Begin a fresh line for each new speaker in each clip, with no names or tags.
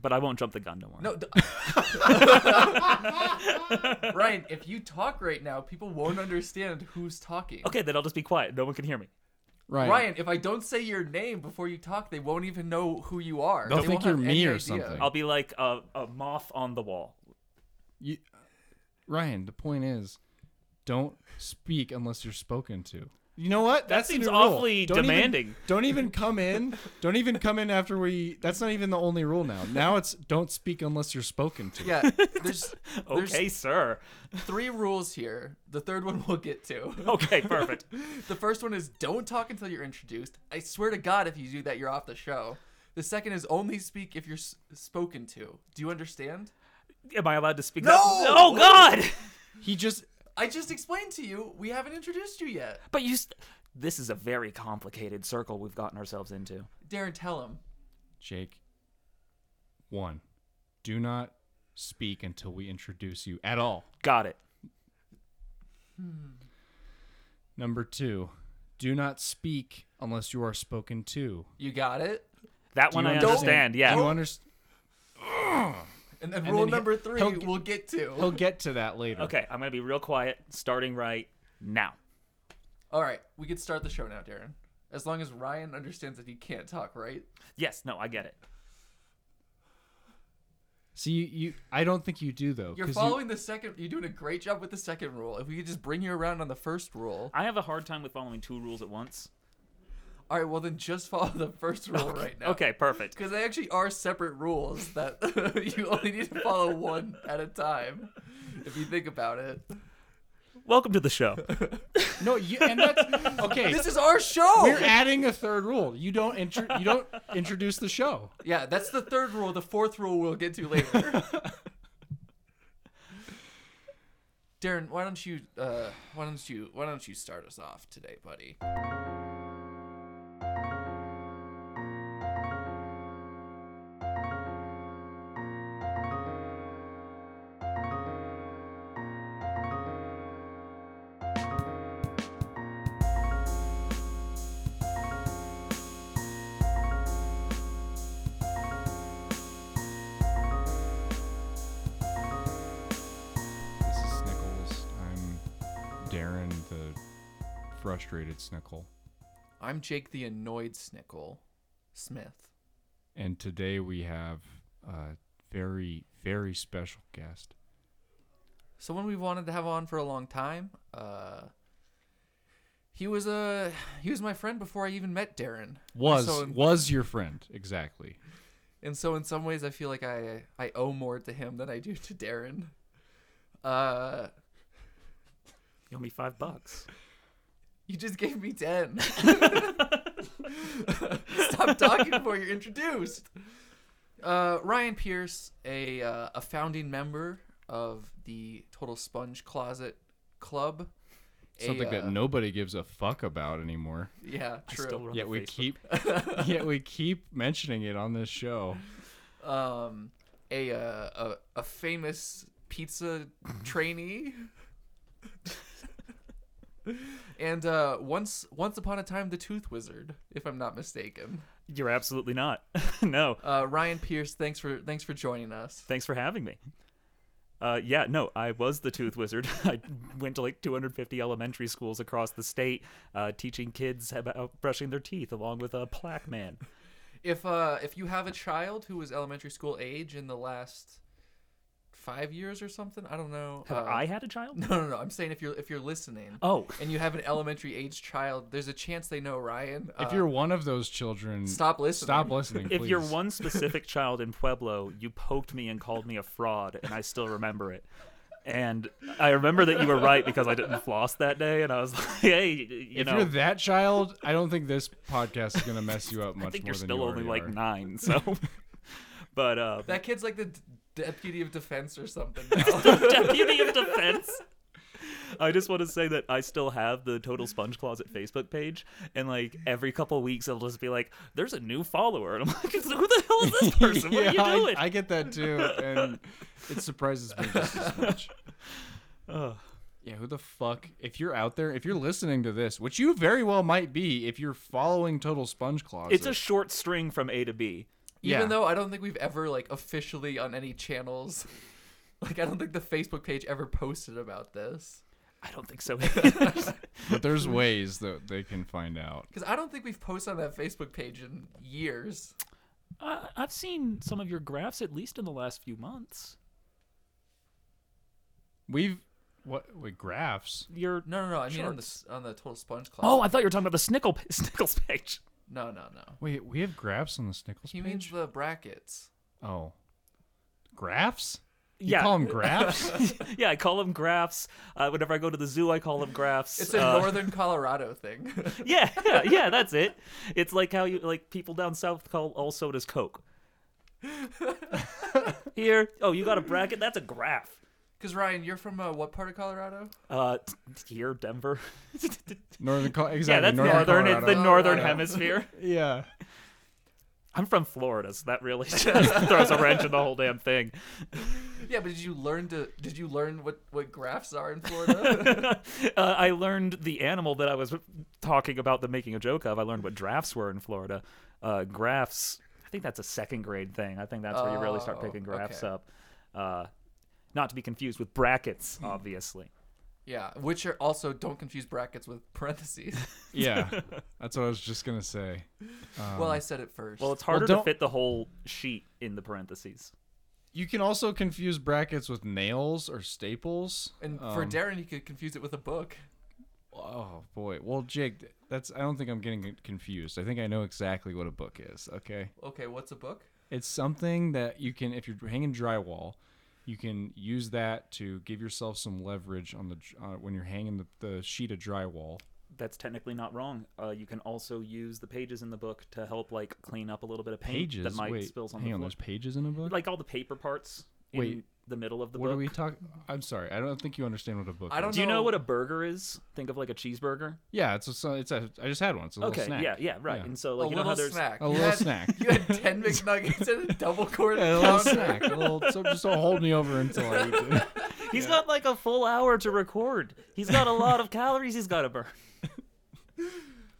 But I won't jump the gun. Don't worry.
No, d- Ryan, if you talk right now, people won't understand who's talking.
Okay, then I'll just be quiet. No one can hear me.
Right.
Ryan, if I don't say your name before you talk, they won't even know who you are.
They'll
They
think
won't have
you're
any
me or
idea.
something.
I'll be like a, a moth on the wall.
You, Ryan, the point is, don't speak unless you're spoken to. You know what? That's the
seems
new rule.
awfully
Don't even-
demanding.
don't even come in. Don't even come in after we. That's not even the only rule now. Now it's don't speak unless you're spoken to.
Yeah, there's
Okay,
there's
sir.
three rules here. The third one we'll get to.
Okay, perfect.
The first one is don't talk until you're introduced. I swear to God, if you do that, you're off the show. The second is only speak if you're s- spoken to. Do you understand?
Am I allowed to speak?
No!
Oh God!
He just.
I just explained to you we haven't introduced you yet.
But you. St- this is a very complicated circle we've gotten ourselves into.
Darren, tell him.
Jake. One, do not speak until we introduce you at all.
Got it.
Number two, do not speak unless you are spoken to.
You got it.
That
Do
one
you
I understand. Yeah.
Do you understand?
And then
And
rule
then he-
number 3
he'll g-
we'll get to.
He'll get to that later.
Okay, I'm gonna be real quiet, starting right now.
All right, we could start the show now, Darren. As long as Ryan understands that he can't talk, right?
Yes. No, I get it.
So you, you I don't think you do though.
You're
'cause you-
following the second. You're doing a great job with the second rule. If we could just bring you around on the first rule.
I have a hard time with following two rules at once.
All right, well then just follow the first rule right now.
Okay, perfect.
Because they actually are separate rules that you only need to follow one at a time. If you think about it,
Welcome to the show.
No, you and that's okay.
this is our show.
we're adding a third rule. You don't intro, you don't introduce the show.
yeah, that's the third rule. The fourth rule we'll get to later. Darren, why don't you, uh, why don't you, why don't you start us off today, buddy?
This is Snickles. I'm Darren the frustrated Snickle.
I'm Jake the annoyed Snickle Smith.
And today we have a very, very special guest.
someone we've wanted to have on for a long time. Uh, he was a he was my friend before I even met Darren.
Was
So in-
was your friend, exactly.
and so in some ways I feel like I I owe more to him than I do to Darren. Uh,
You owe me five bucks.
you just gave me ten. Stop talking before you're introduced. Uh, Ryan Pierce, a uh, a founding member of the Total Sponge Closet Club. A,
Something
uh,
that nobody gives a fuck about anymore.
yeah,
I still
true.
run
Yet
the
we
Facebook.
keep yet we keep mentioning it on this show.
um, a, uh, a a famous pizza trainee. and uh, once once upon a time, the Tooth Wizard, if I'm not mistaken.
You're absolutely not. no.
Uh, Ryan Pierce, thanks for thanks for joining us.
Thanks for having me. Uh, yeah, no, I was the tooth wizard. I went to like 250 elementary schools across the state, uh, teaching kids about brushing their teeth, along with a plaque man.
If uh, if you have a child who was elementary school age in the last five years or something, I don't know.
Have
uh,
I had a child?
No, no, no. I'm saying if you're if you're listening.
Oh,
And you have an elementary age child. There's a chance they know Ryan. Uh,
If you're one of those children,
stop listening.
Stop listening.
if you're
please.
one specific child in Pueblo, you poked me and called me a fraud, and I still remember it. And I remember that you were right because I didn't floss that day, and I was like, "Hey, you
if
know,
you're that child, I don't think this podcast is gonna mess you up much
I think
more
you're
than
still
you
only
already
like
are.
nine, so." but uh,
That kid's like the d- deputy of defense or something. now.
deputy of defense. I just want to say that I still have the Total Sponge Closet Facebook page, and like every couple weeks, it'll just be like, "There's a new follower," and I'm like, "Who the hell is this person? What
yeah,
are you doing?"
I, I get that too, and it surprises me just as much.
Ugh.
Yeah, who the fuck? If you're out there, if you're listening to this, which you very well might be, if you're following Total Sponge Closet,
it's a short string from A to B.
Even
Yeah.
though I don't think we've ever like officially on any channels, like I don't think the Facebook page ever posted about this
I don't think so.
But there's ways that they can find out.
because I don't think we've posted on that Facebook page in years.
uh, I've seen some of your graphs at least in the last few months.
We've what wait graphs?
Your
No, no, no. I mean on the
Shorts.
s- on the total sponge club.
oh, I thought you were talking about the Snickle Snickles page.
no, no, no.
Wait, we have graphs on the Snickles
He
page.
means the brackets.
oh, graphs? You
yeah,
call them graphs?
yeah. I call them graphs. Uh, whenever I go to the zoo, I call them graphs.
It's a
Uh,
northern Colorado thing.
Yeah, yeah, yeah. That's it. It's like how you like people down south call all sodas Coke. Here, oh, you got a bracket. That's a graph.
Because Ryan, you're from uh, what part of Colorado?
Uh, t- here, Denver.
Northern Col-
yeah,
exactly.
that's northern. Oh,
northern.
It's
Colorado.
the northern
Colorado.
hemisphere.
yeah.
I'm from Florida, so that really just throws a wrench in the whole damn thing.
Yeah, but did you learn to? Did you learn what what graphs are in Florida?
uh, I learned the animal that I was talking about, the making a joke of. I learned what drafts were in Florida. Uh, graphs. I think that's a second grade thing. I think that's where you really start
Oh,
picking graphs
okay.
up. Uh, not to be confused with brackets,
Hmm.
obviously.
yeah, which are also don't confuse brackets with parentheses.
Yeah. That's what I was just gonna say. Um,
well, I said it first.
Well, it's harder to
don't-
fit the whole sheet in the parentheses.
You can also confuse brackets with nails or staples.
and for Darren, he could confuse it with a book.
Oh boy. Well, Jake, th- that's I don't think I'm getting it confused. I think I know exactly what a book is, okay?
Okay, what's a book?
It's something that you can if you're hanging drywall, you can use that to give yourself some leverage on the dr- uh, when you're hanging the, the sheet of drywall.
That's technically not wrong. Uh, you can also use the pages in the book to help, like, clean up a little bit of paint
Pages.
that might
Wait,
spills on
hang
the
on.
floor.
There's pages in a book.
Like all the paper parts in
Wait.
the middle of the
what
book.
are we talking? I'm sorry. I don't think you understand what a book.
I don't
Is.
Do you
No.
know what a burger is? Think of like a cheeseburger.
Yeah, it's a. so- It's a. I just had one. It's a little
Okay,
snack.
yeah, yeah, right. And so like
a
you know how
little
there's
snack.
A
You
little
had-
snack.
You had ten McNuggets and a double quarter.
A little
pounder.
snack. A little. So just don't hold me over until I eat it.
he's got like a full hour to record. He's got a lot of calories he's got to burn.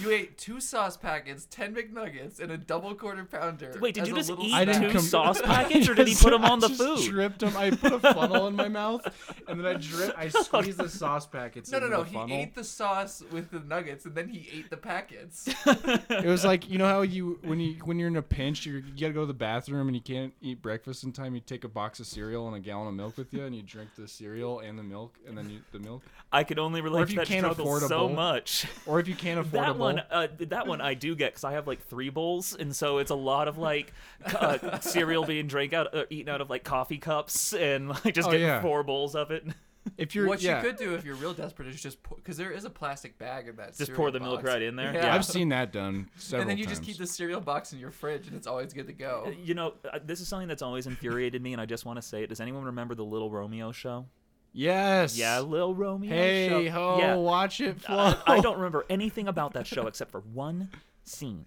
You ate two sauce packets, ten McNuggets, and a double quarter pounder.
Wait, did
as
you
a
just
little
eat
I
snack.
two
didn't com-
sauce packets, or did he put them on the
I just
food?
Dripped them. I put a funnel in my mouth, and then I drip. I squeezed the sauce packets.
No, no,
into
no.
The
He
funnel.
ate the sauce with the nuggets, and then he ate the packets.
It was like you know how you when you when you're in a pinch, you're, you gotta go to the bathroom and you can't eat breakfast in time. You take a box of cereal and a gallon of milk with you, and you drink the cereal and the milk, and then you the milk.
I can only relate
if
to
you
that
can't
struggle
afford a
so
bowl.
much.
Or if you can't afford a
That
bowl,
one, uh, that one I do get because I have like three bowls, and so it's a lot of like c- uh, cereal being drank out, uh, eaten out of like coffee cups, and like just
Oh,
getting
yeah.
four bowls of it.
if you're
what
yeah,
you could do if you're real desperate is just because there is a plastic bag in that.
Just
cereal
pour the milk
box.
right in there.
Yeah.
yeah.
I've seen that done several
and then you
times.
just keep the cereal box in your fridge, and it's always good to go.
You know, uh, this is something that's always infuriated me, and I just want to say it. Does anyone remember the Little Romeo show?
Yes.
Yeah, Little Romeo show.
Hey ho,
yeah.
watch it flow.
I,
Oh.
I don't remember anything about that show except for one scene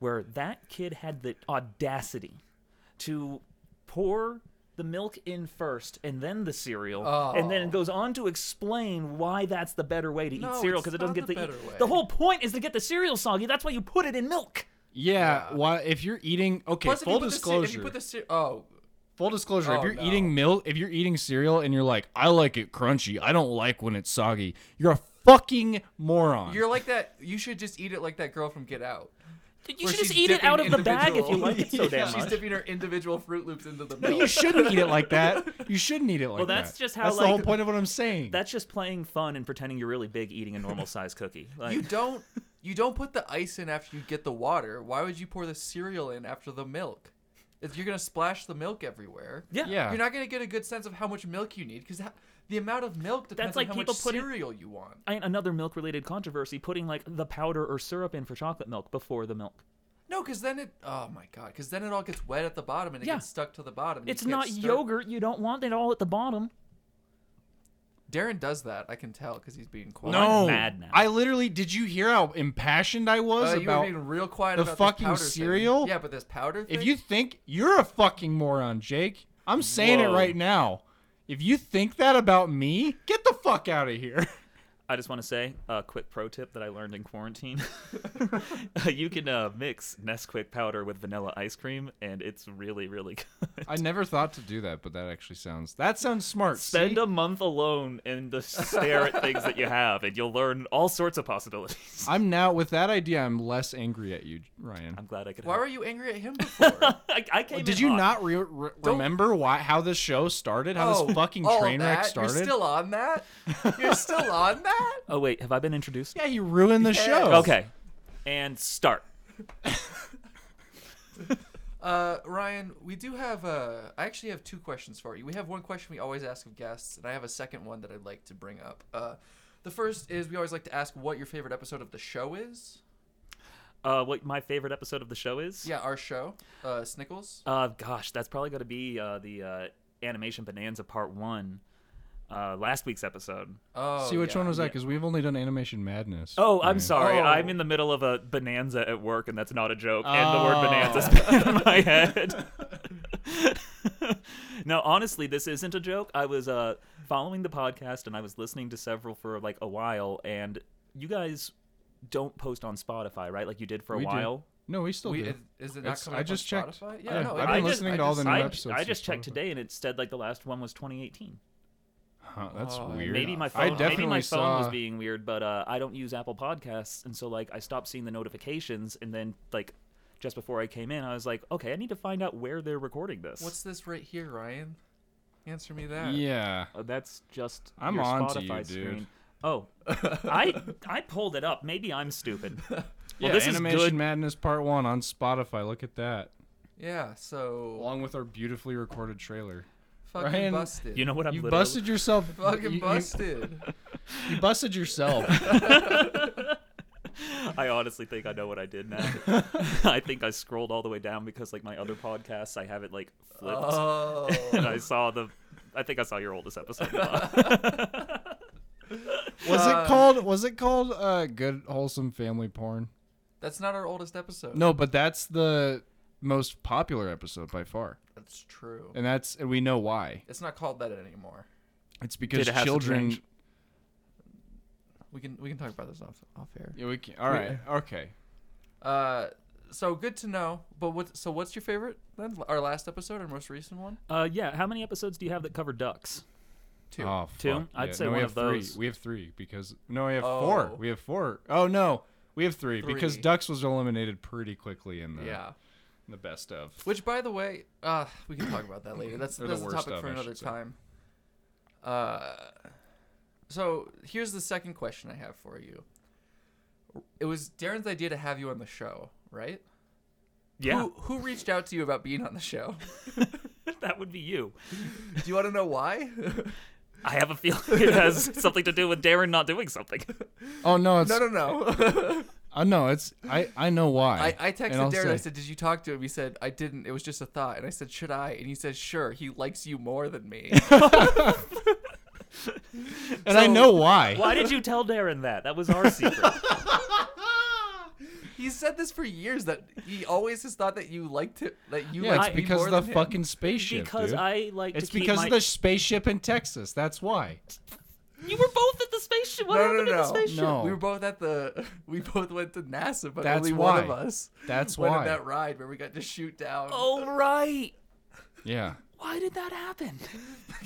where that kid had the audacity to pour the milk in first and then the cereal and then
Oh.
goes on to explain why that's the better way to
No,
eat cereal
it's
because it doesn't get
not the
the e
better way.
the whole point is to get the cereal soggy that's why you put it in milk
Yeah, why if you're eating okay,
Plus, if you
full
put the ce-
disclosure.
if you put the ce- oh,
full disclosure,
Oh,
if you're
no.
eating milk, if you're eating cereal and you're like, I like it crunchy, I don't like when it's soggy, you're a fucking moron.
you're like that. You should just eat it like that girl from Get Out.
you
where
should just
she's
eat it out of
dipping
the bag if you
individual-
like it so damn
She's
much
dipping her individual Fruit Loops into the
you
milk.
shouldn't eat it like that. You shouldn't eat it like that.
that's just how,
That's
like-
the whole point of what I'm saying.
that's just playing fun and pretending you're really big eating a normal size cookie like
you don't. You don't put the ice in after you get the water. Why would you pour the cereal in after the milk? If you're gonna splash the milk everywhere.
yeah
yeah.
You're not gonna get a good sense of how much milk you need because the amount of milk depends
That's like
on how
people
much
putting-
cereal you want.
I- another milk related controversy putting like the powder or syrup in for chocolate milk before the milk.
No, because then it. Oh my god! Because then it all gets wet at the bottom and it
Yeah.
gets stuck to the bottom. and you
It's
can't
not
stir-
yogurt. You don't want it all at the bottom.
Darren does that. I can tell because he's being quiet. Uh,
no,
I'm mad now.
I literally did. You hear how impassioned I was
Uh, you were
about?
being real quiet
the
about
fucking
this powder thing.
cereal?
Yeah, but this powder. Thing,
If you think you're a fucking moron, Jake, I'm saying
Whoa.
it right now. If you think that about me, get the fuck out of here.
I just want to say a quick pro tip that I learned in quarantine. you can uh, mix Nesquik powder with vanilla ice cream, and it's really, really good.
I never thought to do that, but that actually sounds that sounds smart.
Spend
See?
a month alone and just stare at things that you have, and you'll learn all sorts of possibilities.
I'm now with that idea. I'm less angry at you, Ryan.
I'm glad I could.
Why
help.
were you angry at him before?
I, I came
Did
in
you
hot.
not re- re- remember why how this show started? How
Oh,
this fucking
all
train wreck
that?
started?
You're still on that? You're still on that?
Oh wait, have I been introduced?
yeah, you ruined the show.
Okay, and start.
Uh, Ryan, we do have. Uh, I actually have two questions for you. We have one question we always ask of guests, and I have a second one that I'd like to bring up. Uh, the first is we always like to ask what your favorite episode of the show is.
Uh, what my favorite episode of the show is?
Yeah, our show, uh, Snickles.
Uh, gosh, that's probably going to be uh, the uh, animation bonanza part one, uh, last week's episode.
Oh,
See which
yeah.
one was that? Because we've only done Animation Madness.
Oh,
Ryan.
I'm sorry.
Oh.
I'm in the middle of a bonanza at work, and that's not a joke. And the word
Oh.
bonanza's back in my head. no, honestly, this isn't a joke. I was uh, following the podcast, and I was listening to several for like a while. And you guys don't post on Spotify, right? Like you did for a
We do.
while.
No, we still
We,
do.
is, is it not
It's-
coming
I
up on
just checked.
Spotify?
Yeah,
no, it-
I've been
I
listening
just,
to
I
all
just,
the new
I,
episodes
I
from
just checked
Spotify.
today, and it said like the last one was 2018.
Huh, that's
Oh,
weird.
Maybe my
I
phone.
definitely
maybe my phone was
saw-
being weird, but uh, I don't use Apple Podcasts, and so like I stopped seeing the notifications, and then like just before I came in, I was like, okay, I need to find out where they're recording this.
What's this right here, Ryan? Answer me that.
Yeah.
Uh, that's just
I'm
your
on to
Spotify
you, dude.
screen. Oh, I I pulled it up. Maybe I'm stupid. Well, this
Animation
is good.
Madness Part One on Spotify. Look at that,
Yeah. So
along with our beautifully recorded trailer.
fucking
Ryan,
busted.
You know what I'm
You
literally-
busted yourself.
fucking
you- you-
busted.
You, busted yourself.
I honestly think I know what I did now. I think I scrolled all the way down because like my other podcasts, I have it like flipped, and
oh.
I saw the. I think I saw your oldest episode. Uh,
was
Uh,
it called? Was it called uh, good wholesome family porn?
That's not our oldest episode.
No, but that's the most popular episode by far,
That's true.
and that's and we know why.
It's not called that anymore.
It's because
it have to
children.
change?
We can we can talk about this off off air.
Yeah, we can, all right. Okay.
Uh, so good to know. But what? So what's your favorite? Then our last episode, our most recent one.
Uh, yeah. How many episodes do you have that cover ducks?
Two.
Oh,
Two?
fuck,
I'd
yeah.
say
no, we
one
have
of
three.
those.
We have three because no, we have
Oh.
four. We have four. Oh no, we have three, because
Three.
Ducks was eliminated pretty quickly in the
yeah.
in the best of.
Which, by the way, uh, we can talk about that later. That's
Or the
that's a
worst
topic
of,
for
I
another
should say.
time. Uh, so here's the second question I have for you. It was Darren's idea to have you on the show, right?
Yeah,
Who, who reached out to you about being on the show?
that would be you.
Do you want to know why?
I have a feeling it has something to do with Darren not doing something.
Oh no, it's
no, no, no.
I know it's I I know why.
I, I
And
texted
I'll
Darren. I
say-
said, "Did you talk to him?" He said, "I didn't. It was just a thought." And I said, "Should I?" And he said, "Sure. He likes you more than me."
and I
so-
know why.
Why did you tell Darren that? That was our secret.
He's said this for years that he always has thought that you liked it, that you
Yeah,
liked
it's
me
because
more
of the
than him.
fucking spaceship.
because
dude.
I like.
It's
to keep
because
my...
of the spaceship in Texas. That's why.
You were both at the spaceship. What
No,
happened
no,
at the
no.
spaceship?
No.
We were both at the. We both went to NASA, but
That's
only one of
why.
us
That's
went
why.
on that ride where we got to shoot down.
Oh right.
Yeah.
Why did that happen?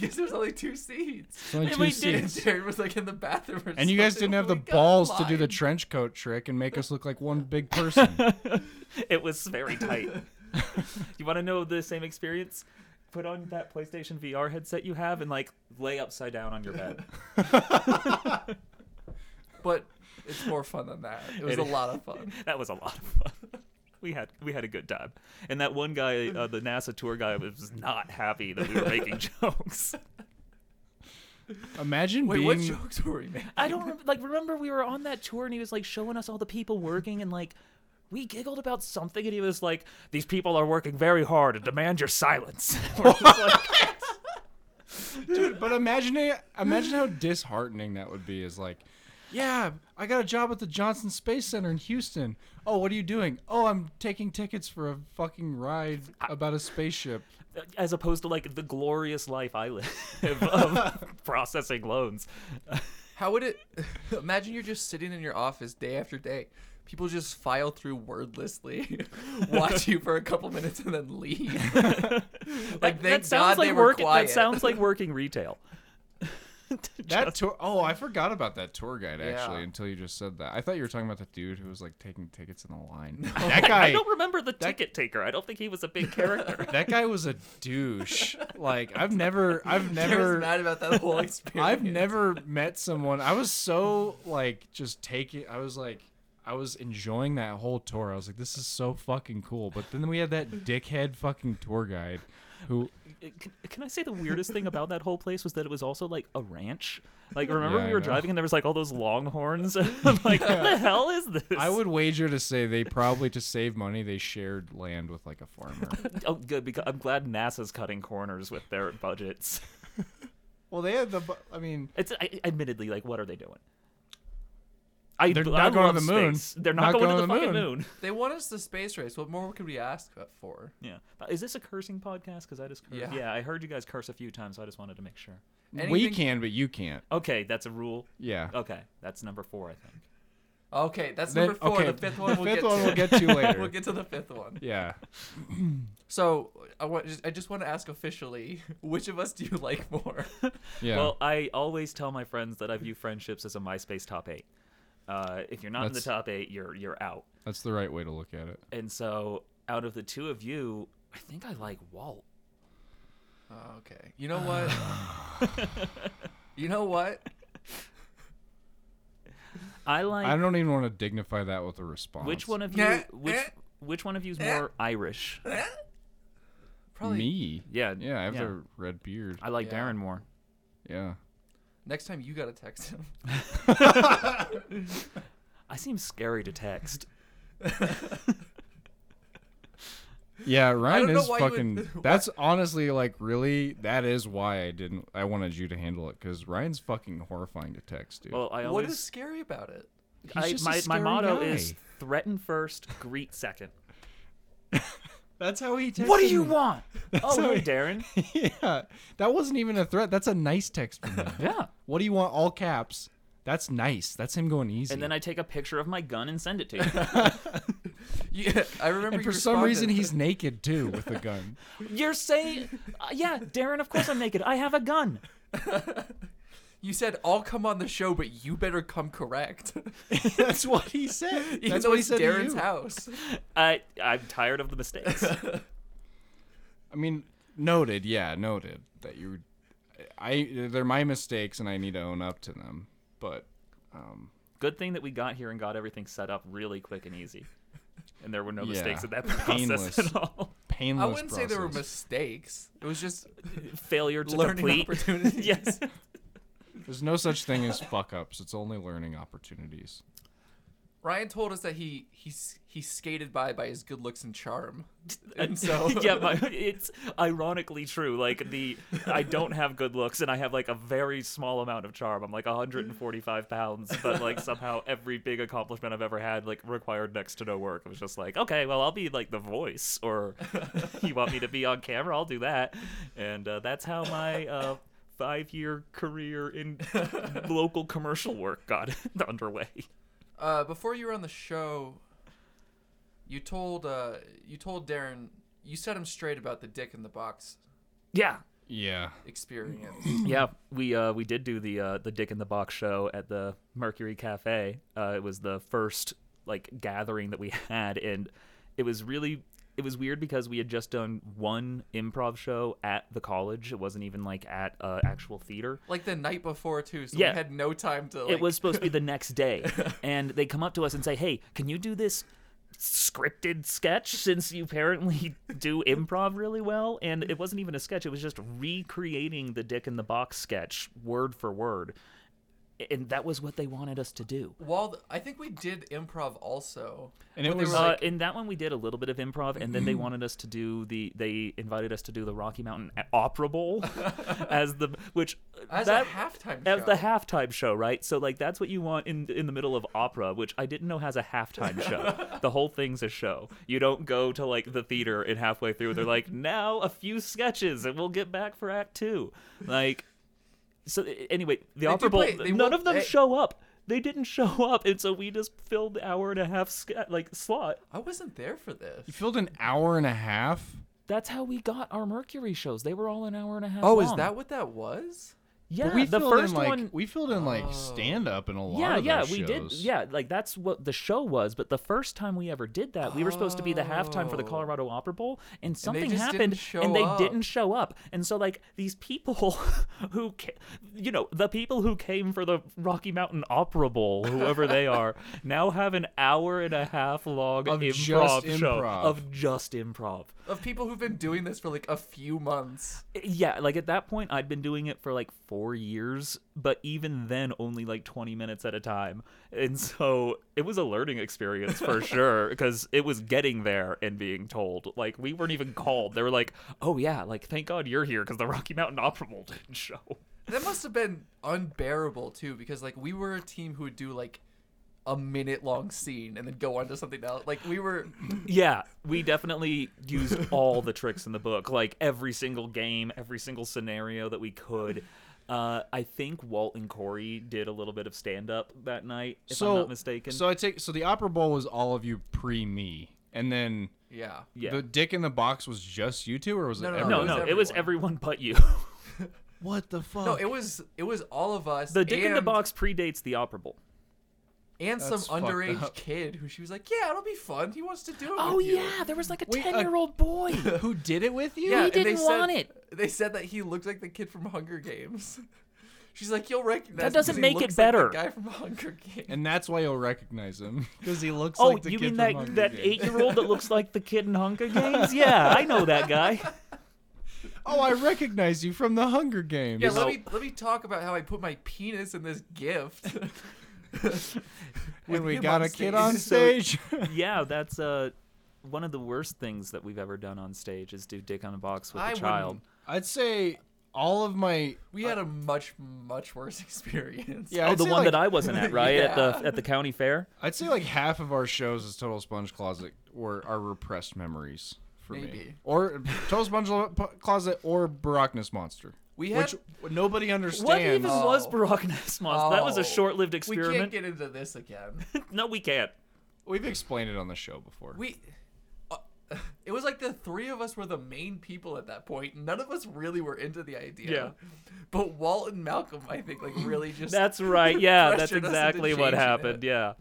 because there's only two seats.
It's only
And
two
we
And
didn't-
seats.
Darren was like in the bathroom. Or
And you guys
something Oh
didn't have the
when we got
balls to do the
lined.
trench coat trick and make us look like one big person.
It was very tight. you want to know the same experience? Put on that PlayStation VR headset you have and like lay upside down on your bed.
but it's more fun than that. It was
It
a
is.
lot of fun.
that was a lot of fun. We had we had a good time, and that one guy, uh, the NASA tour guy, was not happy that we were making jokes.
Imagine
Wait,
being
what jokes were we making?
I don't rem- like remember we were on that tour and he was like showing us all the people working and like we giggled about something and he was like these people are working very hard and demand your silence. We're just like,
Dude, but imagine it, imagine how disheartening that would be. Is like, yeah, I got a job at the Johnson Space Center in Houston. Oh, what are you doing? Oh, I'm taking tickets for a fucking ride about a spaceship.
as opposed to like the glorious life I live of processing loans.
How would it? Imagine you're just sitting in your office day after day. People just file through wordlessly, watch you for a couple minutes, and then leave.
that
like thank God
sounds like
they were
work.
quiet.
That sounds like working retail.
That tour. Oh, I forgot about that tour guide actually
Yeah.
until you just said that. I thought you were talking about the dude who was like taking tickets in the line. That guy.
I don't remember the ticket taker. I don't think he was a big character.
that guy was a douche. Like I've never, I've
I was
never,
mad about that whole experience.
I've never met someone. I was so like just taking. I was like, I was enjoying that whole tour. I was like, this is so fucking cool. But then we had that dickhead fucking tour guide, who
can, can I say the weirdest thing about that whole place was that it was also like a ranch? Like, remember
Yeah, I
we were
know.
driving and there was like all those longhorns? I'm like, what the hell is this?
I would wager to say they probably to save money they shared land with like a farmer.
Oh, good. Because I'm glad NASA's cutting corners with their budgets.
well, they had the. bu- I mean.
It's I, admittedly like, what are they doing? I,
They're
I
not
love
going to the moon.
space. They're not, going, to the, fucking moon.
They want us to space race. What more could we ask for?
Yeah. But Is this a cursing podcast? Because I just cursed.
Yeah.
Yeah. I heard you guys curse a few times, so I just wanted to make sure.
We
Anything-
can, but you can't.
Okay, that's a rule.
Yeah.
Okay, that's number four, I think.
Okay, that's
Then-
number four.
okay,
The fifth one.
the
we'll
fifth
get
one
to.
we'll get to later.
we'll get to the fifth one.
Yeah.
So I want. Just, I just want to ask officially, which of us do you like more?
Yeah.
Well, I always tell my friends that I view friendships as a MySpace top eight. Uh, if you're not in the
That's-
top eight, you're you're out.
That's the right way to look at it.
And so, out of the two of you, I think I like Walt.
Oh, okay. You know what? you know what?
I like.
I don't even want to dignify that with a response.
which one of you?
Eh,
Which
eh,
which one of you's more Irish?
Probably
Me.
Yeah.
Yeah, I have the red beard.
I like
Yeah.
Darren more.
Yeah.
next time you gotta text him.
I seem scary to text.
Yeah, Ryan
know
is
why you would-
fucking.
why-
That's honestly like really. That is why I didn't. I wanted you to handle it because Ryan's fucking horrifying to text, dude.
Well, I
What
always.
is scary about it?
He's
I,
just a
my my
scary
motto
guy.
is threaten first, greet second.
that's how he texted.
What do you want? oh,
how
hey,
he-
Darren.
yeah, that wasn't even a threat. That's a nice text from him.
Yeah.
what do you want? All caps. That's nice. That's him going easy.
And then I take a picture of my gun and send it to you.
Yeah, I remember.
And
you
for some reason,
responded.
he's naked too with a gun.
You're saying, uh, yeah, Darren, of course I'm naked. I have a gun.
You said I'll come on the show, but you better come correct.
That's what he said.
Even
That's
though
what he
it's
said to
Darren's
you.
house.
I, I'm tired of the mistakes.
I mean, noted. Yeah, noted that you. I they're my mistakes, and I need to own up to them. But um,
Good thing that we got here and got everything set up really quick and easy. And there were no
Yeah.
mistakes in that process
Painless.
at all.
painless.
I wouldn't say there were
process.
mistakes. It was just
Failure to
learning
complete.
opportunities.
yes.
There's no such thing as fuck ups. It's only learning opportunities.
Ryan told us that he he's he skated by by his good looks and charm, and so
yeah, my, it's ironically true. Like the, I don't have good looks, and I have like a very small amount of charm. I'm like 145 pounds, but like somehow every big accomplishment I've ever had like required next to no work. It was just like, okay, well I'll be like the voice, or you want me to be on camera, I'll do that, and uh, that's how my. Uh, Five year career in local commercial work got underway.
Uh, before you were on the show, you told uh, you told Darren you set him straight about the dick in the box
Yeah,
Yeah.
experience.
Yeah, we uh, we did do the uh, the Dick in the Box show at the Mercury Cafe. Uh, it was the first like gathering that we had, and it was really it was weird because we had just done one improv show at the college. It wasn't even like at uh, actual theater.
like the night before too, so
Yeah.
we had no time to. Like,
It was supposed to be the next day, and they come up to us and say, "Hey, can you do this?" scripted sketch since you apparently do improv really well and it wasn't even a sketch it was just recreating the dick in the box sketch word for word and that was what they wanted us to do
while th- I think we did improv also,
And it
but they
was,
were
uh,
like, Mm-hmm.
in that one we did a little bit of improv and then they wanted us to do the they invited us to do the rocky mountain opera bowl as the which
as
uh, that
a halftime
as
show.
the halftime show, right? So like that's what you want in in the middle of opera, which I didn't know has a halftime show. the whole thing's a show. You don't go to like the theater and halfway through they're like, now a few sketches and we'll get back for act two. Like so a- anyway, the
do
Opera Bowl,
play- they
none
will-
of them
they-
show up. They didn't show up, and so we just filled the hour and a half sca- like slot.
I wasn't there for this.
You filled an hour and a half.
That's how we got our Mercury shows. They were all an hour and a half.
Oh, is
long.
that what that was?
Yeah,
we
the
filled
first
in, like,
one.
We filled in like stand up and a lot
yeah,
of
yeah,
those
we did.
shows.
Yeah, like that's what the show was. But the first time we ever did that, we were supposed to be the halftime for the
Oh.
Colorado Opera Bowl, and something
just didn't
happened,
show
and they
up.
didn't show up. And so, like these people who, ca- you know, the people who came for the Rocky Mountain Opera Bowl, whoever they are, now have an hour and a half long
Of
improv
just
show
improv.
of just improv.
Of people who've been doing this for like a few months.
Yeah, like at that point, I'd been doing it for like four years, but even then, only like 20 minutes at a time. And so it was a learning experience for sure, because it was getting there and being told. Like, we weren't even called. They were like, oh, yeah, like, thank God you're here, because the Rocky Mountain Opera Bowl didn't show.
That must have been unbearable too, because like we were a team who would do like a minute long scene and then go on to something else. Like we were
Yeah, we definitely used all the tricks in the book, like every single game, every single scenario that we could. Uh, I think Walt and Corey did a little bit of stand up that night, if
so
I'm not mistaken.
So I take so the Opera Bowl was all of you pre me, and then
Yeah.
yeah.
the Dick in the Box was just you two, or was
No,
it?
no, no,
No,
everyone?
no, Oh, it was everyone but you.
What the fuck?
No, it was it was all of us.
The Dick in the
and-
Box predates the Opera Bowl.
and some
That's fucked
underage
up.
kid who she was like, "Yeah, it'll be fun. He wants to do it."
Oh
with you."
yeah, there was like a
Wait, uh,
ten-year-old boy.
Who did it with you?
yeah.
He
and they
didn't
said-
want it.
They said that he looked like the kid from Hunger Games. She's like, "You'll recognize."
That
him
doesn't
'cause he
make it
looks
better.
Like the guy from Hunger Games.
And that's why you'll recognize him because he looks
Oh,
like the
you
kid
mean
from
that
Hunger
that
Games.
eight-year-old that looks like the kid in Hunger Games? Yeah, I know that guy.
Oh, I recognize you from the Hunger Games.
yeah,
so-
let me let me talk about how I put my penis in this gift.
when we
him
got
on
a
stage.
kid on
So-
stage.
Yeah, that's uh, one of the worst things that we've ever done on stage is do Dick on a Box with
I
a
wouldn't-
child.
I'd say all of my
we had a much much worse experience.
yeah,
Oh,
I'd
the
say,
one
like-
that I wasn't at, right? At the at the county fair.
I'd say like half of our shows as Total Sponge Closet were are repressed memories for me,
Maybe.
or Total Sponge Lo- Closet or Barachnus Monster,
we had.
which nobody understands.
What even
Oh.
was Barockness Monster? That was
Oh.
a short-lived
we can't
experiment.
get into this again.
no, we can't.
We've explained it on the show before.
We. uh, It was like the three of us were the main people at that point. None of us really were into the idea. But Walt and Malcolm, I think, like really just.
That's right. Yeah, that's
pressured us into
exactly what
changing
happened.
it.
Yeah.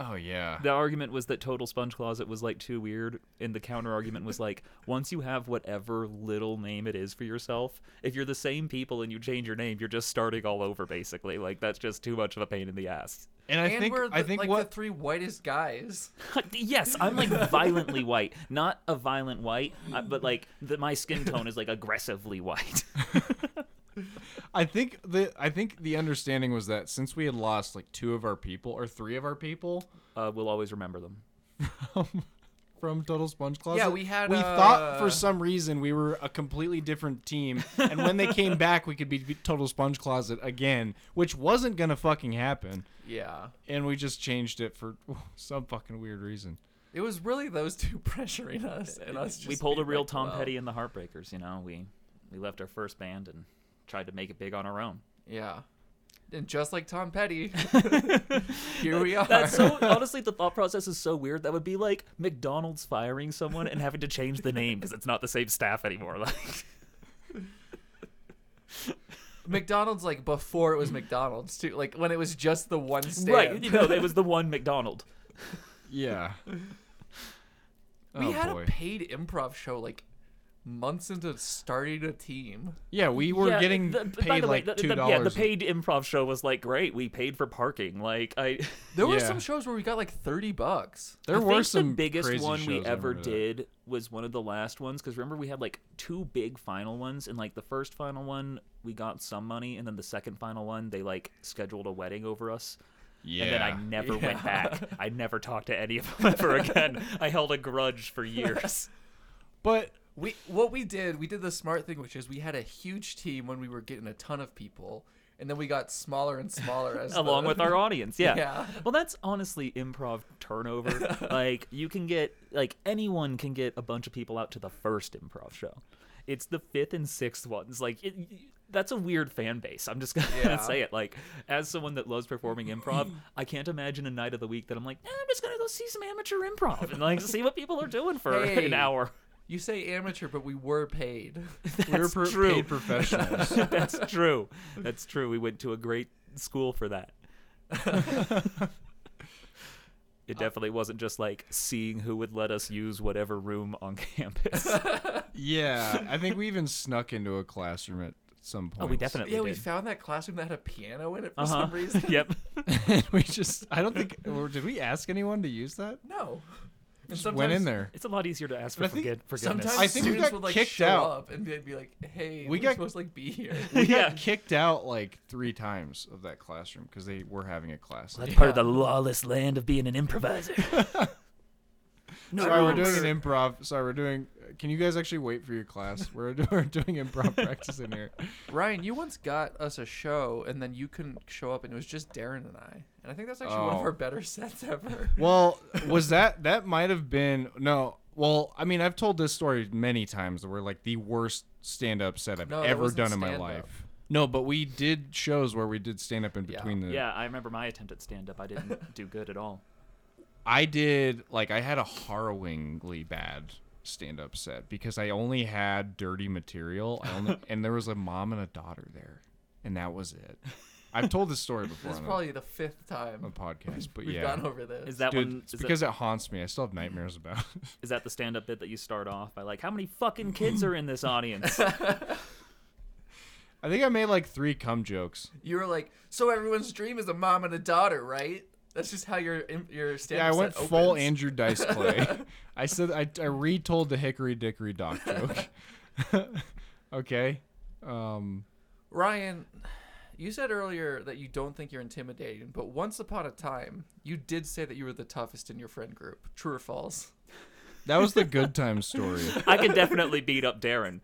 oh yeah,
The argument was that Total Sponge Closet was like too weird, and the counter argument was like, once you have whatever little name it is for yourself, if you're the same people and you change your name, you're just starting all over basically. Like that's just too much of a pain in the ass.
and I
and
think
we're the,
I think
like
what
the three whitest guys.
yes, I'm like violently white, not a violent white, uh, but like the, my skin tone is like aggressively white.
I think the I think the understanding was that since we had lost like two of our people or three of our people
Uh, we'll always remember them.
from Total Sponge Closet,
we had,
we thought
uh,
for some reason we were a completely different team, and when they came back, we could be Total Sponge Closet again, which wasn't gonna fucking happen.
Yeah.
and we just changed it for some fucking weird reason.
It was really those two pressuring us and us just
we pulled a
being
real
like,
Tom
"Well."
Petty and the Heartbreakers. You know, we we left our first band and tried to make it big on our own.
Yeah. And just like Tom Petty, here we are.
That's so honestly, the thought process is so weird. That would be like McDonald's firing someone and having to change the name because it's not the same staff anymore. Like,
McDonald's like before it was McDonald's too, like when it was just the one stand.
right? You know, it was the one McDonald.
Yeah.
we
oh
had
boy.
a paid improv show like months into starting a team.
yeah, we were
Yeah,
getting
the- by
paid
the way,
like
the- the-
two dollars.
Yeah, the paid improv show was like great. We paid for parking. Like, I
There were
Yeah.
some shows where we got like thirty bucks.
there
I
were
think
some
the biggest
crazy
one we
shows, I
ever
remember that.
did was one of the last ones because remember we had like two big final ones and like the first final one we got some money and then the second final one they like scheduled a wedding over us
Yeah.
and then I never went back. I never talked to any of them ever again. I held a grudge for years.
but
We what we did, we did the smart thing, which is we had a huge team when we were getting a ton of people, and then we got smaller and smaller as
along
the-
with our audience. Yeah.
Yeah.
Well, that's honestly improv turnover. like you can get like anyone can get a bunch of people out to the first improv show. It's the fifth and sixth ones. Like it, that's a weird fan base. I'm just gonna
Yeah.
say it. Like, as someone that loves performing improv, I can't imagine a night of the week that I'm like, "Eh, I'm just gonna go see some amateur improv and like see what people are doing for
Hey.
an hour.
You say amateur, but we were paid.
we were
That's
per-
true.
paid professionals.
that's true. That's true. We went to a great school for that. It definitely wasn't just like seeing who would let us use whatever room on campus.
yeah, I think we even snuck into a classroom at some point.
oh, we definitely
yeah,
did.
we found that classroom that had a piano in it for
Uh-huh.
some reason.
yep.
and we just I don't think or did we ask anyone to use that?
No. And
Just went in there.
It's a lot easier to ask for
But I think
forget- forgiveness.
Sometimes
I think we
students
got
would like
kicked
show
out.
up and they'd be like, "Hey,
We
we
got-
got supposed to like be here."
We
Yeah.
got kicked out like three times of that classroom because they were having a class.
That's
night.
part of the lawless land of being an improviser. no,
Sorry, we're
rules.
doing an improv. Sorry, we're doing. Can you guys actually wait for your class? We're, do- we're doing improv practice in here.
Ryan, you once got us a show, and then you couldn't show up, and it was just Darren and I. And I think that's actually one
Oh.
of our better sets ever.
Well, was that that might have been no? Well, I mean, I've told this story many times. Where like the worst stand-up set I've
No, that
ever
wasn't
done in my
stand-up.
life. No, but we did shows where we did stand up in
Yeah.
between the.
Yeah, I remember my attempt at stand up. I didn't do good at all.
I did like I had a harrowingly bad stand up set because I only had dirty material. I only and there was a mom and a daughter there. And that was it. I've told this story before
This is
on a-
probably the fifth
on a
time
podcast, but
we've
Oh, yeah.
gone over this.
Is that
Dude,
one?
it's
Is,
because
that,
it haunts me. I still have nightmares about it.
is that the stand up bit that you start off by like, how many fucking kids are in this audience?
I think I made like three cum jokes.
you were like, "So everyone's dream is a mom and a daughter, right?" That's just how your your stand.
Yeah, I went full Andrew Dice Clay. I said I, I retold the Hickory Dickory Dock joke. okay. Um,
Ryan, you said earlier that you don't think you're intimidating, but once upon a time, you did say that you were the toughest in your friend group. True or false?
that was the good time story.
I can definitely beat up Darren.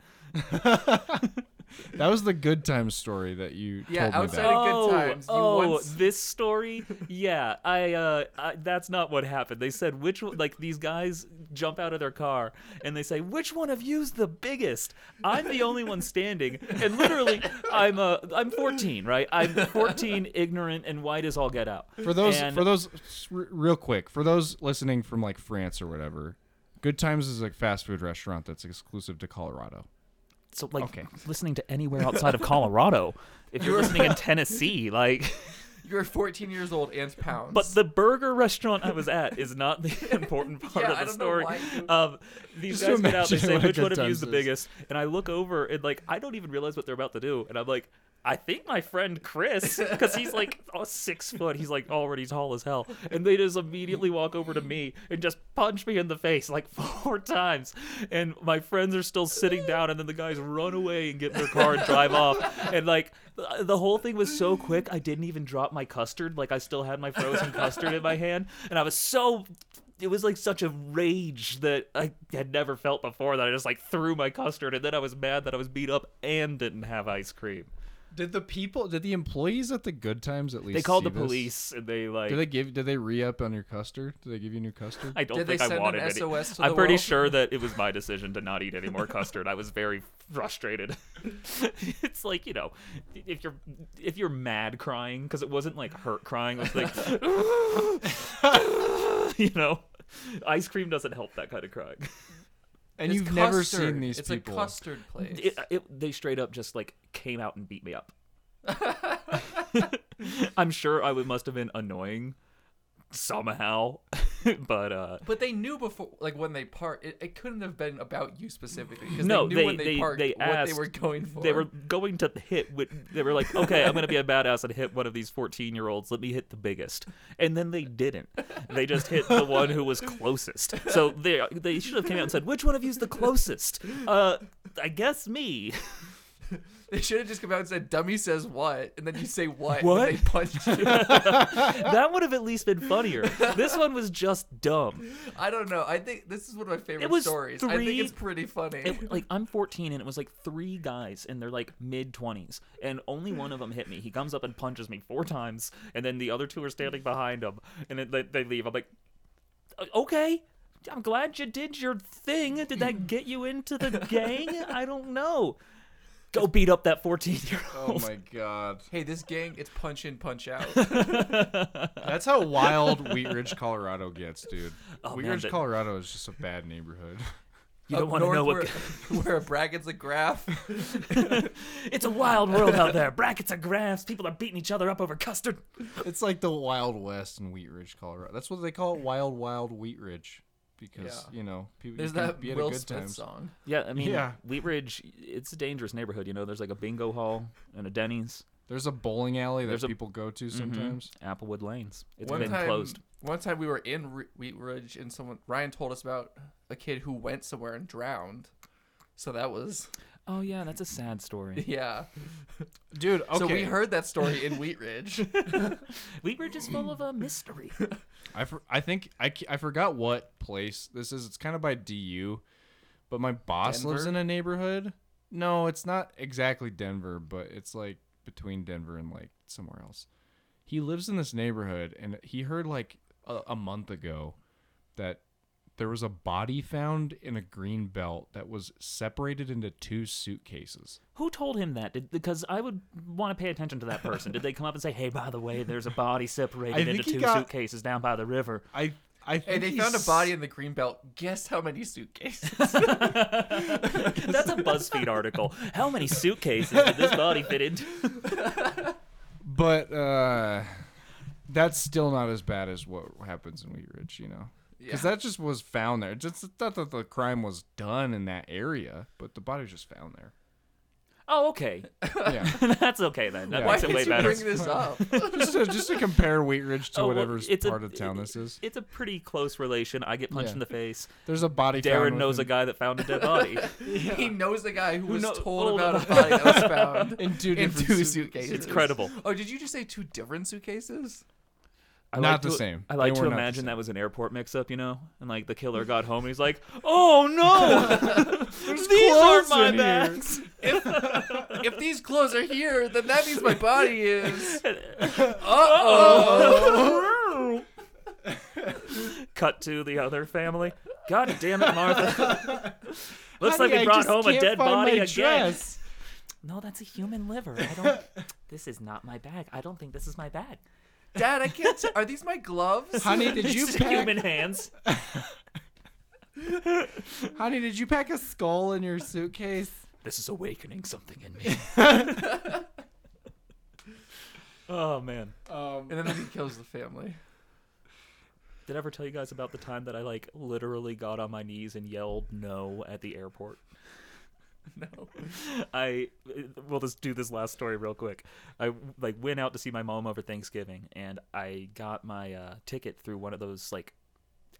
That was the good time story that you
Yeah,
told me
outside
about.
of- good times. You
oh,
once-
this story? Yeah, I, uh, I. That's not what happened. They said which one, like these guys jump out of their car and they say which one of you's the biggest. I'm the only one standing, and literally, I'm uh, I'm 14, right? I'm 14, ignorant and white as all get out.
For those,
And-
for those, s- r- real quick, for those listening from like France or whatever, Good Times is a fast food restaurant that's exclusive to Colorado.
so like
Okay.
listening to anywhere outside of Colorado. If you're listening in Tennessee, like,
You were 14 years old and pounds.
but the burger restaurant I was at is not the important part
Yeah,
of
I
the
don't know
story.
why you-
Um, these
Just
guys get out, they
imagine
say
what a
which
good
one of you is
times
the
is."
biggest, and I look over and like I don't even realize what they're about to do, and I'm like. I think my friend Chris, because he's like oh, six foot, he's like already tall as hell, and they just immediately walk over to me and just punch me in the face like four times, and my friends are still sitting down, and then the guys run away and get in their car and drive off, and like th- the whole thing was so quick, I didn't even drop my custard, like I still had my frozen custard in my hand, and I was so it was like such a rage that I had never felt before that I just like threw my custard and then I was mad that I was beat up and didn't have ice cream.
Did the people, did the employees at the Good Times at least?
They called
see
the
this?
police and they like
Did they give? Did they re up on your custard? Did they give you new custard?
I don't
Did they
think I
send an
wanted any.
SOS to
I'm
the
pretty
world?
sure that it was my decision to not eat any more custard. I was very frustrated. it's like you know, if you're if you're mad crying because it wasn't like hurt crying, it was like you know, ice cream doesn't help that kind of crying.
and
It's
you've never
custard.
seen these
it's
people. uh,
a custard place.
it, it, they straight up just like came out and beat me up. I'm sure I would, must have been annoying somehow, but uh,
but they knew before, like when they parked, it, it couldn't have been about you specifically because
No,
they knew
they-
when they,
they-
parked
they
what they
asked-
were going for.
they were going to hit. With, they were like, "Okay, I'm gonna be a badass and hit one of these 14 year olds. Let me hit the biggest." And then they didn't. They just hit the one who was closest. So they they should have came out and said, "Which one of you's the closest?" Uh, I guess me.
They should have just come out and said, "Dummy says what," and then you say what,
What?
and they punch you.
That would have at least been funnier. This one was just dumb.
I don't know. I think this is one of my favorite
was
stories. I
three-
think it's pretty funny.
it, like I'm 14 and it was like three guys in their like mid 20s and only one of them hit me. He comes up and punches me four times and then the other two are standing behind him and then they, they leave. I'm like, "O- okay, I'm glad you did your thing. Did that get you into the gang? I don't know. Go beat up that 14 year
Oh
old.
my god.
Hey, this gang, it's punch in, punch out.
That's how wild Wheat Ridge, Colorado gets, dude.
Oh,
Wheat
man,
Ridge,
but-
Colorado is just a bad neighborhood.
You don't
Up
want to know
north
what.
Where, where a bracket's a graph.
it's a wild world out there. Brackets and graphs. People are beating each other up over custard.
it's like the Wild West in Wheat Ridge, Colorado. That's what they call it, Wild Wild Wheat Ridge, because
Yeah.
you know people
There's
you can
that
be at
Will
a good
Smith
times.
song.
Yeah, I mean,
Yeah.
Wheat Ridge, it's a dangerous neighborhood. You know, there's like a bingo hall and a Denny's,
There's a bowling alley that
There's a-
people go to
Mm-hmm.
sometimes.
Applewood Lanes. It's
one
been
time,
closed.
one time we were in Re- Wheat Ridge, and someone Ryan told us about a kid who went somewhere and drowned. So that was
Oh, yeah, that's a sad story.
yeah.
Dude, okay.
So we heard that story in Wheat Ridge.
Wheat Ridge is full of a mystery.
I, for, I think I, c- I forgot what place this is. It's kind of by DU, but my boss lives in
Denver?
a neighborhood. No, it's not exactly Denver, but it's like between Denver and like somewhere else. He lives in this neighborhood, and he heard like a, a month ago that there was a body found in a green belt that was separated into two suitcases.
Who told him that? Did, because I would want to pay attention to that person. Did they come up and say, "Hey, by the way, there's a body
I
separated into
think he
two
got-
suitcases down by the river"?
I I
hey,
think
they
he
found a
s-
body in the Greenbelt. Guess how many suitcases?
That's a BuzzFeed article. How many suitcases did this body fit into?
but uh, that's still not as bad as what happens in Wheat Ridge, you know.
Yeah.
Because that just was found there. Just not that the crime was done in that area, but the body was just found there.
Oh, okay.
Yeah,
That's okay then. That
Yeah.
Why
makes
did
it way
you
better.
bring this up?
just, to, just to compare Wheat Ridge to
Oh, well,
whatever
it's a-
part of town this is.
It's a pretty close relation. I get punched
Yeah.
in the face.
There's a body.
Darren
found
knows a
within-
guy that found a dead body.
He knows the guy who, was
kno-
told
told
about a
about-
body that was found
in two
in
different
two
suit-
suitcases.
It's credible.
Oh, did you just say two different suitcases?
I
Not
like
the
to-
same.
I like
They
to
were not the
imagine
same.
that was an airport mix-up, you know, and like the killer got home and he's like, "Oh no, these aren't
clothes
my
in here."
bags."
If these clothes are here, then that means my body is.
Cut to the other family. God damn it, Martha. Looks like we
Honey, I
brought
just
home a
can't
dead
find
body
my
again.
dress.
No, that's a human liver. I don't. this is not my bag. I don't think this is my bag.
Dad, I can't. T- are these my gloves?
Honey, did you
It's
pack?
human hands.
Honey, did you pack a skull in your suitcase?
This is awakening something in me. oh man.
Um,
And then he kills the family.
Did I ever tell you guys about the time that I like literally got on my knees and yelled no at the airport?
No.
I we'll just do this last story real quick. I like went out to see my mom over Thanksgiving, and I got my uh, ticket through one of those like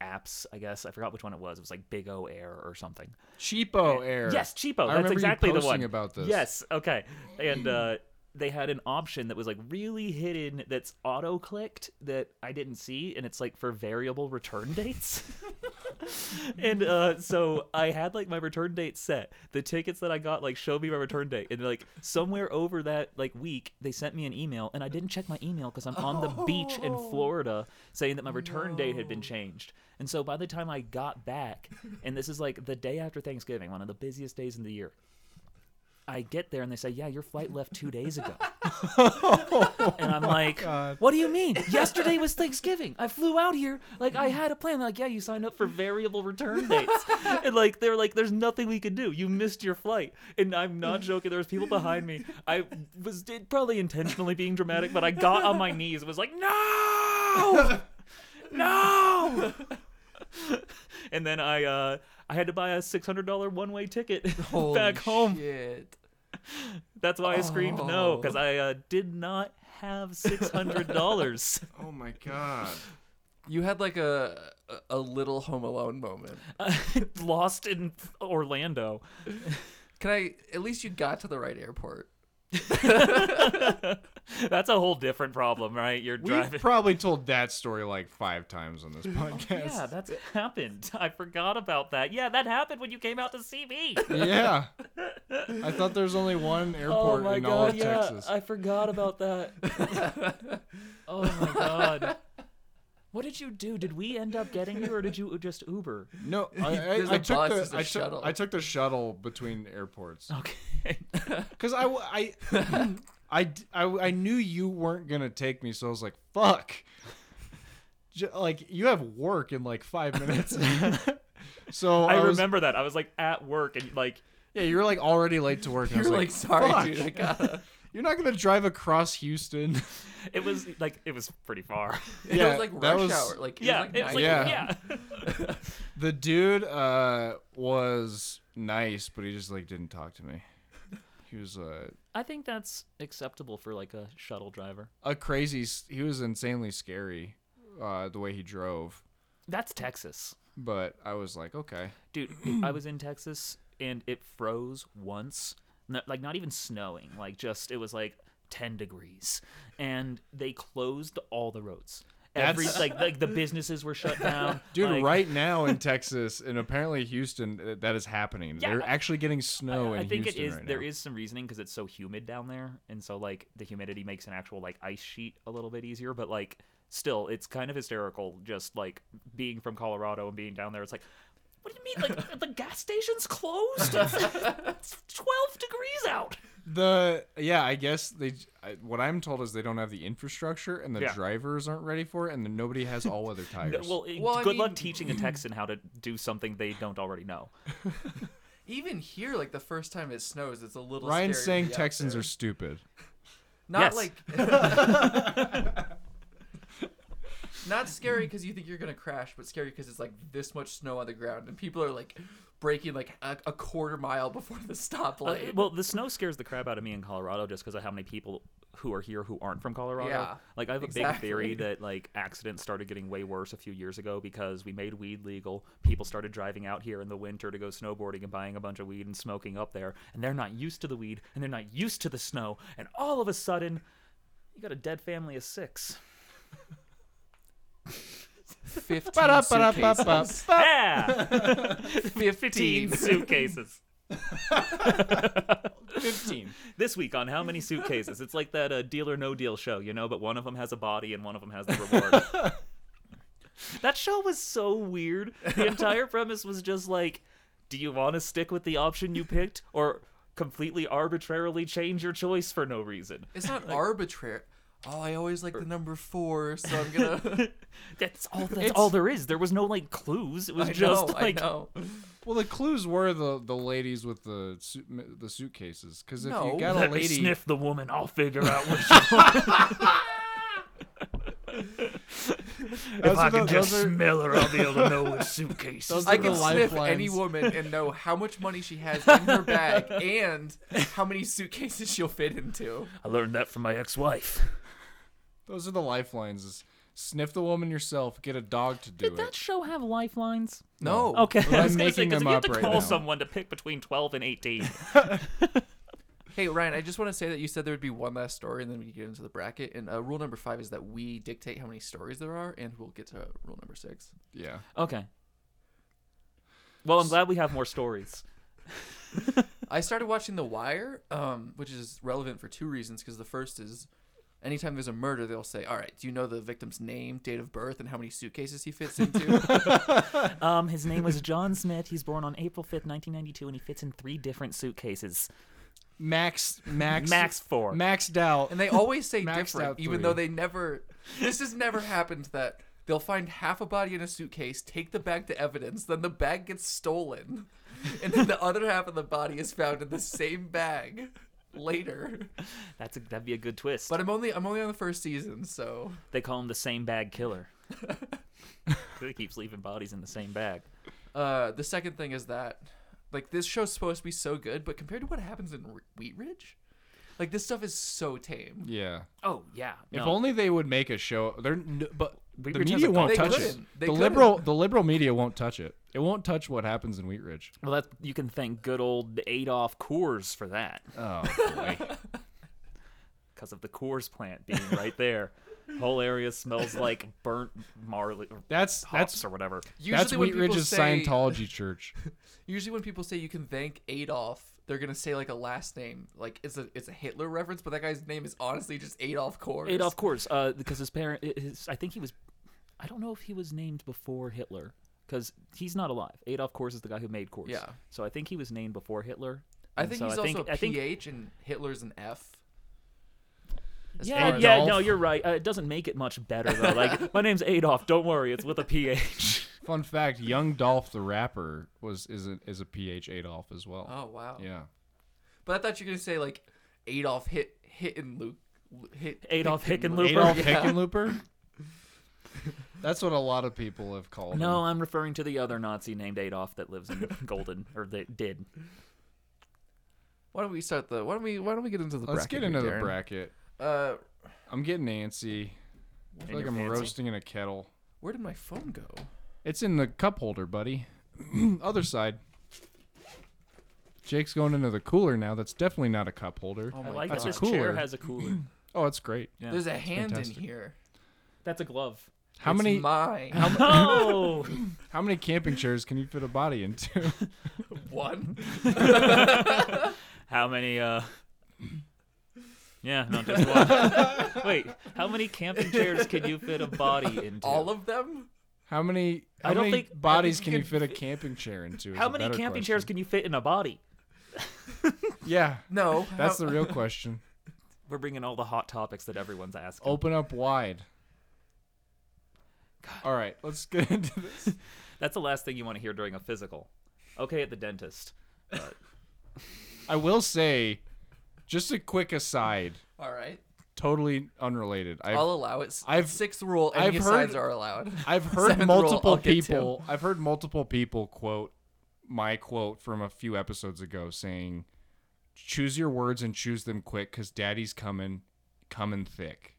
apps. I guess I forgot which one it was. It was like Big O Air or something.
cheapo air.
Yes, cheapo.
I
That's
remember you
exactly the
posting
one.
about this.
Yes. Okay. And uh, they had an option that was like really hidden. That's auto clicked that I didn't see, and it's like for variable return dates. and uh, so I had like my return date set. The tickets that I got like showed me my return date, and like somewhere over that like week, they sent me an email, and I didn't check my email because I'm on the beach in Florida, saying that my return date had been changed. And so by the time I got back, and this is like the day after Thanksgiving, one of the busiest days in the year. I get there and they say, "Yeah, your flight left two days ago." and I'm like, "What do you mean? Yesterday was Thanksgiving. I flew out here. Like I had a plan. They're like, yeah, you signed up for variable return dates. and like they're like, there's nothing we can do. You missed your flight. And I'm not joking. There was people behind me. I was did, probably intentionally being dramatic, but I got on my knees and was like, "No, no." and then I uh, I had to buy a six hundred dollar one way ticket
Holy
back home.
Shit.
That's why I screamed no
Oh.
because I uh, did not have six hundred dollars.
Oh my god.
You had like a a- a little Home Alone moment.
Lost in Orlando.
Can I? At least you got to the right airport.
That's a whole different problem, right? You're driving. Oh,
We've probably told that story like five times on this podcast.
yeah, that's happened. I forgot about that. Yeah, that happened when you came out to see me.
Yeah. I thought there was only
Oh
one airport in all of Texas.
I forgot about that. oh my god. What did you do? Did we end up getting you, or did you just Uber?
No, I, I,
There's a
I took
bus,
the
there's a
I
shuttle.
took, I took the shuttle between airports
Oh. Okay.
because I w- I- I d- I w- I knew you weren't gonna take me, so I was like, "Fuck!" J- like you have work in like five minutes, so
I
I, was,
remember that. I was like at work and like
Yeah, you were like already late to work. And I
You're
was
like,
like,
sorry,
"Fuck,
dude. I gotta.
You're not gonna drive across Houston.
it was like it was pretty far.
it
Yeah,
was like rush
that was-
hour. Like it
yeah,
was like,
it was like
9
Yeah.
yeah.
the dude uh, was nice, but he just like didn't talk to me. He was uh,
I think that's acceptable for like a shuttle driver.
a crazy. s- He was insanely scary, uh, the way he drove.
That's Texas.
But I was like, okay.
Dude, I was in Texas and it froze once. No- like not even snowing. Like just it was like 10 degrees and they closed all the roads. Every
That's-
like like the businesses were shut down.
Dude,
like,
right now in Texas and apparently Houston, th- that is happening.
Yeah.
They're actually getting snow Oh, in
I think
Houston
it is
right
there
now.
is some reasoning because it's so humid down there and so like the humidity makes an actual like ice sheet a little bit easier but like still it's kind of hysterical just like being from Colorado and being down there it's like what do you mean like the gas station's closed it's 12 degrees out
the yeah. I guess they. I, what I'm told is they don't have the infrastructure and the
Yeah.
drivers aren't ready for it, and then nobody has all weather tires.
well, it-
Well, I
good luck
mean-
teaching a Texan how to do something they don't already know
Even here, like the first time it snows, it's a little.
Ryan's
scary
saying
to be out
Texans
there.
are stupid.
not
Yes.
like. Not scary because you think you're gonna crash, but scary because it's like this much snow on the ground and people are like braking like a, a quarter mile before the
Uh,
stoplight.
well, the snow scares the crap out of me in Colorado just because of how many people who are here who aren't from Colorado.
Yeah,
like I have a big
exactly.
theory that like accidents started getting way worse a few years ago because we made weed legal. People started driving out here in the winter to go snowboarding and buying a bunch of weed and smoking up there, and they're not used to the weed and they're not used to the snow, and all of a sudden, you got a dead family of six.
15 suitcases.
Ba-da-ba-da-ba-ba.
Yeah, fifteen suitcases.
Fifteen.
This week on How Many Suitcases? It's like that uh, Deal or No Deal show, you know, but one of them has a body and one of them has the reward. that show was so weird. The entire premise was just like, do you want to stick with the option you picked or completely arbitrarily change your choice for no reason?
It's not arbitrary. Oh, I always like the number four, so I'm gonna.
That's all that's all there is. There was no like clues. It was
I
just
know,
like
I know.
Well, the clues were the the ladies with the su- the suitcases. Because if
No,
you got a
let me
lady,
sniff the woman, I'll figure out which
Those
if I
are the-
can just
those are-
smell her, I'll be able to know which suitcase.
Those
is
are
I
the
the
can
right
sniff any
lifelines.
woman and know how much money she has in her bag and how many suitcases she'll fit into.
I learned that from my ex-wife.
those are the lifelines. Is sniff the woman yourself. Get a dog to do
Did
it.
that show have lifelines?
No.
Okay,
I'm
I was gonna say
making
because
them
you have
up
to
right
call
now.
someone to pick between twelve and eighteen.
Hey Ryan, I just want to say that you said there would be one last story, and then we could get into the bracket. And uh, rule number five is that we dictate how many stories there are, and we'll get to rule number six.
yeah.
okay. Well, I'm glad we have more stories.
I started watching The Wire, um, which is relevant for two reasons. Because the first is, anytime there's a murder, they'll say, "All right, do you know the victim's name, date of birth, and how many suitcases he fits into?"
Um, his name was John Smith. He's born on April 5th, 1992, and he fits in three different suitcases.
Max Max
Max four.
maxed out.
and they always say
Maxed
different,
out
even though
three.
they never. This has never happened that. They'll find half a body in a suitcase, take the bag to evidence, then the bag gets stolen, and then the other half of the body is found in the same bag later.
That's a, that'd be a good twist.
But I'm only I'm only on the first season, so
they call him the same bag killer. 'Cause he keeps leaving bodies in the same bag.
Uh, the second thing is that, like, this show's supposed to be so good, but compared to what happens in R- Wheat Ridge, like this stuff is so tame.
yeah.
Oh yeah.
If
no.
only they would make a show. They're n- but
Wheat
the
Ridge has
media
a
won't
cult.
touch
They
it.
couldn't. They
The
couldn't.
liberal the liberal media won't touch it. It won't touch what happens in Wheat Ridge.
well, that you can thank good old Adolf Coors for that,
Oh boy.
because of the Coors plant being right there. Whole area smells like burnt marley, or
That's
hops
that's
or whatever.
Usually
that's Wheat
people
Ridge's
say-
Scientology church.
Usually when people say you can thank Adolf, they're gonna say like a last name, like it's a it's a Hitler reference, but that guy's name is honestly just Adolf Kors.
Adolf Coors, uh, because his parent, his, I think he was, I I don't know if he was named before Hitler because he's not alive. Adolf Kors is the guy who made Kors.
Yeah.
So I think he was named before Hitler.
I
And
think
so
he's
I
also
think,
a
I think-
PH and Hitler's an F. As far
Yeah,
as-
yeah,
Adolf.
no, you're right. Uh, it doesn't make it much better though. Like my name's Adolf. Don't worry, it's with a PH.
Fun fact: Young Dolph the rapper was is a, is a PH Adolf as well.
Oh wow.
Yeah.
But I thought you were gonna say like Adolf hit hit and Luke hit
Adolf Hickenlooper.
Adolf
Yeah.
Hickenlooper. That's what a lot of people have called
no,
him.
I'm referring to the other Nazi named Adolf that lives in Golden or that did.
Why don't we start the? Why don't we? Why don't we get into the?
Let's
bracket
get
here,
into the
Darren?
bracket.
Uh,
I'm getting antsy. I feel
And
like
you're
I'm
fancy.
roasting in a kettle.
where did my phone go?
It's in the cup holder, buddy. Other side. Jake's going into the cooler now. That's definitely not a cup holder.
Oh
I
my
like
god.
that
That's a
this chair
cooler.
has a cooler.
Oh, it's great.
Yeah.
There's a hand
fantastic.
in here.
That's a glove.
How
It's
many
Mine.
Oh,
how many camping chairs can you fit a body into?
one.
how many? uh Yeah, not just one. Wait, how many camping chairs can you fit a body into?
All of them.
How many how
I don't
many
think- I think
bodies
you
can you
could
fit a camping chair into? is
how
a
many
better
camping chairs
question.
can you fit in a body?
Yeah,
No.
that's
how-
the real question.
We're bringing all the hot topics that everyone's asking.
Open up wide. All right, let's get into this.
That's the last thing you want to hear during a physical. Okay, at the dentist.
I will say, just a quick aside,
All right.
totally unrelated. I've,
I'll allow it.
I've-
I've sixth rule. Any
I've
asides
heard-
are allowed.
I've heard
Seventh rule,
multiple
I'll get to.
people. I've heard multiple people quote my quote from a few episodes ago, saying, "Choose your words and choose them quick, cause Daddy's coming, coming thick."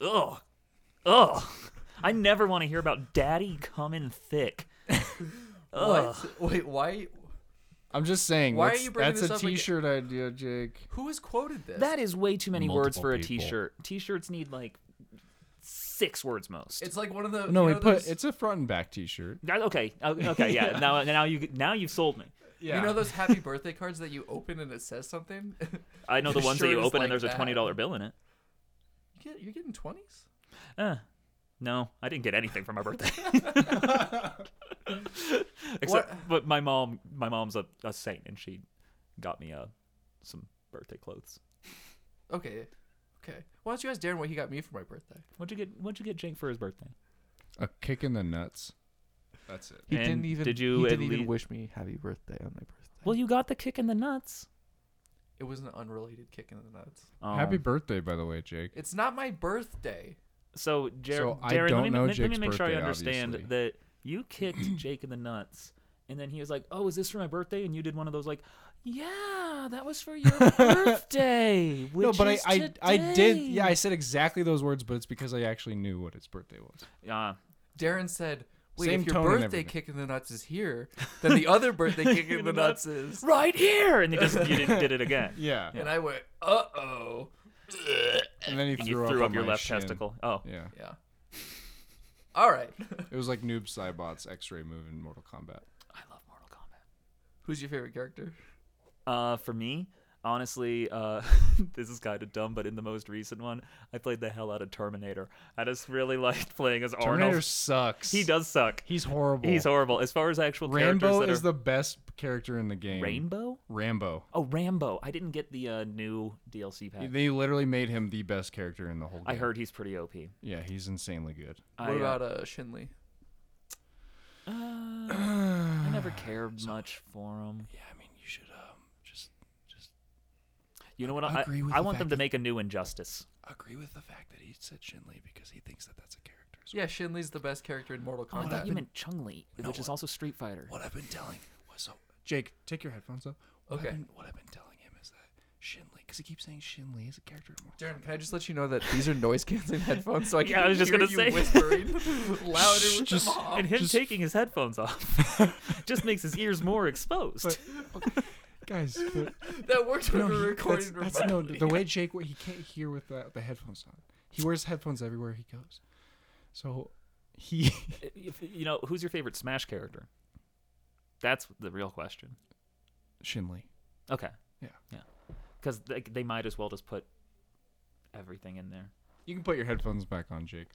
Ugh. Ugh. I never want to hear about daddy coming thick. Ugh.
What? Wait. Why?
I'm just saying.
Why are
that's-
you bringing
that's
this
a
up again?
T-shirt idea, Jake.
Who has quoted this?
That is way too many words
Multiple
for a
people.
t-shirt. T-shirts need like six words most.
It's like one of the.
No,
you
we
know
put
those-
it's a front and back T-shirt.
That- okay. o- Okay, yeah. Now now you now you've sold me.
Yeah.
You know those happy birthday cards that you open and it says something? you
I know the
Your
ones that
shirt
you
is
open
like
and there's a
that.
$20 bill in it.
get, you're getting 20s?
Uh, no, I didn't get anything for my birthday. Except,
What-
but my mom, my mom's a, a saint, and she got me uh, some birthday clothes.
Okay. Okay. Why don't you ask Darren what he got me for my birthday?
What'd you get? What'd you get Jake for his birthday?
a kick in the nuts. That's it.
He
And
didn't even.
did you
he
at
didn't even
lea-
wish me happy birthday on my birthday.
Well, you got the kick in the nuts.
it was an unrelated kick in the nuts.
Um,
Happy birthday, by the way, Jake.
It's not my birthday.
So, Jer-
So I
Darren,
don't
let me,
know
let, let me
Jake's
make sure I
birthday,
understand
obviously.
that you kicked Jake in the nuts, and then he was like, "Oh, is this for my birthday?" And you did one of those like, "Yeah, that was for your birthday." Which
No, but I,
is
I, I did.
today."
Yeah, I said exactly those words, but it's because I actually knew what its birthday was.
Ah,
Darren said, "Wait,
Same
if your
tone and
birthday
everything.
kick in the nuts is here, then the other birthday kick in the nuts is."
right here, and you just you didn't did it again.
Yeah.
And I went, "Uh oh."
And then he
And
threw,
you
up,
threw
on
up, your
my
left
shin.
testicle. Oh,
Yeah.
Yeah. All right.
It was like Noob Saibot's X-ray move in Mortal Kombat.
I love Mortal Kombat.
Who's your favorite character?
Uh, for me, honestly, uh, this is kind of dumb, but in the most recent one, I played the hell out of Terminator. I just really liked playing as
Terminator
Arnold.
sucks.
Oh, He does suck.
He's horrible.
He's horrible. As far as actual characters
Rambo
that
is
are
the best character in the game.
Rainbow.
Rambo.
Oh, Rambo. I didn't get the uh, new DLC pack.
They literally made him the best character in the whole game.
I heard he's pretty OP.
Yeah, he's insanely good.
I,
What
uh,
about uh, Shinley?
uh, I never cared much for him.
Yeah, I mean, you should um just just
You know what?
I
I,
agree with
I
the
want
fact
them to
that-
make a new Injustice.
agree with the fact that he said Shin Lee because he thinks that that's a character. as well.
Yeah, Shinley's the best character in Mortal
Oh, I
Kombat.
thought you meant Chung Li, which is
what-
also Street Fighter.
What I've been telling was so Jake, take your headphones off. What
Okay.
I've been, what I've been telling him is that Shin Lee, because he keeps saying Shin Lee is a character. in Mortal
Darren, can I just let you know that these are noise canceling headphones, so I can
Yeah, I was just
hear
gonna
you
say.
whispering louder with
just-
them off.
And him
Just-
taking his headphones off just makes his ears more exposed.
Kombat. Guys, but,
That worked when
no,
we
he-
were
that's,
recording
that's no
remotely.
the way Jake he can't hear with the, the headphones on. He wears headphones everywhere he goes, so he
If- you know, who's your favorite Smash character? That's the real question.
Shin Lee.
Okay.
Yeah.
Yeah. Because they, they might as well just put everything in there.
You can put your headphones back on, Jake.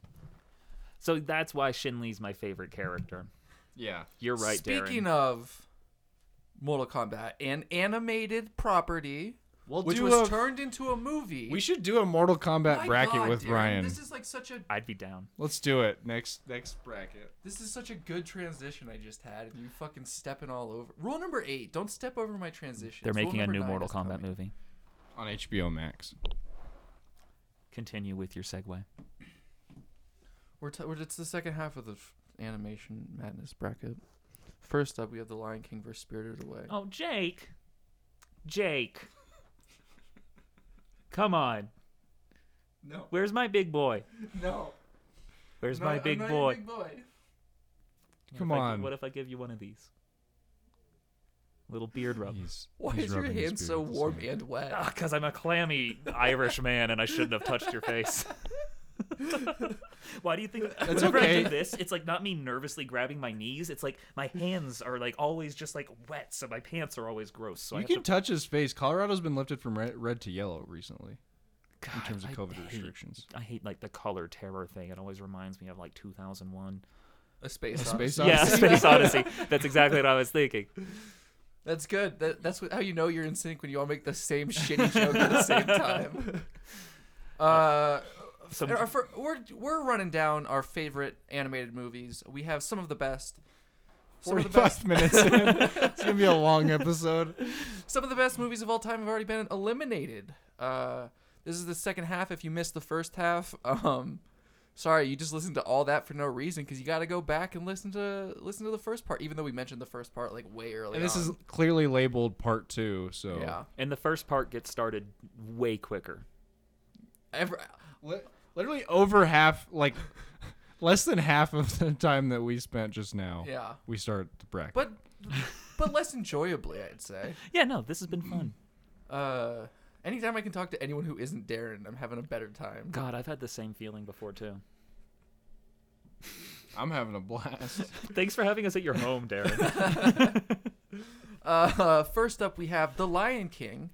So that's why Shin Lee's my favorite character.
Yeah.
You're right,
Speaking
Darren.
of Mortal Kombat, an animated property
We'll
which
do
was
a-
turned into a movie.
We should do a Mortal Kombat
My
bracket
God,
with
Darren,
Ryan.
This is like such a
I'd be down.
Let's do it next next bracket.
this is such a good transition I just had, and you fucking stepping all over. Rule number eight: Don't step over my transition.
They're making a new Mortal Kombat movie.
on HBO Max.
Continue with your segue.
We're, t- we're it's the second half of the f- animation madness bracket. First up, we have The Lion King versus Spirited Away.
Oh, Jake. Jake. Come on.
No,
Where's my big boy?
no.
Where's my big boy? What if
Come
I gi-
on.
what if I give you one of these? Little beard rub.
Why is your hand so warm and wet?
Because Ah, I'm a clammy Irish man and I shouldn't have touched your face. Why do you think
That's
whenever I
okay.
do this, it's like not me nervously grabbing my knees. It's like my hands are like always just like wet, so my pants are always gross. So I
You
have
can
to
touch his face. Colorado's been lifted from red, red to yellow recently in
God,
terms of
I
COVID
hate-
restrictions.
I hate like the color terror thing. It always reminds me of like 2001.
A space. odyssey.
Space
Yeah,
Odyssey.
Space Odyssey. That's exactly what I was thinking.
That's good. That, that's what, how you know you're in sync when you all make the same shitty joke at the same time. Uh,
So
and our fir- we're we're running down our favorite animated movies. We have some of the best. Some of the best.
Forty-five minutes. in. It's gonna be a long episode.
Some of the best movies of all time have already been eliminated. Uh, this is the second half. If you missed the first half, um, sorry, you just listened to all that for no reason because you got to go back and listen to listen to the first part. Even though we mentioned the first part like way earlier.
And this
Um,
is Oh. clearly labeled part two. So
yeah.
and the first part gets started way quicker.
Every,
Li- literally over half, like less than half of the time that we spent just now.
yeah.
We start the bracket.
but but less enjoyably, I'd say.
Yeah, no, this has been fun.
Uh, anytime I can talk to anyone who isn't Darren, I'm having a better
Mm-hmm.
time.
God, I've had the same feeling before too.
I'm having a blast.
Thanks for having us at your home, Darren.
Uh, first up, we have The Lion King,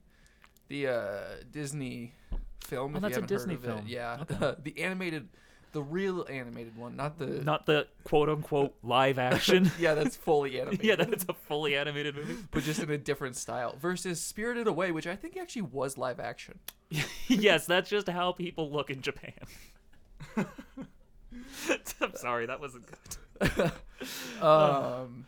the uh, Disney film.
Oh,
if you
that's a
haven't heard
Disney
of it.
film.
Yeah, the animated, the real animated one, not the.
Not the quote unquote live action.
yeah, that's fully animated.
yeah, that's a fully animated movie.
but just in a different style. Versus Spirited Away, which I think actually was live action.
yes, that's just how people look in Japan. I'm sorry, that wasn't good.
Um,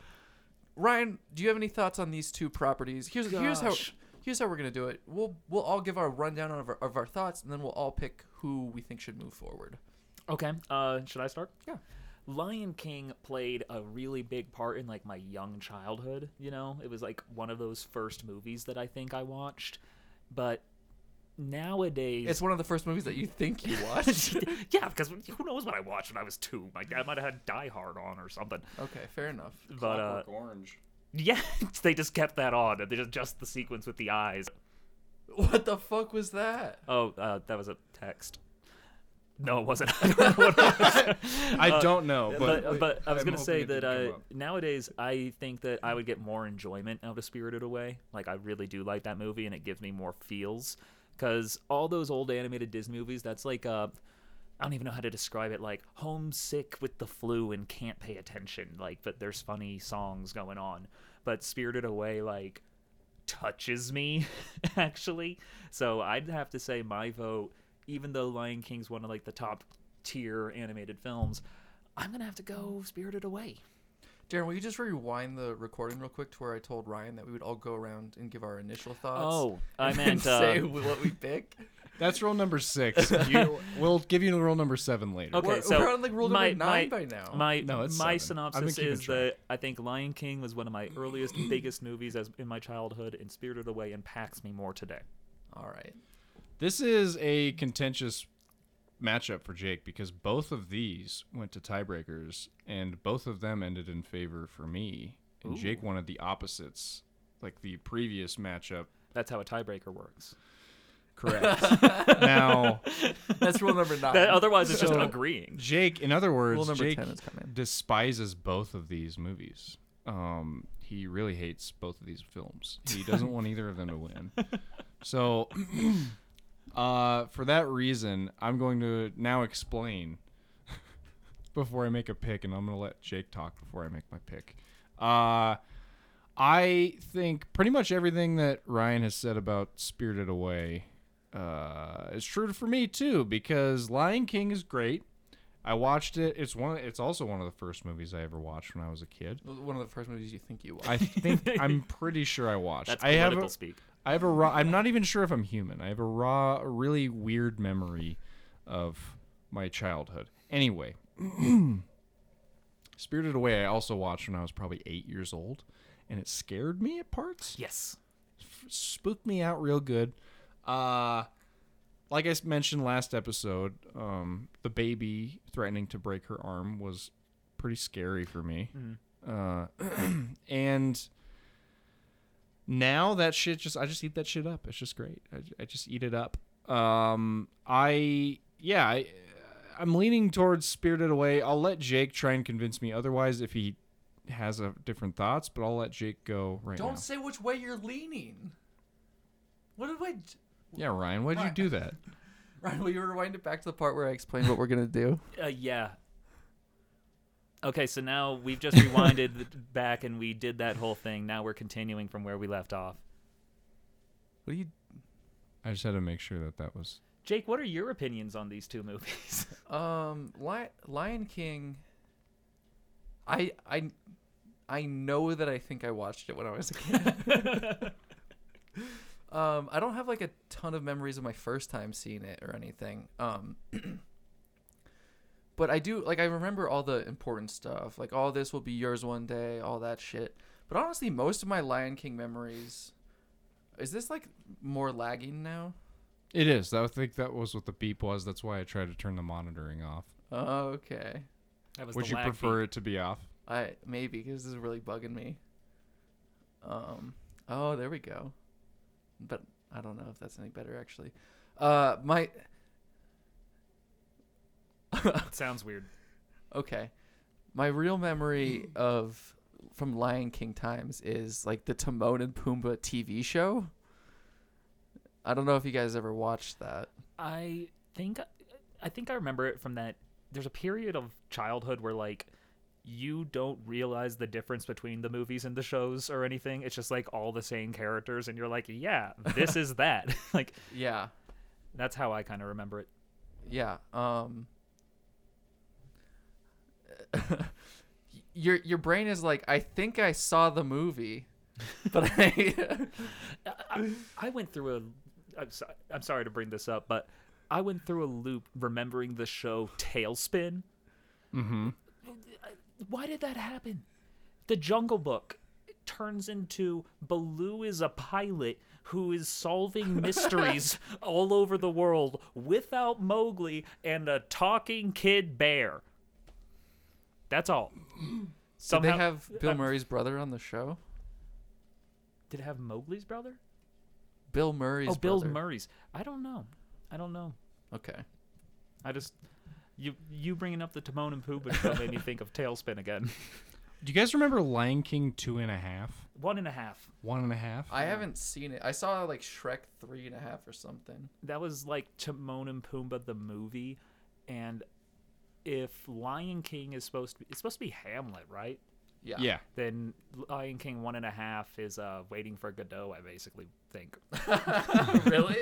Ryan, do you have any thoughts on these two properties? Here's here's how
Gosh.
here's how we're gonna do it. We'll we'll all give our rundown of our, of our thoughts, and then we'll all pick who we think should move forward.
Okay, uh, should I start?
Yeah.
Lion King played a really big part in like my young childhood, you know? It was like one of those first movies that I think I watched. But nowadays
It's one of the first movies that you think you watched.
yeah, because who knows what I watched when I was 2? My dad might have had Die Hard on or something.
okay, fair enough.
But uh
Orange.
yeah, they just kept that on. They just just the sequence with the eyes.
What the fuck was that?
Oh, uh, that was a text. No, it wasn't. I don't know what it was.
I don't know,
Uh, but,
but
but, I was
I'm
gonna
hoping
say
it
that
didn't
uh,
come up.
nowadays I think that I would get more enjoyment out of Spirited Away. Like I really do like that movie, and it gives me more feels. Because all those old animated Disney movies, that's like uh, I don't even know how to describe it. Like homesick with the flu and can't pay attention. Like, but there's funny songs going on. But Spirited Away, like touches me actually so i'd have to say my vote even though lion king's one of like the top tier animated films i'm gonna have to go spirited away
Darren, will you just rewind the recording real quick to where I told Ryan that we would all go around and give our initial thoughts?
oh i
and
meant
say
uh,
wh- what we pick.
that's rule number six. You, we'll give you rule number seven later.
okay
We're-
so
we're on, like, rule number
my,
nine
my,
by now.
my
No, it's
my
seven. I've been
synopsis
keeping
is
track.
that i think lion king was one of my earliest biggest movies as in my childhood and spirited away impacts me more today
All right.
This is a contentious matchup for Jake because both of these went to tiebreakers, and both of them ended in favor for me. And Jake wanted the opposites, like the previous matchup.
that's how a tiebreaker works
Correct. now,
That's rule number nine.
that, otherwise it's just
So-
agreeing
Jake, in other
Rule
words,
number
Jake
10 is coming.
despises both of these movies. Um, he really hates both of these films. He doesn't want either of them to win. So, uh, for that reason, I'm going to now explain before I make a pick, and I'm gonna let Jake talk before I make my pick. Uh, I think pretty much everything that Ryan has said about Spirited Away uh, is true for me too, because Lion King is great. I watched it. It's one. It's also one of the first movies I ever watched when I was a kid.
One of the first movies you think you watched.
I think I'm pretty sure I watched.
That's
I have
political
a-
speak.
I have a raw. I'm not even sure if I'm human. I have a raw, really weird memory of my childhood. Anyway, Spirited Away. I also watched when I was probably eight years old, and it scared me at parts
Yes.
spooked me out real good. Uh like I s- mentioned last episode, um the baby threatening to break her arm was pretty scary for me. Uh and now that shit just I just eat that shit up. It's just great. I, I just eat it up. Um I yeah, I I'm leaning towards Spirited Away. I'll let Jake try and convince me otherwise if he has a different thoughts, but I'll let Jake go right
Don't
now.
say which way you're leaning. What did I? d-
Yeah, Ryan, why did you
Ryan-
do that?
Ryan, will you rewind it back to the part where I explained what we're gonna do?
Uh, yeah. Okay, so now we've just rewinded th- back and we did that whole thing. Now we're continuing from where we left off.
What do you?
I just had to make sure that that was.
Jake, what are your opinions on these two movies?
Um, Lion, Lion King. I I I know that I think I watched it when I was a kid. um, I don't have like a ton of memories of my first time seeing it or anything. Um, but I do like I remember all the important stuff, like all this will be yours one day, all that shit. But honestly, most of my Lion King memories. Is this like more lagging now?
It is. I think that was what the beep was. That's why I tried to turn the monitoring off.
Okay.
That was
Would
the
you
lag
prefer
beat.
it to be off?
I maybe because this is really bugging me. Um. Oh, there we go. But I don't know if that's any better actually. Uh, my
Sounds weird.
okay, my real memory of from Lion King times is like the Timon and Pumbaa TV show. I don't know if you guys ever watched that.
I think I think I remember it from that. There's a period of childhood where like you don't realize the difference between the movies and the shows or anything. It's just like all the same characters, and you're like, yeah, this is that. like
Yeah,
that's how I kind of remember it.
yeah. Um. your your brain is like, I think I saw the movie, but I.
I, I went through a. I'm, so, I'm sorry to bring this up, but I went through a loop remembering the show Tailspin.
Mm-hmm.
Why did that happen? The Jungle Book turns into Baloo is a pilot who is solving mysteries all over the world without Mowgli and a talking kid bear. That's all.
Did they
Somehow-
have Bill
uh,
Murray's brother on the show?
Did it have Mowgli's brother?
Bill Murray's
oh, Bill
brother.
Murray's. I don't know. I don't know.
Okay.
I just you you bringing up the Timon and Pumbaa show made me think of Tailspin again.
Do you guys remember Lion King two and a half?
One and a half.
One and a half?
I haven't seen it. I saw like Shrek three and a half or something.
That was like Timon and Pumbaa the movie, and if Lion King is supposed to be it's supposed to be Hamlet, right?
Yeah.
uh,
yeah.
Then Lion King one and a half is uh waiting for Godot. I basically think.
really?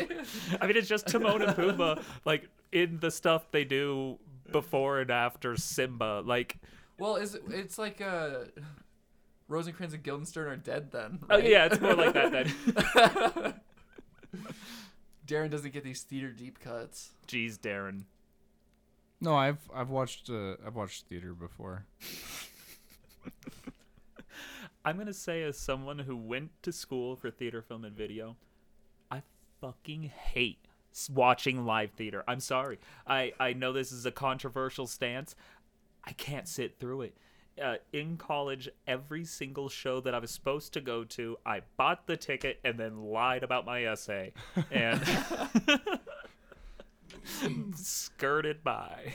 I mean, it's just Timon and Pumbaa like in the stuff they do before and after Simba. Like,
Well, is it, it's like uh, Rosencrantz and Guildenstern are dead then.
oh
right?
yeah, it's more like that then.
Darren doesn't get these theater deep cuts.
Jeez, Darren.
No, I've I've watched uh, I've watched theater before.
I'm gonna say as someone who went to school for theater, film, and video, I fucking hate s- watching live theater. I'm sorry. I I know this is a controversial stance. I can't sit through it. Uh, in college, every single show that I was supposed to go to, I bought the ticket and then lied about my essay and skirted by.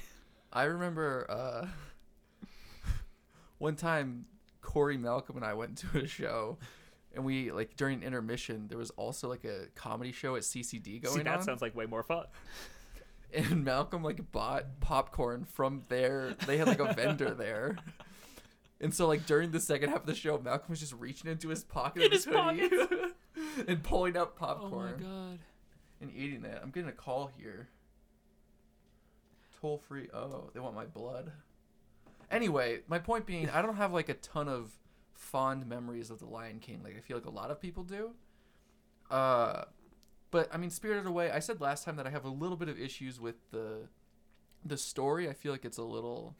I remember uh, one time Corey Malcolm and I went to a show, and we like during intermission there was also like a comedy show at CCD going
See, that
on,
sounds like way more fun.
and Malcolm like bought popcorn from there. They had like a vendor there. And so like during the second half of the show, Malcolm was just reaching into his pocket
In
of his,
his
hoodie and pulling out
Oh my
popcorn
god.
and eating that. I'm getting a call here. Toll free. Oh, they want my blood. Anyway, my point being, I don't have like a ton of fond memories of The Lion King. Like I feel like a lot of people do. Uh, but I mean, Spirited Away. I said last time that I have a little bit of issues with the the story. I feel like it's a little.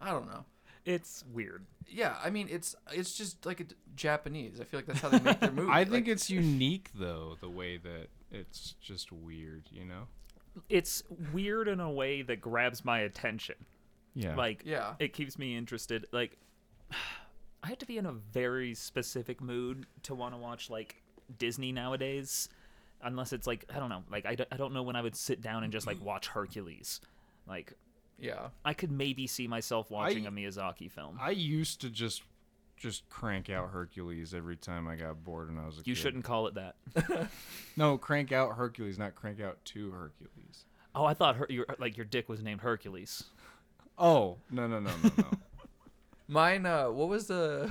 I don't know.
It's weird.
Yeah, I mean, it's it's just like a d- Japanese. I feel like that's how they make their movies.
I think
Like,
it's unique though, the way that it's just weird, you know?
It's weird in a way that grabs my attention.
Yeah.
Like
Yeah.
it keeps me interested. Like I have to be in a very specific mood to want to watch like Disney nowadays. Unless it's like I don't know, like I d- I don't know when I would sit down and just like watch Hercules. Like
yeah.
I could maybe see myself watching a Miyazaki film.
I used to just just crank out Hercules every time I got bored when I was a kid.
you shouldn't call it that.
No, crank out Hercules, not crank out to Hercules.
Oh, I thought her, your like your dick was named Hercules.
Oh, no, no, no, no, no.
Mine, uh, what was the.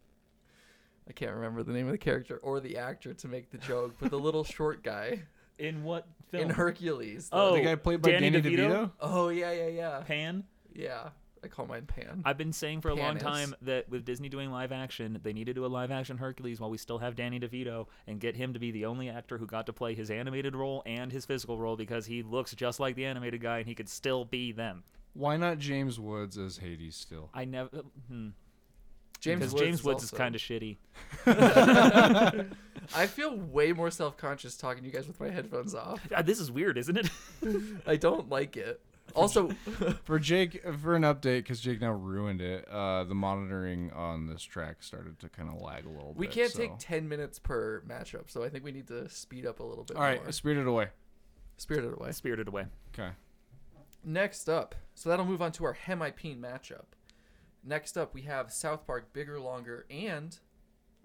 I can't remember the name of the character or the actor to make the joke, but the little short guy
In what film?
in Hercules. the-
Oh.
the guy played by
Danny
Danny,
DeVito?
DeVito?
Oh, yeah, yeah, yeah.
Pan.
Yeah. I call mine Pan.
I've been saying for a long
Panis.
time that with Disney doing live action, they need to do a live action Hercules while we still have Danny DeVito and get him to be the only actor who got to play his animated role and his physical role because he looks just like the animated guy and he could still be them.
Why not James Woods as Hades still?
I never hmm,
James
because James Woods is
also-
kind of shitty.
I feel way more self conscious talking to you guys with my headphones off.
Ah, this is weird, isn't it?
I don't like it. Also,
For Jake, for an update, because Jake now ruined it, uh, the monitoring on this track started to kind of lag a little
we
bit.
can't
so-
take 10 minutes per matchup, so I think we need to speed up a little bit
All right,
more.
Spirited Away.
Spirited Away.
Spirited Away.
Okay.
Next up, so that'll move on to our Hemipene matchup. Next up, we have South Park Bigger, Longer, and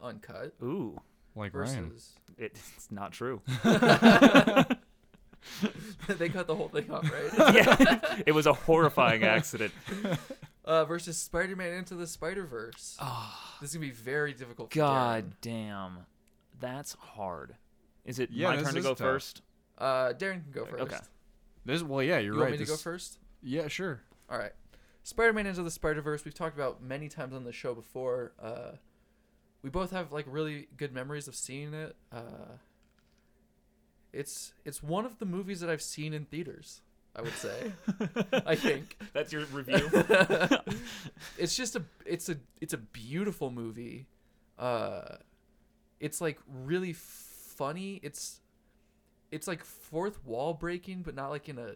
Uncut
Ooh,
Like Ryan.
versus.
it, it's not true.
they cut the whole thing off, right?
yeah, it was a horrifying accident.
uh, versus Spider Man Into the Spider Verse.
Ah.
This is going to be very difficult for
God damn, that's hard. Is it
Yeah,
my
this
turn to
is
go
tough.
first?
Darren. Uh, Darren can go first.
Okay.
This, well, yeah, you're
You
right.
want me to
this-
go first?
Yeah, sure.
All right. Spider Man Into the Spider Verse, we've talked about many times on the show before. Uh, we both have like really good memories of seeing it. Uh, it's it's one of the movies that I've seen in theaters. I would say. I think
That's your review.
it's just a it's a it's a beautiful movie. Uh, it's like really funny. It's it's like fourth wall breaking, but not like in a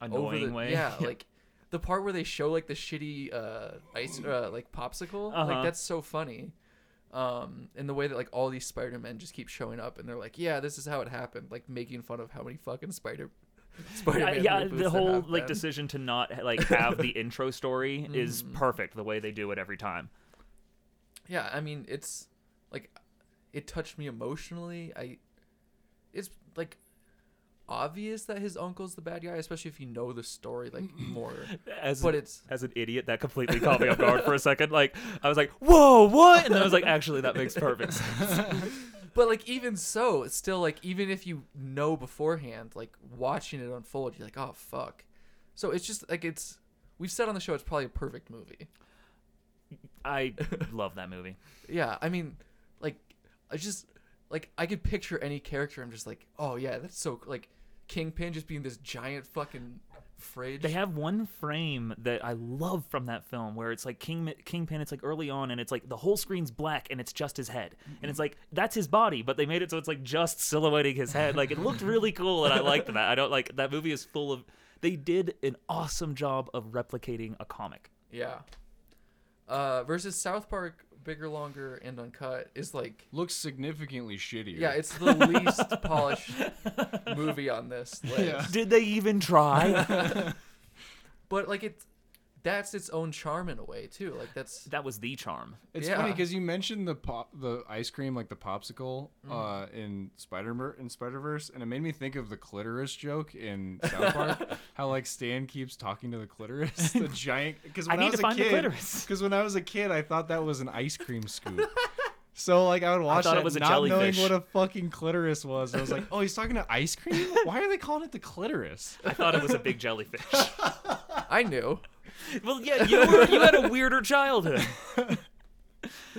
Annoying
over the,
way.
Yeah, like the part where they show like the shitty uh, ice uh, like popsicle.
Uh-huh.
Like that's so funny. Um, and the way that like all these Spider Men just keep showing up, and they're like, "Yeah, this is how it happened," like making fun of how many fucking Spider Spider
Uh,
Man.
yeah, the whole like decision to not like have the intro story is perfect the way they do it every time.
yeah, I mean, it's like it touched me emotionally. I, it's like obvious that his uncle's the bad guy, especially if you know the story like more.
As
But it's-
as an idiot that completely caught me off guard for a second. Like I was like, "Whoa, what?" And then I was like, "Actually, that makes perfect sense."
But like even so, it's still like even if you know beforehand, like watching it unfold, you're like, oh fuck. So it's just like it's we've said on the show it's probably a perfect movie.
I love that movie.
Yeah, I mean, like I just like I could picture any character. I'm just like, oh yeah, that's so like Kingpin just being this giant fucking fridge.
They have one frame that I love from that film where it's like King Kingpin. It's like early on, and it's like the whole screen's black, and it's just his head, and it's like that's his body, but they made it so it's like just silhouetting his head. Like it looked really cool, and I liked that. I don't like that movie is full of. They did an awesome job of replicating a comic.
yeah. Uh, versus South Park, bigger, longer, and uncut is like
Looks significantly shittier.
yeah, it's the least polished movie on this list.
Yeah.
Did they even try?
but like it's that's its own charm in a way too. Like that's
That was the charm.
It's
Yeah.
funny because you mentioned the pop, the ice cream, like the popsicle,
Mm-hmm.
uh, in Spider in Spider Verse, and it made me think of the clitoris joke in South Park. how like Stan keeps talking to the clitoris, the giant. Because
I
when I,
need
was
to
a
find the
kid,
clitoris.
Because when I was a kid, I thought that was an ice cream scoop. So like I would watch
thought it
that
was a
not knowing
jellyfish.
what a fucking clitoris was. I was like, oh, he's talking to ice cream. Why are they calling it the clitoris?
I thought it was a big jellyfish.
I knew.
well, yeah, you were, you had a weirder childhood.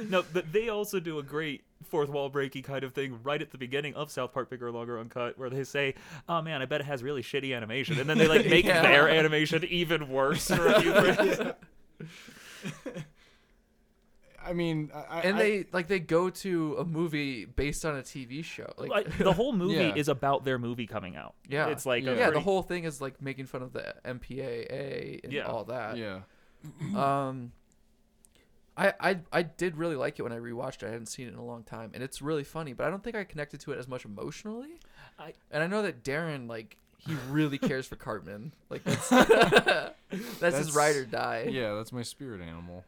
no, but they also do a great fourth wall breaky kind of thing right at the beginning of South Park Bigger Longer Uncut, where they say, "Oh man, I bet it has really shitty animation," and then they like make
Yeah.
their animation even worse for a few minutes.
I mean, I,
And
I-
they like they go to a movie based on a TV show. Like,
Like, the whole movie
Yeah.
is about their movie coming out.
yeah,
it's like
Yeah.
a
yeah, the
pretty-
whole thing is like making fun of the MPAA and
Yeah.
all that.
yeah.
Um, I, I I did really like it when I rewatched it. I hadn't seen it in a long time, and it's really funny. But I don't think I connected to it as much emotionally.
I-
and I know that Darren like he really cares for Cartman. Like that's, that's, his
That's-
ride or die.
Yeah, that's my spirit animal.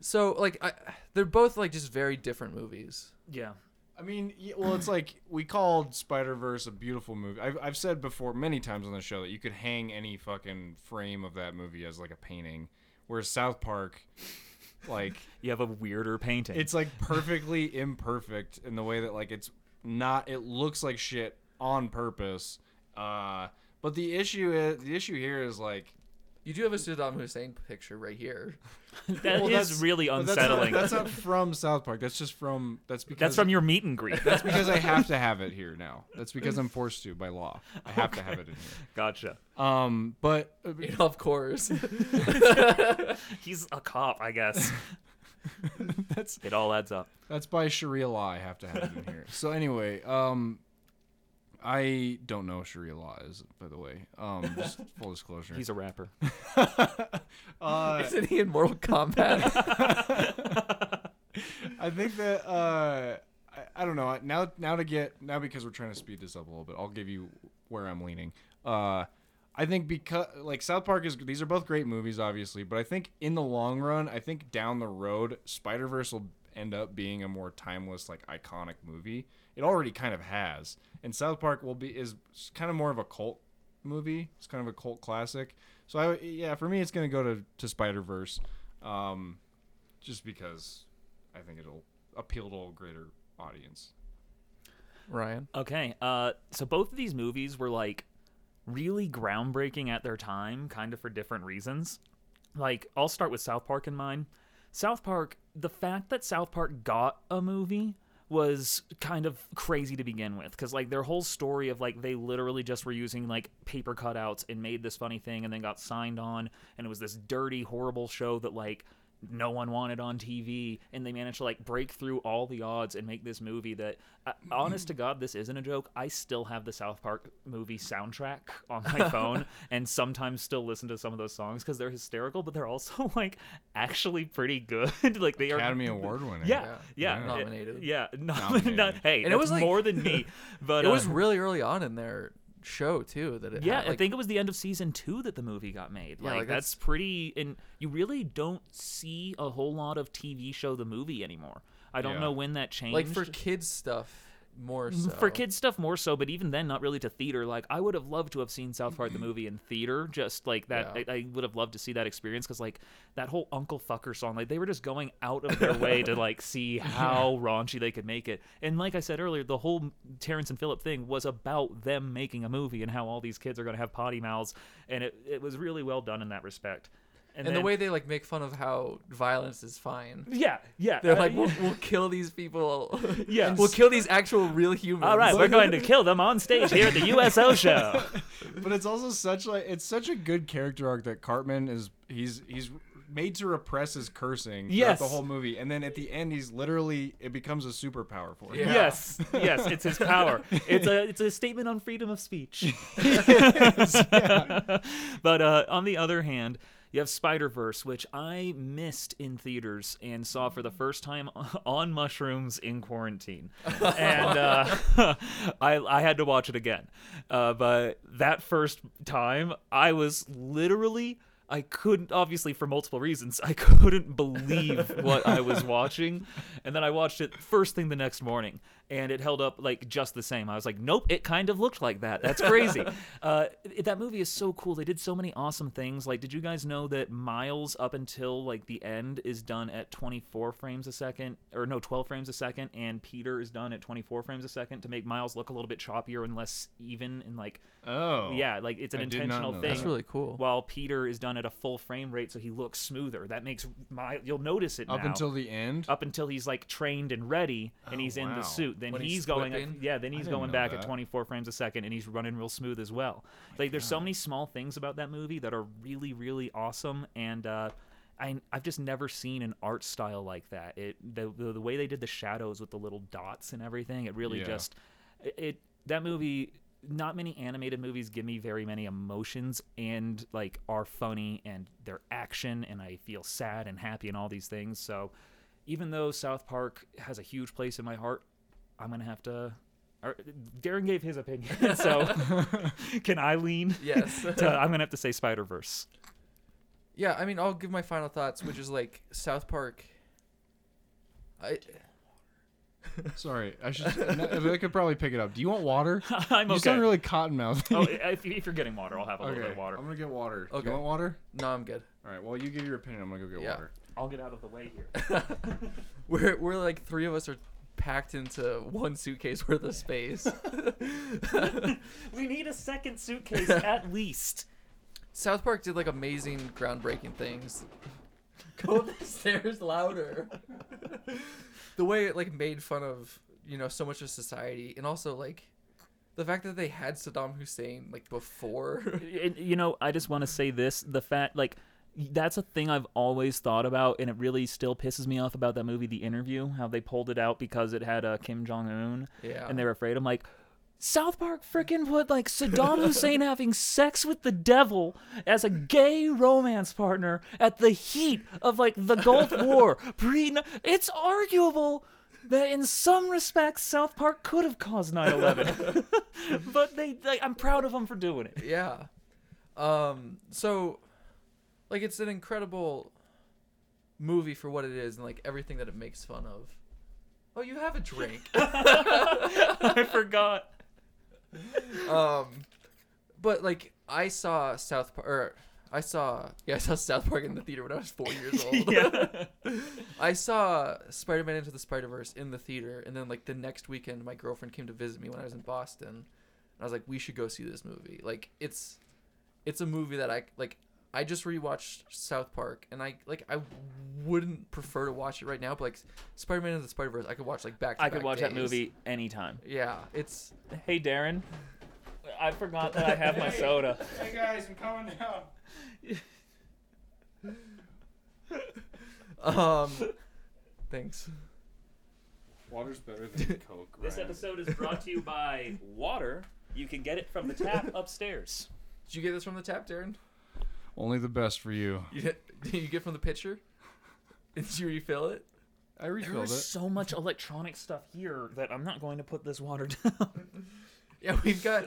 So like I, they're both like just very different movies.
yeah.
I mean, y- well, it's like we called Spider Verse a beautiful movie. I've, I've said before many times on the show that you could hang any fucking frame of that movie as like a painting, whereas South Park, like
You have a weirder painting.
it's like perfectly imperfect in the way that like it's not. It looks like shit on purpose. Uh, but the issue is the issue here is like
You do have a Saddam Hussein picture right here.
That is
well, that's-
really
but that's not-
unsettling.
That's not, from South Park. That's just from that's because
That's from your meet and greet.
That's because I have to have it here now. That's because I'm forced to by law. I have to have it in here.
gotcha.
Um, but
of course.
He's a cop, I guess.
that's
It all adds up.
that's by Sharia law. I have to have it in here. So anyway, um, I don't know what Sharia law is by the way. Um, just full disclosure.
He's a rapper.
uh,
Isn't he in Mortal Kombat?
I think that uh, I, I don't know. Now, now to get now because we're trying to speed this up a little bit, I'll give you where I'm leaning. Uh, I think because like South Park is these are both great movies, obviously, but I think in the long run, I think down the road, Spider Verse will end up being a more timeless, like iconic movie. It already kind of has, and South Park will be is kind of more of a cult movie. It's kind of a cult classic. So I yeah, for me, it's gonna go to to Spider Verse. Um, just because I think it'll appeal to a greater audience.
Ryan.
Okay. Uh, so both of these movies were like really groundbreaking at their time, kind of for different reasons. Like, I'll start with South Park in mind. South Park, the fact that South Park got a movie was kind of crazy to begin with because like their whole story of like they literally just were using like paper cutouts and made this funny thing and then got signed on and it was this dirty horrible show that like no one wanted on TV, and they managed to like break through all the odds and make this movie that, uh, honest to God, this isn't a joke. I still have the South Park movie soundtrack on my phone, and sometimes still listen to some of those songs because they're hysterical, but they're also like actually pretty good. like they are
Academy Award winner.
Yeah, yeah,
Yeah.
it-
Nominated.
yeah, nom-
Nominated.
not- hey,
And it
that's
was, like-
more than me, but
It was
uh,
really early on in their show too that it
yeah,
had, like,
I think it was the end of season two that the movie got made.
Yeah,
like,
like,
that's pretty, and you really don't see a whole lot of TV show the movie anymore. I don't
Yeah.
know when that changed. Mm,
like for kids stuff more so.
For kids stuff more so, but even then, not really to theater. Like I would have loved to have seen South Park the movie in theater, just like that.
Yeah.
I, I would have loved to see that experience because like that whole Uncle Fucker song, like they were just going out of their way to like see how raunchy they could make it. And like I said earlier, the whole Terrence and Phillip thing was about them making a movie and how all these kids are going to have potty mouths, and it it was really well done in that respect.
and
then-
the way they like make fun of how violence is fine.
yeah, yeah,
They're
uh,
like,
yeah.
we'll, we'll kill these people.
Yeah.
we'll kill these actual real humans.
all right, we're going to kill them on stage here at the USO show.
But it's also such like it's such a good character arc that Cartman is he's he's made to repress his cursing throughout
Yes.
the whole movie, and then at the end he's literally it becomes a superpower for him.
Yeah.
Yes, yes, it's his power. It's a it's a statement on freedom of speech. but uh, on the other hand, you have Spider Verse, which I missed in theaters and saw for the first time on mushrooms in quarantine, and uh, I I had to watch it again. Uh, but that first time, I was literally. I couldn't, obviously, for multiple reasons, I couldn't believe what I was watching. And then I watched it first thing the next morning, and it held up like just the same. I was like, nope, it kind of looked like that. That's crazy. uh, it- that movie is so cool. They did so many awesome things. Like, did you guys know that Miles up until like the end is done at 24 frames a second, or no, 12 frames a second, and Peter is done at 24 frames a second to make Miles look a little bit choppier and less even and like
Oh.
yeah, like it's an
I did not
intentional
know
thing.
that.
That's really cool.
While Peter is done at a full frame rate, so he looks smoother. That makes my you'll notice it
Up
now. Uh,
until the end.
up until he's like trained and ready, and
Oh,
he's in
wow.
the suit. Then
When
he's,
he's
going,
whipping?
yeah. Then he's
didn't
going
know
back at
that.
24 frames a second, and he's running real smooth as well. like there's so many small things about that movie that are really, really awesome, and uh, I I've just never seen an art style like that. It the the, the way they did the shadows with the little dots and everything. It really
Yeah.
just it, it that movie. Not many animated movies give me very many emotions and like are funny and they're action and I feel sad and happy and all these things. So even though South Park has a huge place in my heart, I'm gonna have to. Or, Darren gave his opinion, so can I lean?
Yes.
to- I'm gonna have to say Spider Verse.
Yeah, I mean, I'll give my final thoughts, which is like South Park. I
Sorry, I should. no, I could probably pick it up. Do you want water?
I'm
You
okay.
sound really cottonmouth.
oh, if, if you're getting water, I'll have a little bit of water.
I'm gonna get water. Do
Okay.
you want water?
no, I'm good.
All right. Well, you give your opinion. I'm gonna go get
Yeah.
water.
I'll get out of the way here.
We're we're like three of us are packed into one suitcase worth of space.
we need a second suitcase at least.
South Park did like amazing, groundbreaking things. Go up the stairs louder. the way it like made fun of you know so much of society, and also like the fact that they had Saddam Hussein like before.
And, you know, I just want to say this: the fact, like, that's a thing I've always thought about, and it really still pisses me off about that movie, The Interview, how they pulled it out because it had uh, Kim Jong Un,
Yeah.
and they're afraid. I'm like. South Park freaking put like Saddam Hussein having sex with the devil as a gay romance partner at the heat of like the Gulf War. Pre, it's arguable that in some respects South Park could have caused 9/11, but they, they, I'm proud of them for doing it.
yeah um so like it's an incredible movie for what it is and like everything that it makes fun of oh you have a drink
I forgot.
um but like i saw south park or i saw yeah i saw south park in the theater when i was four years old
Yeah.
i saw spider-man into the spider-verse in the theater and then like the next weekend my girlfriend came to visit me when i was in boston and i was like we should go see this movie like it's it's a movie that I like. I just rewatched South Park, and I like I wouldn't prefer to watch it right now, but like Spider Man and the Spider Verse, I could watch like back.
I could watch that movie anytime.
Yeah, it's
Hey, Darren. I forgot that I have my soda.
Hey guys, I'm coming down.
um, thanks.
Water's better than Coke.
This
Ryan.
episode is brought to you by water. You can get it from the tap upstairs.
Did you get this from the tap, Darren?
Only the best for you.
You get, did you get from the pitcher? Did you refill it?
I
There
refilled
is
it.
so much electronic stuff here that I'm not going to put this water down.
Yeah, we've got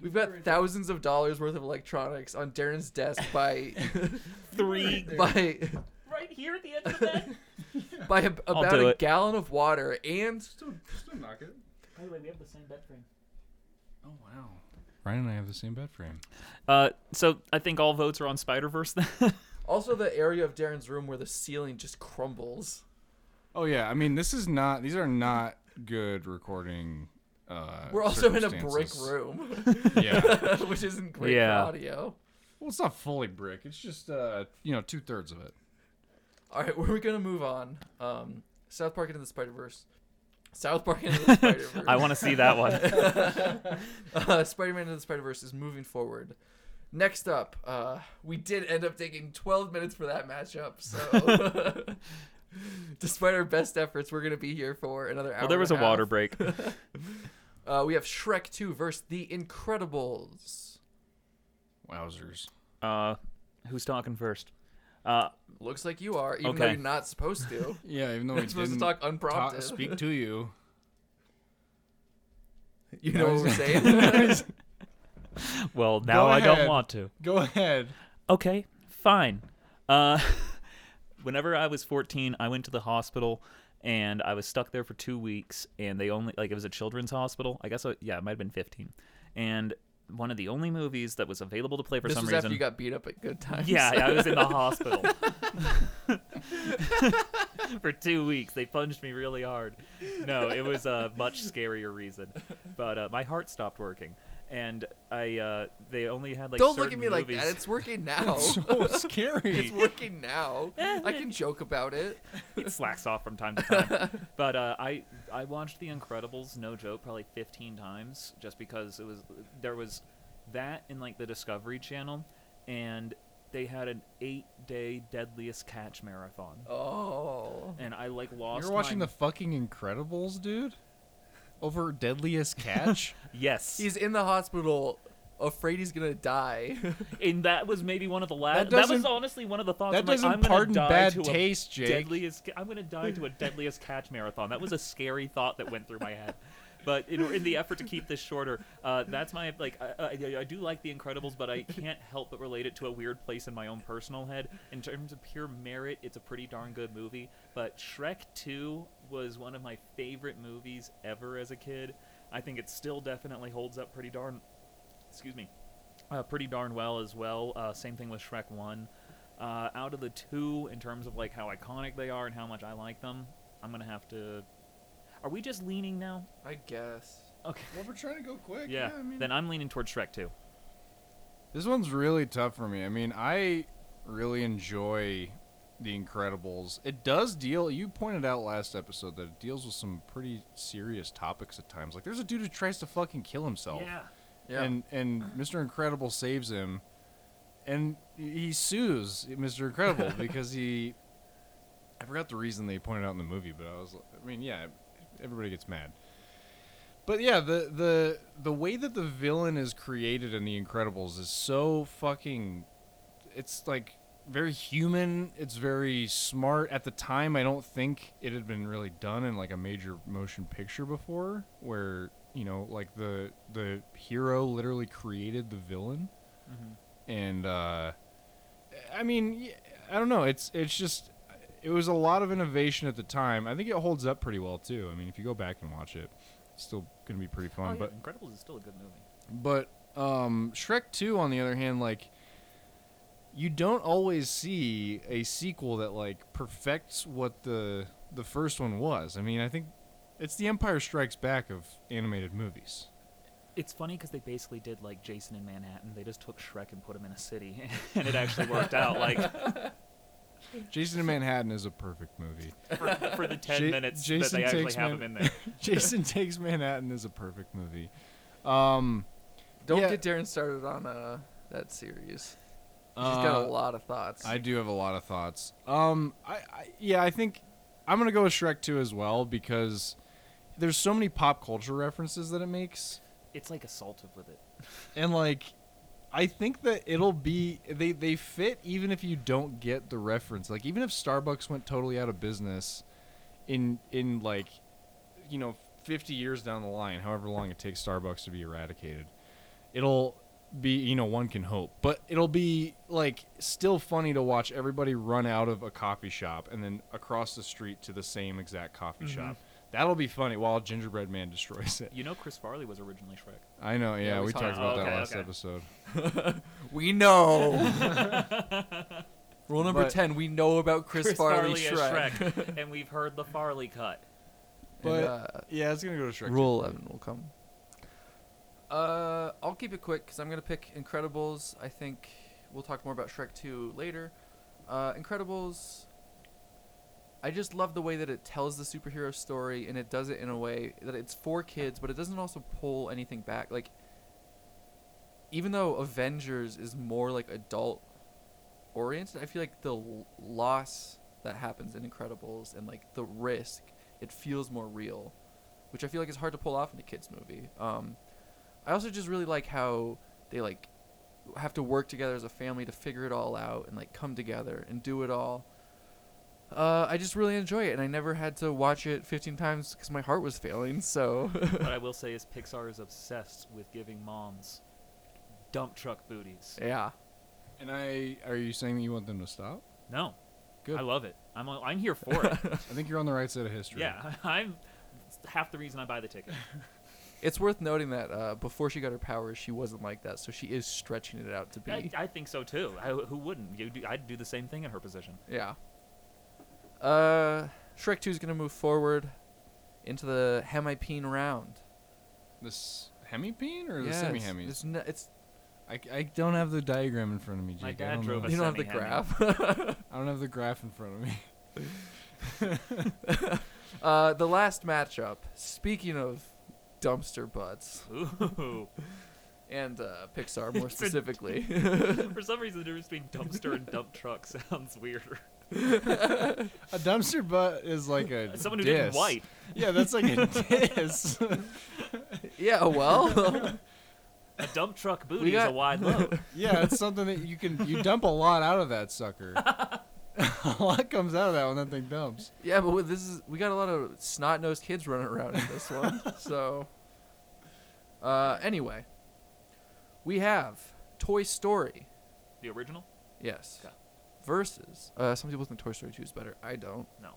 we've got thousands of dollars worth of electronics on Darren's desk by
Three
by
right here at the end of the bed.
by ab
I'll
about
do
a
it.
gallon of water and
Still, still knock it.
By the way, we have the same bed frame.
Oh wow. Ryan and I have the same bed frame.
Uh, so I think all votes are on Spider Verse then.
also the area of Darren's room where the ceiling just crumbles.
Oh yeah. I mean, this is not. These are not good recording. Uh,
We're also in a brick
circumstances.
room,
Yeah.
which isn't great
Yeah.
for audio.
well, it's not fully brick. It's just uh, you know, two thirds of it.
All right, we're gonna move on. Um, South Park into the Spider Verse. South Park into the Spider Verse.
I want to see that one.
uh, Spider Man into the Spider Verse is moving forward. Next up, uh, we did end up taking 12 minutes for that matchup. So, despite our best efforts, we're gonna be here for another hour.
Well, there was
and
a
half.
water break.
Uh, we have Shrek 2 versus The Incredibles.
Wowzers.
Uh, who's talking first? Uh,
Looks like you are, even though
Okay.
you're not supposed to.
Yeah. Even though we
You're supposed to
didn't
talk
ta-
unprompted.
speak to you.
You know what we're
Nice.
saying?
well, now I don't
ahead.
want to.
Go ahead.
okay, fine. Uh, whenever I was 14, I went to the hospital and I was stuck there for two weeks. And they only, like, it was a children's hospital. I guess, I, yeah, it might have been 15. And one of the only movies that was available to play for
This
some
was
reason.
after you got beat up at Good Times.
Yeah, I was in the hospital for two weeks. They punched me really hard. No, it was a much scarier reason, but uh, my heart stopped working, and I uh, they only had like
Don't look at
certain
me like
movies-
that. It's working now.
So scary.
it's working now. I can joke about it.
it slacks off from time to time. but uh, I I watched The Incredibles, no joke, probably 15 times just because it was there was that in like the Discovery Channel, and they had an eight day Deadliest Catch marathon.
Oh.
and I like lost.
You're watching
my...
the fucking Incredibles, dude? Over Deadliest Catch?
yes,
He's in the hospital, afraid he's gonna die.
and that was maybe one of the last.
That
That, was
doesn't-
honestly one of the thoughts.
that
I'm like,
doesn't
I'm gonna
pardon
die
bad
to a
taste, Jake.
Deadliest. ca- I'm gonna die to a deadliest catch marathon. That was a scary thought that went through my head. But in, in the effort to keep this shorter, uh, that's my like. I, I, I do like The Incredibles, but I can't help but relate it to a weird place in my own personal head. In terms of pure merit, it's a pretty darn good movie. But Shrek Two was one of my favorite movies ever as a kid. I think it still definitely holds up pretty darn excuse me, uh, pretty darn well as well. Uh, same thing with Shrek One. Uh, out of the two, in terms of like how iconic they are and how much I like them, I'm gonna have to. Are we just leaning now?
I guess.
Okay.
well, we're trying to go quick.
Yeah. Then I'm leaning towards Shrek Two.
This one's really tough for me. I mean, I really enjoy The Incredibles. It does deal, you pointed out last episode that it deals with some pretty serious topics at times. Like, there's a dude who tries to fucking kill himself.
Yeah.
And, and Mr. Incredible saves him. And he sues Mr. Incredible because he. I forgot the reason they pointed out in the movie, but I was. I mean, yeah, everybody gets mad. But yeah, the the the way that the villain is created in The Incredibles is so fucking it's like very human, it's very smart. At the time, I don't think it had been really done in like a major motion picture before where, you know, like the the hero literally created the villain.
Mm-hmm.
And uh I mean, y- I don't know, it's it's just it was a lot of innovation at the time. I think it holds up pretty well too. I mean, if you go back and watch it, it's still going to be pretty fun,
Oh, yeah,
but
Incredibles is still a good movie.
but um, Shrek 2, on the other hand, like you don't always see a sequel that like perfects what the the first one was. I mean, I think it's The Empire Strikes Back of animated movies.
It's funny because they basically did like Jason in Manhattan. They just took Shrek and put him in a city, and it actually worked out. Like
Jason in Manhattan is a perfect movie.
for, for the ten
Ja-
minutes that
Jason
they actually
takes
have
Man-
him in there.
Jason Takes Manhattan is a perfect movie. Um,
Don't
Yeah.
get Darren started on uh that series. She's got a
uh,
lot of thoughts.
I do have a lot of thoughts. Um, I, I yeah, I think I'm gonna go with Shrek 2 as well because there's so many pop culture references that it makes,
It's like assaulted with it.
and like, I think that it'll be they they fit even if you don't get the reference. Like even if Starbucks went totally out of business, in in like, you know, 50 years down the line, however long it takes Starbucks to be eradicated, it'll be you know one can hope but it'll be like still funny to watch everybody run out of a coffee shop and then across the street to the same exact coffee shop that'll be funny while gingerbread man destroys it
You know, Chris Farley was originally Shrek.
i know yeah,
Yeah, we
we,
saw
talked
that.
about
Oh,
that
okay,
last
okay.
episode
we know. Rule number
But-
ten: We know about Chris, Farley, Shrek.
as Shrek, and we've heard the Farley cut.
but
uh,
yeah it's gonna go to shrek
Rule eleven will come. Uh, I'll keep it quick because I'm gonna pick Incredibles. I think we'll talk more about Shrek two later. Uh, Incredibles. I just love the way that it tells the superhero story and it does it in a way that it's for kids, but it doesn't also pull anything back. Like, even though Avengers is more like adult oriented, I feel like the l- loss that happens in Incredibles and like the risk, it feels more real which I feel like is hard to pull off in a kids movie. Um, I also just really like how they like have to work together as a family to figure it all out and like come together and do it all. Uh, I just really enjoy it, and I never had to watch it 15 times because my heart was failing. So
what I will say is
Eh.
Pixar is obsessed with giving moms dump truck booties.
yeah,
And I are you saying that you want them to stop?
No,
Good.
I love it. I'm uh, I'm here for it.
I think you're on the right side of history.
yeah, I'm it's half the reason I buy the ticket.
It's worth noting that uh, before she got her powers, she wasn't like that, so she is stretching it out to be.
I, I think so too. I, who wouldn't? You do, I'd do the same thing in her position.
Yeah. Uh, Shrek 2 is going to move forward into the hemipene round.
This hemipene or the
Yes,
semi hemis?
It's, n- it's,
I, I don't have the diagram in front of me, Jake.
My
I
dad
don't
drove
know.
a
you don't have the
semi-hemi.
graph.
I don't have the graph in front of me.
uh, the last matchup, speaking of dumpster butts
Ooh.
and uh, Pixar more
It's a-
specifically,
For some reason, the difference between dumpster and dump truck sounds weirder.
A dumpster butt is like a
Someone who
diss.
didn't wipe.
Yeah, that's like a diss.
yeah, well,
A dump truck booty
We
is a
got-
wide load.
yeah, it's something that you can you dump a lot out of that sucker. a lot comes out of that when that thing dumps.
yeah, but with- this is we got a lot of snot-nosed kids running around in this one. So, uh, anyway, we have Toy Story.
The original?
Yes.
Okay.
Versus, uh, some people think Toy Story 2 is better. I don't.
No.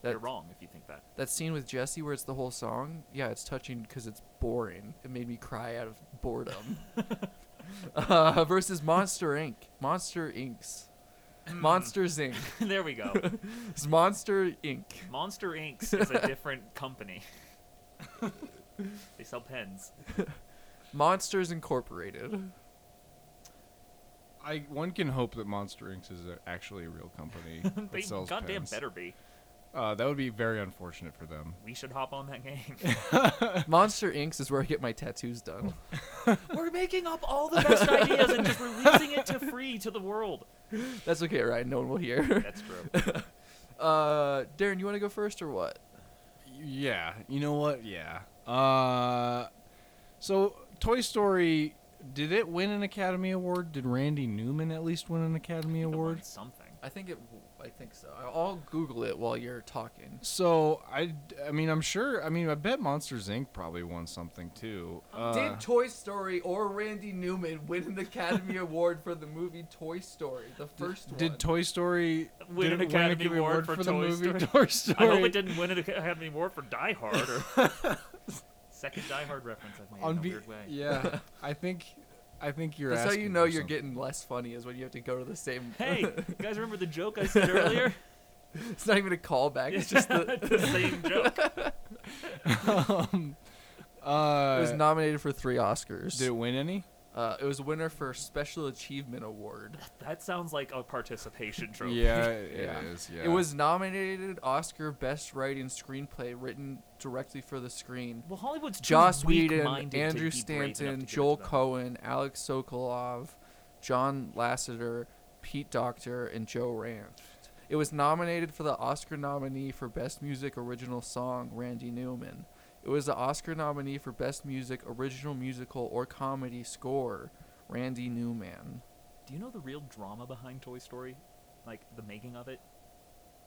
That,
You're wrong if you think that.
That scene with Jesse where it's the whole song, yeah, it's touching because it's boring. It made me cry out of boredom. uh, versus Monster Inc. Monster Inks. Monsters Inc.
there we go.
It's Monster Inc.
Monster Inks is a different company. they sell pens.
Monsters Incorporated.
I one can hope that Monster Inc. is a, actually a real company
They
that sells
goddamn
pens.
better be.
Uh, that would be very unfortunate for them.
We should hop on that game.
Monster Inks is where I get my tattoos done.
We're making up all the best ideas and just releasing it to free to the world.
That's okay, Ryan. No one will hear.
That's true.
Uh, Darren, you want to go first or what?
Yeah, you know what? Yeah. Uh, so Toy Story did it win an Academy Award? Did Randy Newman at least win an Academy Award?
Something.
I think it. I think so. I'll Google it while you're talking.
So I, I mean, I'm sure. I mean, I bet Monsters Inc. probably won something too. Uh,
Did Toy Story or Randy Newman win an Academy Award for the movie Toy Story, the first one?
Did Toy Story
Win an
did it
Academy Award for
the
Toy
movie
Story?
Toy Story?
I hope it didn't win an Academy Award for Die Hard or second Die Hard reference I've made
On
in a
be-
weird way.
Yeah, I think, I think you're.
That's how you
asking
know
for
you're
something.
getting less funny is when you have to go to the same.
Hey, you guys remember the joke I said earlier?
it's not even a callback. It's just the,
It's the same joke.
um, uh,
it was nominated for three Oscars.
did it win any?
Uh, it was a winner for Special Achievement Award.
That sounds like a participation trophy.
Yeah, it
Yeah.
is, Yeah.
It was nominated Oscar Best Writing Screenplay written directly for the screen.
Well, Hollywood's too
Joss Whedon,
weak-minded to
Andrew
be brave enough to give
Stanton,
it to
Joel
them.
Cohen, Alex Sokolov, John Lasseter, Pete Doctor, and Joe Ranft. It was nominated for the Oscar nominee for Best Music Original Song, Randy Newman. It was the Oscar nominee for Best Music Original Musical or Comedy Score, Randy Newman.
Do you know the real drama behind Toy Story? Like the making of it?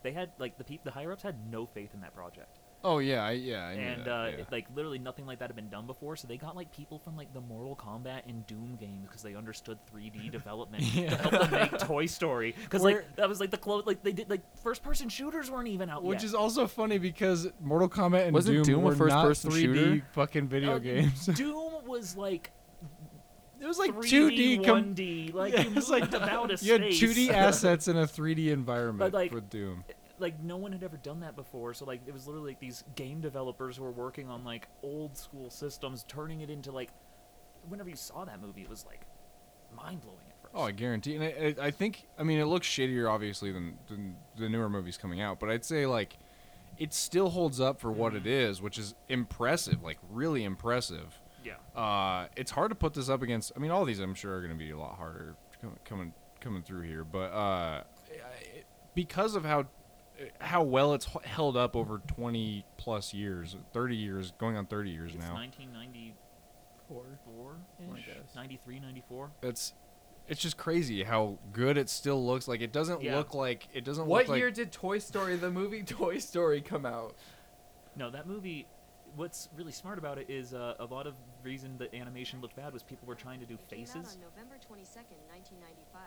They had like the peop the higher ups had no faith in that project,
Oh yeah, I, yeah. I knew
and
that,
uh,
yeah.
it- like literally nothing like that had been done before. So they got like people from like the Mortal Kombat and Doom games because they understood 3D development
Yeah.
to help them make Toy Story. Because like
Where-
that was like the close like they did like first person shooters weren't even out
Which
yet.
is also funny because Mortal Kombat and
Wasn't
Doom,
Doom a
were not
first-person
3D
shooter?
fucking video
Uh,
games.
Doom was like
It was like
3D,
2D. Com-
1D. Like
Yeah,
you
it's
moved
like-
about a
you had
space.
2D assets in a 3D environment
like,
with Doom.
like no one had ever done that before so like it was literally like these game developers who were working on like old school systems turning it into like whenever you saw that movie it was like mind blowing at first
Oh, I guarantee. And I, I I think, I mean, it looks shittier, obviously, than, than the newer movies coming out, but I'd say, like, it still holds up for what it is, which is impressive, like, really impressive.
yeah
Uh, it's hard to put this up against. I mean, all these I'm sure are going to be a lot harder com- coming coming through here, but uh, it- because of how how well it's h- held up over 20 plus years, 30 years, going on 30 years
it's
now.
1994
I guess.
93 94
That's it's just crazy how good it still looks. Like it doesn't
Yeah.
look like it doesn't
What
look
year
like
did Toy Story, the movie Toy Story, come out?
no that movie what's really smart about it is uh, a lot of reason that animation looked bad was people were trying to do
Came out
faces.
on November 22nd, 1995.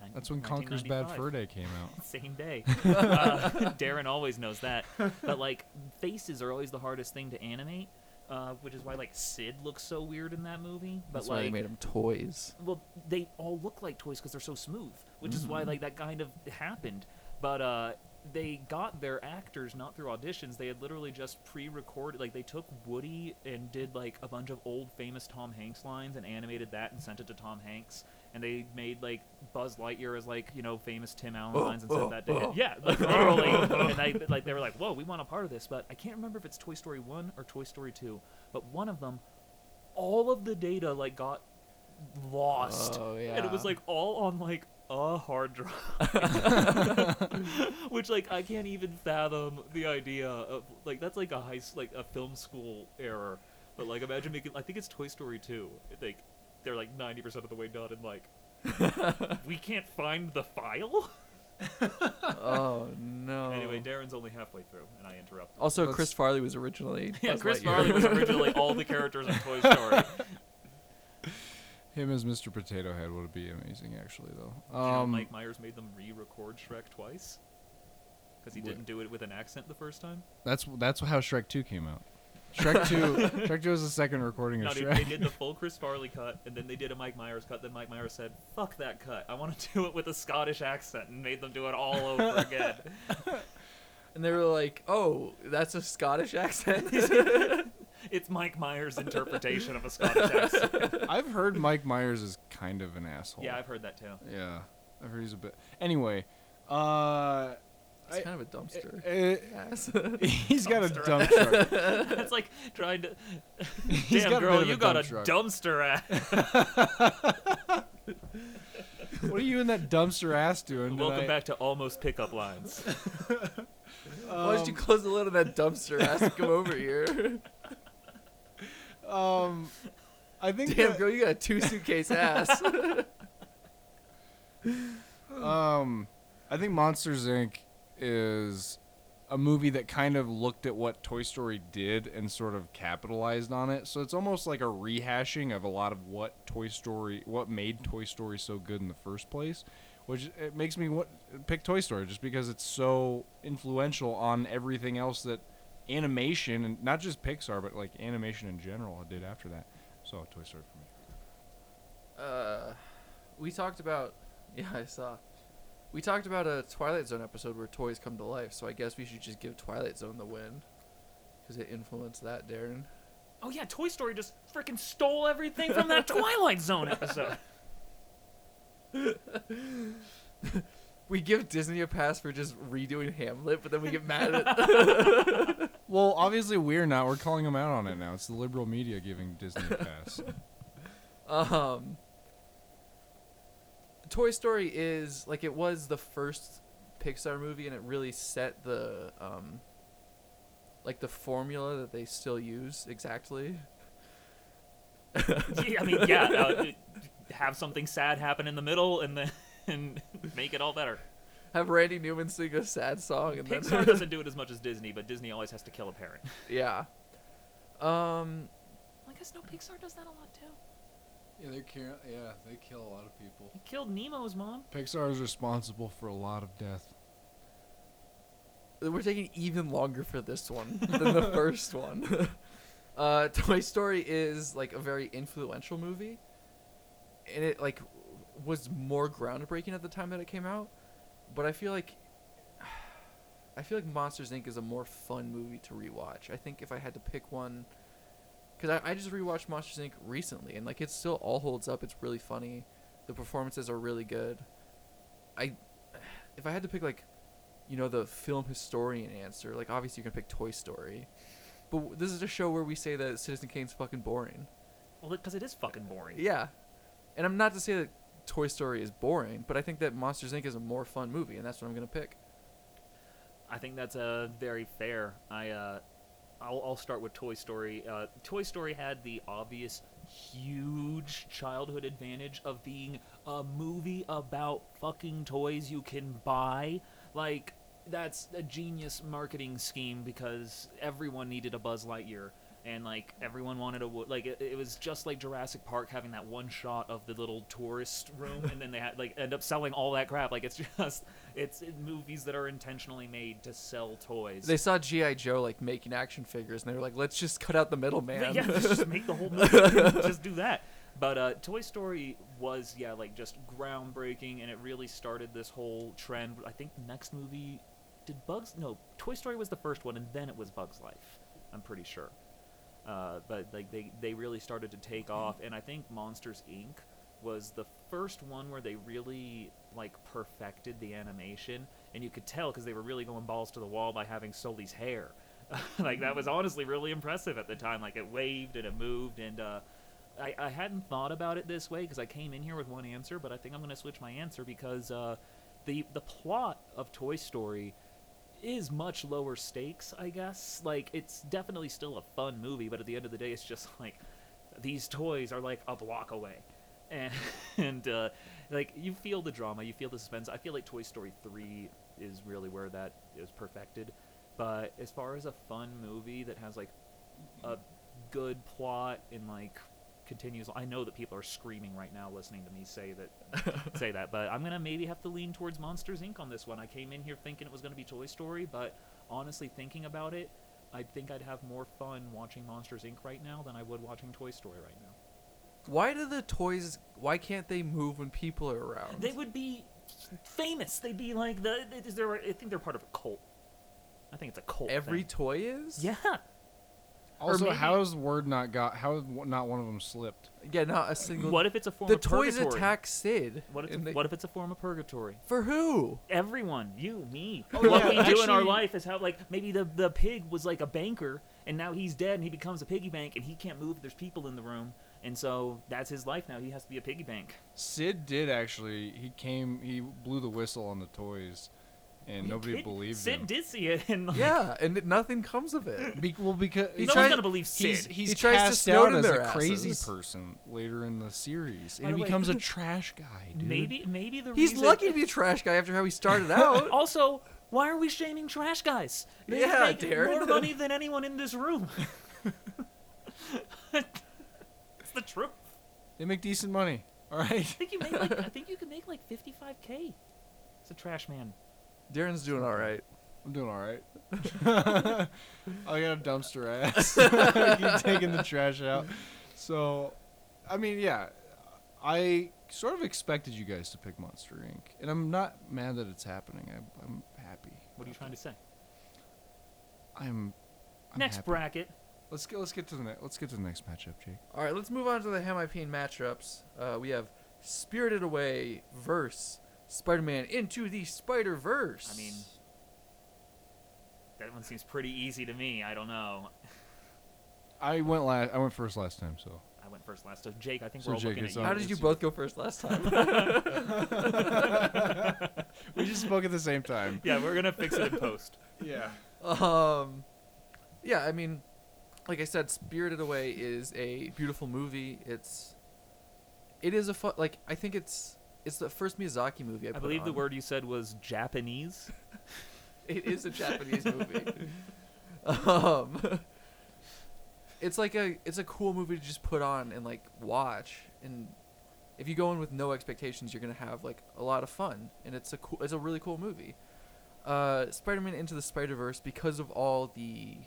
Nin-
That's when Conker's Bad
1995.
Fur Day came out.
Same day. uh, Darren always knows that. But like faces are always the hardest thing to animate, uh, which is why like Sid looks so weird in that movie. But
That's why they
like
made them toys.
well they all look like toys because they're so smooth which is why like that kind of happened but uh they got their actors not through auditions they had literally just pre-recorded like they took woody and did like a bunch of old famous tom hanks lines and animated that and sent it to tom hanks and they made like buzz lightyear as like you know famous tim allen lines and sent that to him yeah like literally and they like they were like whoa we want a part of this but i can't remember if it's toy story 1 or toy story 2 but one of them all of the data like got lost
Oh,
and it was
yeah.
like all on like a hard drive which like i can't even fathom the idea of like that's like a high s- like a film school error but like imagine making i think it's toy story 2 like they're like 90% of the way done and like we can't find the file
oh no.
anyway darren's only halfway through and i interrupt
also,
Let's-
Chris Farley was originally.
yeah
Buzz
chris
Lightyear.
farley was originally all the characters in toy story
Him as Mr. Potato Head would be amazing, actually, though.
You know,
Um,
Mike Myers made them re-record Shrek twice because he
Wha-
didn't do it with an accent the first time.
that's that's how Shrek Two came out. Shrek Two, Shrek Two is the second recording
No,
of
dude,
Shrek.
they did the full Chris Farley cut, and then they did a Mike Myers cut. Then Mike Myers said, "Fuck that cut! I want to do it with a Scottish accent," and made them do it all over again.
And they were like, "Oh, that's a Scottish accent."
it's Mike Myers' interpretation of a Scottish accent.
I've heard Mike Myers is kind of an asshole.
Yeah, I've heard that too.
yeah, I've heard he's a bit. Anyway, uh,
it's kind of a dumpster.
it,
Yes.
he's got a
Dumpster
dump truck.
It's like trying to.
He's
Damn
got a bit
girl,
of
you
a
got
dump
a
truck.
dumpster ass.
What are you in that dumpster ass doing?
Welcome
tonight?
back to almost pickup lines.
Why did you close the lid on that dumpster? Ask him over here.
Um, I think
Damn,
that-
girl, you got a two suitcase ass.
Um, I think Monsters Inc. is a movie that kind of looked at what Toy Story did and sort of capitalized on it. So it's almost like a rehashing of a lot of what Toy Story, what made Toy Story so good in the first place. Which it makes me wa- pick Toy Story just because it's so influential on everything else that animation and not just Pixar, but like animation in general did after that. So Toy Story for me.
uh, we talked about. Yeah, I saw. We talked about a Twilight Zone episode where toys come to life. So I guess we should just give Twilight Zone the win, because it influenced that, Darren.
Oh yeah, Toy Story just freaking stole everything from that Twilight Zone episode.
We give Disney a pass for just redoing Hamlet, but then we get mad at.
Well, obviously we're not. We're calling them out on it now. It's the liberal media giving Disney a pass.
Um, Toy Story is like it was the first Pixar movie, and it really set the um, like the formula that they still use exactly.
Yeah, I mean, yeah, uh, have something sad happen in the middle and then and make it all better.
Have Randy Newman sing a sad song, and
Pixar
then
doesn't do it as much as Disney, but Disney always has to kill a parent.
yeah. Um,
I guess no, Pixar does that a lot too.
Yeah, they kill. Yeah, they kill a lot of people.
He killed Nemo's mom.
Pixar is responsible for a lot of death.
we're taking even longer for this one than the first one. uh, Toy Story is like a very influential movie, and it like was more groundbreaking at the time that it came out. But I feel like I feel like Monsters Inc. is a more fun movie to rewatch. I think if I had to pick one, because I, I just rewatched Monsters Inc. recently, and like it still all holds up. It's really funny. The performances are really good. I if I had to pick like you know the film historian answer like obviously you're gonna pick toy story but w- this is a show where we say that citizen kane's fucking boring
Well, because it is fucking boring.
yeah and i'm not to say that toy story is boring but i think that monsters inc is a more fun movie and that's what i'm gonna pick
I think that's uh, very fair. I uh, I'll, I'll start with Toy Story. Uh, Toy Story had the obvious huge childhood advantage of being a movie about fucking toys you can buy. Like that's a genius marketing scheme because everyone needed a Buzz Lightyear. And like everyone wanted a wo- like it, it was just like Jurassic Park having that one shot of the little tourist room, and then they had like end up selling all that crap. Like it's just it's movies that are intentionally made to sell toys.
They saw GI Joe like making action figures, and they were like, "Let's just cut out the
Yeah,
middleman."
Yeah, let's just make the whole movie. just do that. But uh, Toy Story was, yeah, like just groundbreaking, and it really started this whole trend. I think the next movie did Bugs. No, Toy Story was the first one, and then it was Bugs Life. I'm pretty sure. Uh, but like they they really started to take off, and I think Monsters Inc. was the first one where they really like perfected the animation, and you could tell because they were really going balls to the wall by having Sully's hair. like that was honestly really impressive at the time. Like it waved and it moved, and uh, I, I hadn't thought about it this way because I came in here with one answer, but I think I'm going to switch my answer because uh, the the plot of Toy Story is much lower stakes, I guess. Like it's definitely still a fun movie, but at the end of the day, it's just like these toys are like a block away, and, and uh, like you feel the drama, you feel the suspense. I feel like Toy Story three is really where that is perfected. But as far as a fun movie that has like a good plot and like continues I know that people are screaming right now listening to me say that say that but I'm going to maybe have to lean towards Monsters Inc on this one. I came in here thinking it was going to be Toy Story, but honestly thinking about it, I think I'd have more fun watching Monsters Inc right now than I would watching Toy Story right now.
Why do the toys? Why can't they move when people are around?
They would be famous. They'd be like the is there I think they're part of a cult. I think it's a cult.
Every
thing.
toy is.
Yeah.
Also,
maybe-
how's word not got? How has w- not one of them slipped?
Yeah, not a single.
What if it's a form
the
of
toys
purgatory?
attack Sid?
What if,
and they-
what if it's a form of purgatory?
for who?
Everyone, you, me,
Oh,
what
yeah,
we do in our
actually-
life is how like maybe the the pig was like a banker and now he's dead and he becomes a piggy bank and he can't move. There's people in the room and so that's his life now. He has to be a piggy bank.
Sid did actually. He came. He blew the whistle on the toys, and
You
nobody
kid-
believed
Sid
him.
did see it and like,
Yeah, and it- nothing comes of it.
Be- well, because
He
no
tried-
one's gonna believe Sid.
He's, he's
He tries to
cast
Snowden
out as
their
a crazy
asses.
person later in the series,
By
and
the
he
way-
becomes a trash guy, dude.
maybe maybe the
He's
reason-
lucky to be a trash guy after how he started out.
Also, why are we shaming trash guys? They
Yeah,
make
Darren.
more money than anyone in this room. it's the truth.
they make decent money. All right.
I think you make like I think you can make like 55k. It's a trash man.
Darren's doing all right.
I'm doing all right. I got a dumpster ass. Keep taking the trash out. So, I mean, yeah, I sort of expected you guys to pick Monster Inc. And I'm not mad that it's happening. I'm, I'm happy.
What are you trying to say?
I'm. I'm
Next
happy.
bracket.
Let's get let's get to the next let's get to the next matchup, Jake.
All right, let's move on to the Hamipene matchups. Uh, we have Spirited Away versus Spider-Man into the Spider-Verse.
I mean, that one seems pretty easy to me. I don't know.
I went last. I went first last time, so
I went first last. So Jake, I think
So
we're all
Jake,
looking at
it's
you.
how did you
it's-
both go first last time?
we just spoke at the same time.
Yeah, we're gonna fix it in post.
Yeah.
Um, yeah, I mean, like I said, Spirited Away is a beautiful movie. It's, it is a fun. Like I think it's it's the first Miyazaki movie I,
I
put
believe the
on.
word you said was Japanese.
It is a Japanese movie. um, it's like a it's a cool movie to just put on and like watch. And if you go in with no expectations, you're gonna have like a lot of fun. And it's a cool it's a really cool movie. Uh, Spider-Man into the Spider-Verse because of all the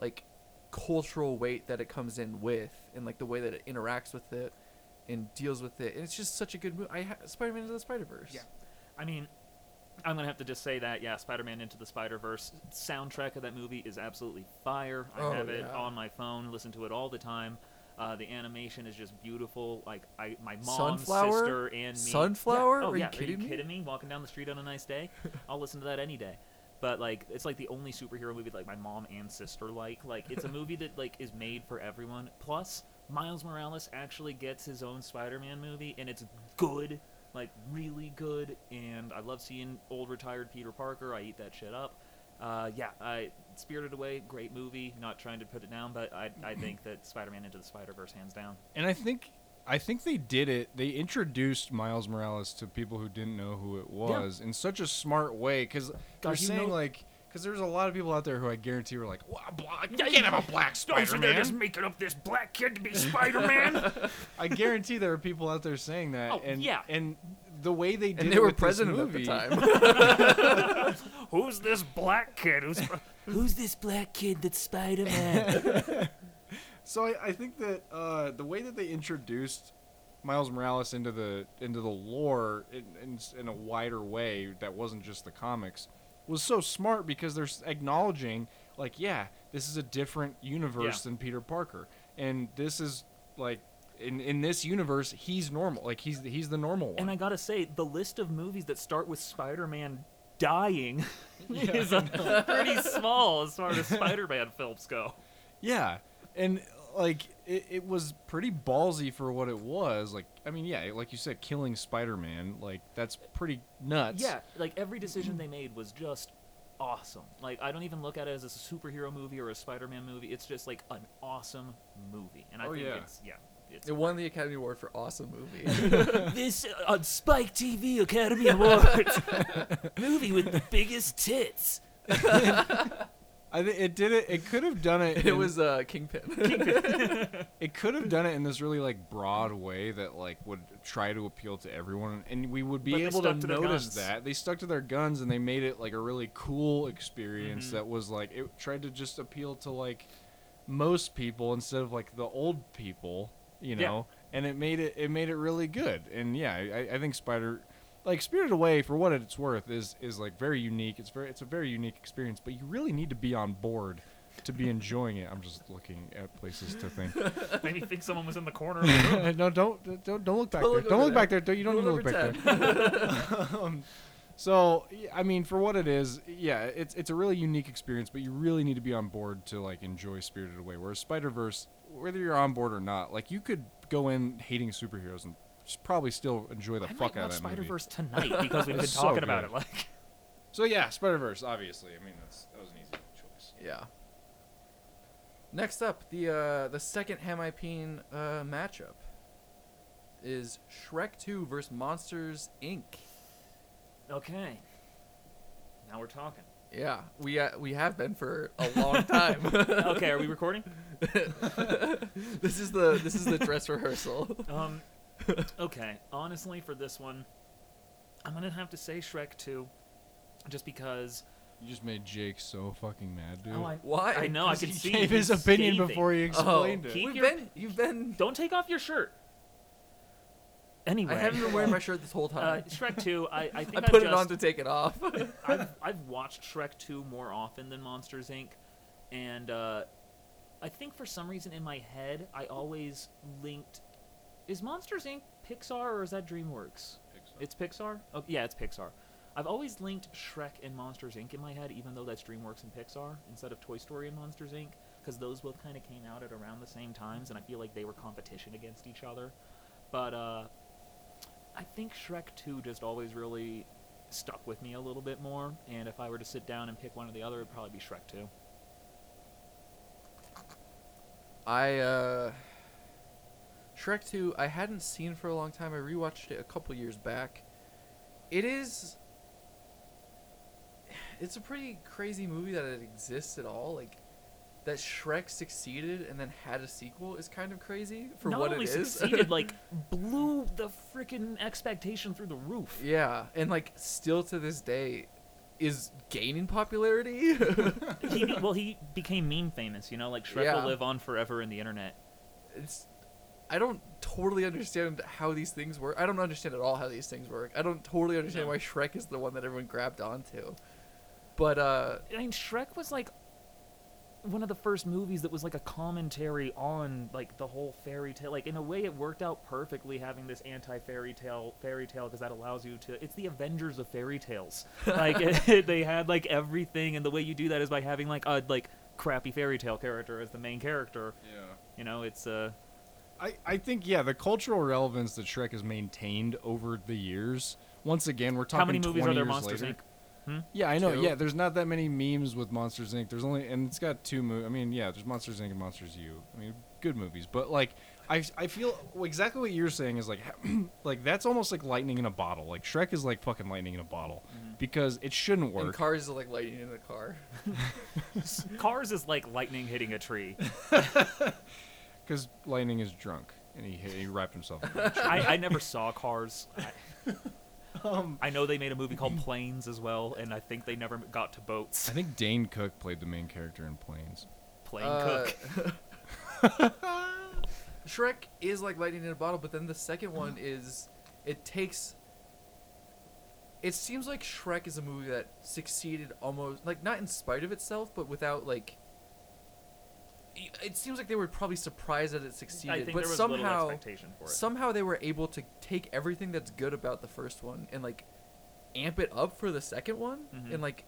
like cultural weight that it comes in with, and like the way that it interacts with it and deals with it. And it's just such a good movie. I ha- Spider-Man into the Spider-Verse.
Yeah. I mean, I'm gonna have to just say that. Yeah, Spider-Man into the Spider-Verse soundtrack of that movie is absolutely fire. I
Oh,
have it
yeah.
on my phone, listen to it all the time. Uh, the animation is just beautiful. Like I, my mom,
Sunflower?
sister, and me.
Sunflower?
Yeah. Oh
Are you
yeah,
kidding me?
kidding me? Walking down the street on a nice day, I'll listen to that any day. But like, it's like the only superhero movie like my mom and sister like. Like, it's a movie that like is made for everyone. Plus, Miles Morales actually gets his own Spider-Man movie, and it's good, like really good. And I love seeing old retired Peter Parker. I eat that shit up. Uh, yeah, I, Spirited Away, great movie. Not trying to put it down, but I, I think that Spider-Man into the Spider-Verse hands down.
And I think I think they did it. They introduced Miles Morales to people who didn't know who it was in such a smart way because they're
you
saying
know-
like because there's a lot of people out there who I guarantee were like, "Wha- blah, you
Yeah,
can't
you-
have a black
Oh, so they're
Spider-Man.
just making up this black kid to be Spider-Man.
I guarantee there are people out there saying that.
Oh,
and
yeah.
and the way they did
and
it
they were
with this
president at the
movie-
time.
who's this black kid? Who's who's this black kid that's Spider-Man?
So I, I think that uh, the way that they introduced Miles Morales into the into the lore in, in, s- in a wider way that wasn't just the comics was so smart because they're s- acknowledging like yeah this is a different universe
Yeah.
than Peter Parker and this is like in in this universe he's normal like he's the- he's the normal one
and I gotta say, the list of movies that start with Spider-Man dying is uh, pretty small as far as Spider-Man films go.
Yeah, and like it, it was pretty ballsy for what it was. Like, I mean, yeah, like you said, killing Spider-Man, like that's pretty nuts.
Yeah, like every decision they made was just awesome. Like I don't even look at it as a superhero movie or a Spider-Man movie. It's just like an awesome movie, and I
Oh,
think
yeah.
it's yeah. It's,
it won the Academy Award for awesome movie.
this uh, on Spike TV Academy Awards movie with the biggest tits.
I think it did it. It could have done it.
it
in-
was uh, Kingpin.
It could have done it in this really like broad way that like would try to appeal to everyone, and we would be
But they
able to,
stuck to their
notice
guns.
that they stuck to their guns and they made it like a really cool experience
Mm-hmm.
that was like it tried to just appeal to like most people instead of like the old people, you
Yeah.
know. And it made it it made it really good. And yeah, I, I think Spider. Like Spirited Away, for what it's worth, is is like very unique. It's very it's a very unique experience, but you really need to be on board to be enjoying it. I'm just looking at places to think.
Made me think someone was in the corner. Of the room.
no, don't don't don't look back
Don't
there.
look
Don't
over there.
look back there. Don't, you don't
Rule
need to look
number
back there. um, so y- I mean, for what it is, yeah, it's it's a really unique experience, but you really need to be on board to like enjoy Spirited Away. Whereas Spider Verse, whether you're on board or not, like you could go in hating superheroes and s- probably still enjoy the
I
fuck
might
out
watch
of that movie.
Spider-Verse tonight because we've been
It's so
talking about
good.
it. Like
So yeah, Spider Verse, obviously. I mean, that's that was an easy choice.
yeah. Next up, the uh, the second Hamipene uh, matchup is Shrek 2 versus Monsters Inc.
okay, now we're talking.
Yeah, we uh, we have been for a long time.
Okay, are we recording?
this is the this is the dress rehearsal.
Um, okay. Honestly, for this one, I'm gonna have to say Shrek 2, just because.
You just made Jake so fucking mad, dude.
Oh, I,
Why?
I know. I
Because
can
he
see
gave his
he's
opinion
scathing. Oh,
before he explained it.
keep
Oh, We've
your-
been you've been.
Don't take off your shirt. Anyway,
I haven't been wearing my shirt this whole
uh,
time.
Shrek 2. I, I
I
think
put
have
it
just,
on to take it off.
I've, I've watched Shrek 2 more often than Monsters Inc. And uh, I think for some reason in my head, I always linked. Is Monsters Inc. Pixar or is that DreamWorks? It's Pixar? Oh, yeah, it's Pixar. I've always linked Shrek and Monsters Inc. in my head, even though that's DreamWorks and Pixar instead of Toy Story and Monsters Inc. Because those both kind of came out at around the same times, and I feel like they were competition against each other. But uh, I think Shrek 2 just always really stuck with me a little bit more. And if I were to sit down and pick one or the other, it'd probably be Shrek 2.
I uh Shrek 2 I hadn't seen for a long time. I rewatched it a couple years back. It is it's a pretty crazy movie that it exists at all. Like that Shrek succeeded and then had a sequel is kind of crazy for
Not
what
only
it is.
succeeded, like blew the freaking expectation through the roof.
yeah, and like still to this day is gaining popularity.
he, well, he became meme famous, you know, like Shrek
Yeah.
will live on forever in the internet.
it's I don't totally understand how these things work. I don't understand at all how these things work. I don't totally understand
No.
why Shrek is the one that everyone grabbed onto. But uh
I mean, Shrek was like one of the first movies that was like a commentary on like the whole fairy tale. Like in a way, it worked out perfectly having this anti fairy tale fairy tale because that allows you to. It's the Avengers of fairy tales. Like it, they had like everything, and the way you do that is by having like a like crappy fairy tale character as the main character.
Yeah.
You know, it's uh
I, I think yeah, the cultural relevance that Shrek has maintained over the years. Once again, we're talking
how many movies
20
are there
years
Monsters
later.
Inc.
Yeah, I know.
Two.
Yeah, there's not that many memes with Monsters Inc. There's only and it's got two movies. I mean, yeah, there's Monsters Inc. and Monsters U. I mean, good movies, but like I, I feel exactly what you're saying is like like that's almost like lightning in a bottle. Like Shrek is like fucking lightning in a bottle
Mm-hmm.
because it
And
shouldn't work.
cars are like lightning in a car.
Cars is like lightning hitting a tree.
Because lightning is drunk and he he wrapped himself. in a
I, I never saw Cars. I, I know they made a movie called Planes as well, and I think they never got to boats.
I think Dane Cook played the main character in Planes.
Plane
Uh,
cook.
Shrek is like lightning in a bottle, but then the second one is it takes. It seems like Shrek is a movie that succeeded almost like not in spite of itself, but without like. y- It seems like they were probably surprised that it
I
succeeded,
think
but
there was little
somehow
expectation for it.
somehow they were able to take everything that's good about the first one and like amp it up for the second one
Mhm.
and like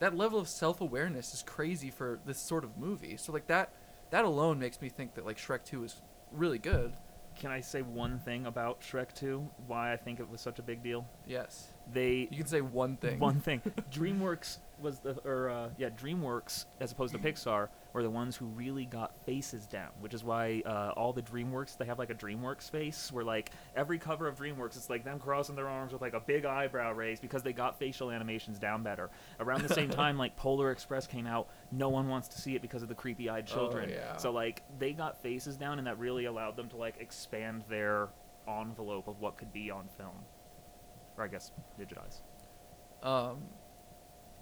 that level of self-awareness is crazy for this sort of movie so like that that alone makes me think that like shrek 2 is really good
Can I say one thing about Shrek 2? Why I think it was such a big deal?
yes
They
you can say one thing
One thing. DreamWorks was the, or uh, yeah, DreamWorks as opposed to Pixar were the ones who really got faces down, which is why uh, all the DreamWorks they have like a DreamWorks face where like every cover of DreamWorks it's like them crossing their arms with like a big eyebrow raise because they got facial animations down better. Around the same time, like Polar Express came out, no one wants to see it because of the creepy-eyed
Oh,
children.
yeah.
So like they got faces down, and that really allowed them to like expand their envelope of what could be on film, or I guess digitize.
um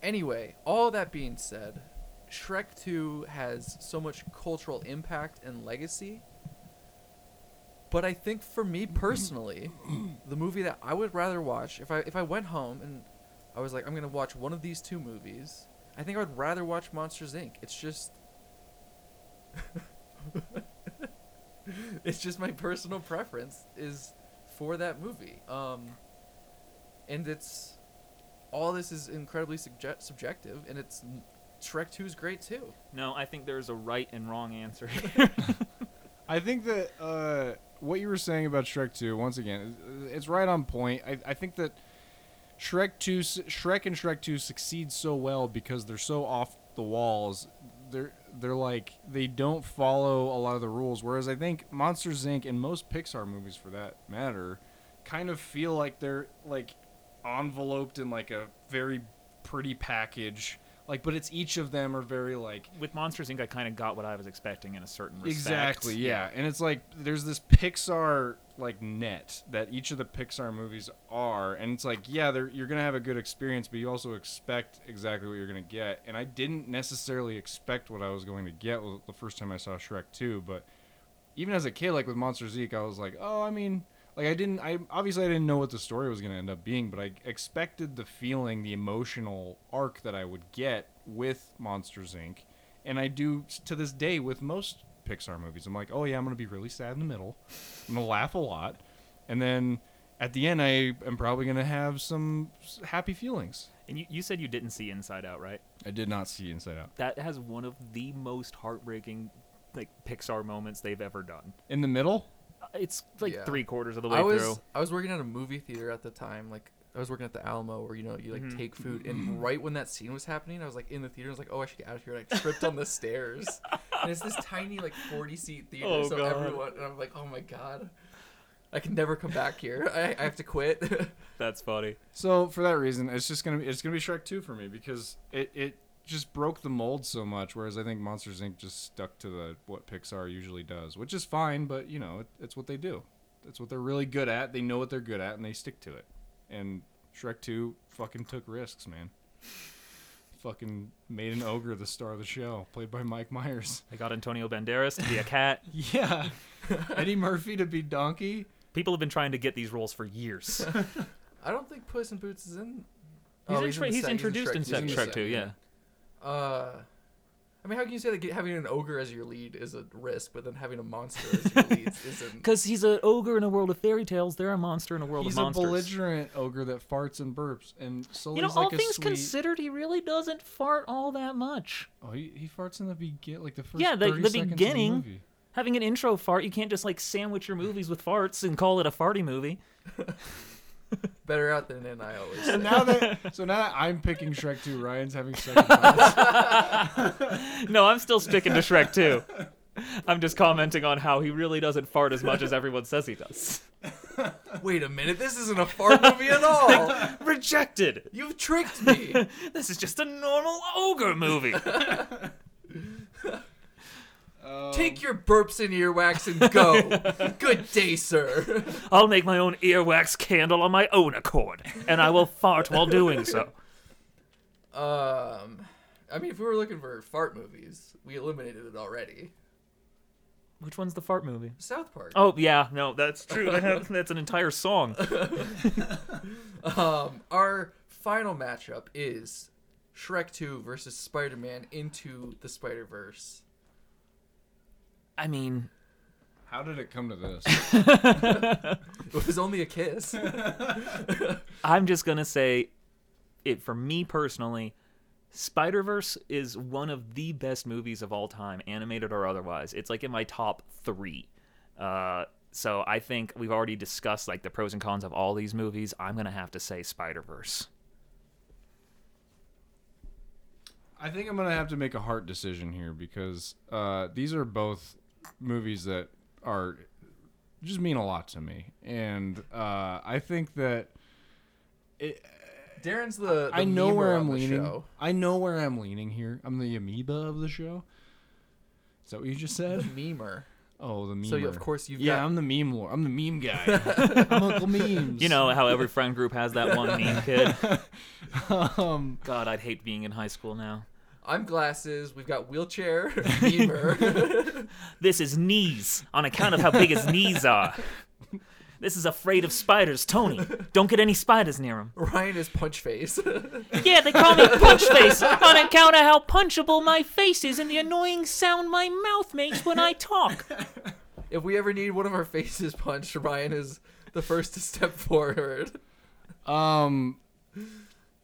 anyway all that being said shrek 2 has so much cultural impact and legacy But I think for me personally, the movie that I would rather watch if I if I went home and I was like I'm gonna watch one of these two movies, I think I would rather watch Monsters Inc. It's just it's just my personal preference is for that movie. Um, and it's all this is incredibly subje- subjective, and it's Shrek Two is great too.
No, I think there's a right and wrong answer.
I think that uh, what you were saying about Shrek 2, once again, is- uh, it's right on point. I, I think that Shrek 2, s- Shrek and Shrek 2 succeed so well because they're so off the walls. They're they're like they don't follow a lot of the rules. Whereas I think Monsters Inc. and most Pixar movies, for that matter, kind of feel like they're like enveloped in like a very pretty package. Like, but it's each of them are very like
With Monsters Inc., I kind of got what I was expecting in a certain respect.
Exactly, yeah. And it's like there's this Pixar like net that each of the Pixar movies are, and it's like yeah, they're, you're gonna have a good experience, but you also expect exactly what you're gonna get. And I didn't necessarily expect what I was going to get l- the first time I saw Shrek 2, but even as a kid, like with Monsters Inc., I was like, oh, I mean, like I didn't, I obviously I didn't know what the story was gonna end up being, but I expected the feeling, the emotional arc that I would get with Monsters Inc. And I do s- to this day with most Pixar movies. I'm like, oh yeah, I'm gonna be really sad in the middle. I'm gonna laugh a lot, and then at the end, I am probably gonna have some s- happy feelings.
And you, you said you didn't see Inside Out, right?
I did not see Inside Out.
That has one of the most heartbreaking like Pixar moments they've ever done.
In the middle,
Uh, It's like
Yeah.
three quarters of the way
I was
through.
I was working at a movie theater at the time, like I was working at the Alamo where you know you like
Mm-hmm.
take food and right when that scene was happening, I was like in the theater, I was like, Oh, I should get out of here and I tripped on the stairs. And it's this tiny like forty seat theater,
Oh,
so
God.
everyone and I'm like, Oh my god. I can never come back here. I, I have to quit.
That's funny.
So for that reason, it's just gonna be it's gonna be Shrek two for me because it it just broke the mold so much. Whereas I think Monsters Inc. just stuck to the what Pixar usually does, which is fine. But you know, it, it's what they do. It's what they're really good at. They know what they're good at, and they stick to it. And Shrek two fucking took risks, man. fucking made an ogre the star of the show, played by Mike Myers.
They got Antonio Banderas to be a cat.
Yeah, Eddie Murphy to be Donkey.
People have been trying to get these roles for years.
I don't think Puss in Boots is in
he's
Oh,
in Shrek-
the
he's
sec-
introduced in
Shrek-
Shrek,
he's the
Shrek
sec,
2, yeah.
Uh, I mean, how can you say that having an ogre as your lead is a risk, but then having a monster as your lead isn't?
Because he's an ogre in a world of fairy tales. They're a monster in a world
He's
of
a
monsters.
belligerent ogre that farts and burps, and Sully's
you know, all
like a
things
sweet.
considered, he really doesn't fart all that much.
Oh, he, he farts in the begin, like the first.
Yeah, the-
30
the
seconds of
beginning.
The movie.
having an intro fart you can't just like sandwich your movies with farts and call it a farty movie
Better out than in, I always
So
say.
now that so now that I'm picking Shrek two, Ryan's having second thoughts.
no i'm still sticking to shrek 2 I'm just commenting on how he really doesn't fart as much as everyone says he does.
Wait a minute, this isn't a fart movie at all.
Rejected.
You've tricked me.
This is just a normal ogre movie.
Uh,
Take your burps and earwax and go. Good day, sir.
I'll make my own earwax candle on my own accord, and I will fart while doing so.
Um, I mean, if we were looking for fart movies, we eliminated it already.
Which one's the fart movie?
South Park.
Oh yeah, no, that's true. I have- that's an entire song.
Um, our final matchup is Shrek 2 versus Spider Man into the Spider Verse.
I mean,
How did it come to this?
It was only a kiss.
I'm just gonna say, it for me personally, Spider Verse is one of the best movies of all time, animated or otherwise. It's like in my top three. Uh, so I think we've already discussed like the pros and cons of all these movies. I'm gonna have to say Spider Verse.
I think I'm gonna have to make a heart decision here because uh, these are both movies that are just mean a lot to me, and uh, I think that
Darren's the, the
I know where
memer
I'm
on the
leaning.
Show.
I know where I'm leaning here. I'm the amoeba of the show. Is that what you just
The
said?
memer.
Oh, the meme.
So you- of course you've
yeah.
got-
I'm the meme lord. I'm the meme guy. I'm Uncle Memes.
You know how every friend group has that one mean kid.
Um,
God, I'd hate being in high school now.
I'm glasses. We've got wheelchair. Memer.
This is knees on account of how big his knees are. This is afraid of spiders, Tony. Don't get any spiders near him.
Ryan is punch face.
Yeah, they call me Punch Face on account of how punchable my face is and the annoying sound my mouth makes when I talk.
if we ever need one of our faces punched, Ryan is the first to step forward.
um,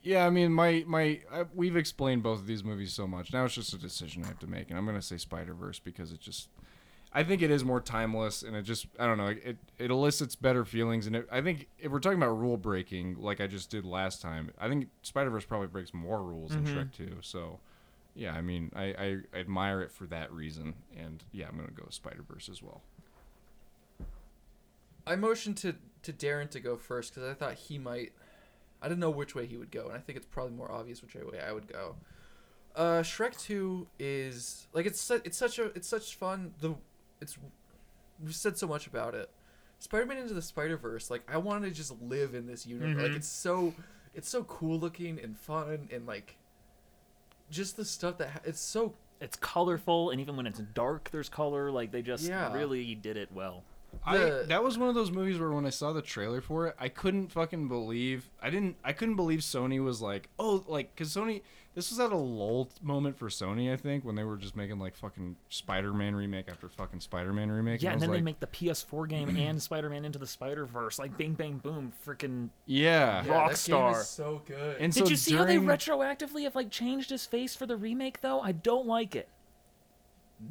yeah. I mean, my my I, we've explained both of these movies so much. Now it's just a decision I have to make, and I'm gonna say Spider Verse because it just. I think it is more timeless, and it just I don't know it it elicits better feelings, and it, I think if we're talking about rule breaking, like I just did last time, I think Spider Verse probably breaks more rules
Mm-hmm.
than Shrek Two. So, yeah, I mean, I, I admire it for that reason, and yeah, I'm gonna go Spider Verse as well.
I motioned to to Darren to go first because I thought he might. I didn't know which way he would go, and I think it's probably more obvious which way I would go. Uh, Shrek Two is like it's su- it's such a it's such fun. The it's we've said so much about it. Spider Man into the Spider Verse, like I wanted to just live in this universe. Like it's so it's so cool looking and fun and like just the stuff that ha- it's so
It's colorful, and even when it's dark, there's color. Like, they just
Yeah.
really did it well.
I,
The-
that was one of those movies where when I saw the trailer for it, I couldn't fucking believe I didn't I couldn't believe Sony was like, "Oh, like cuz Sony this was at a lull moment for Sony, I think, when they were just making like fucking Spider-Man remake after fucking Spider-Man remake.
Yeah,
I
and
was
then
like,
they make the PS4 game and Spider Man Into the Spider Verse. Like, bang, bang, boom. Freaking.
Yeah.
yeah, that game
Rockstar.
is so good.
And
Did
so
you see
during,
how they retroactively have, like, changed his face for the remake, though? I don't like it.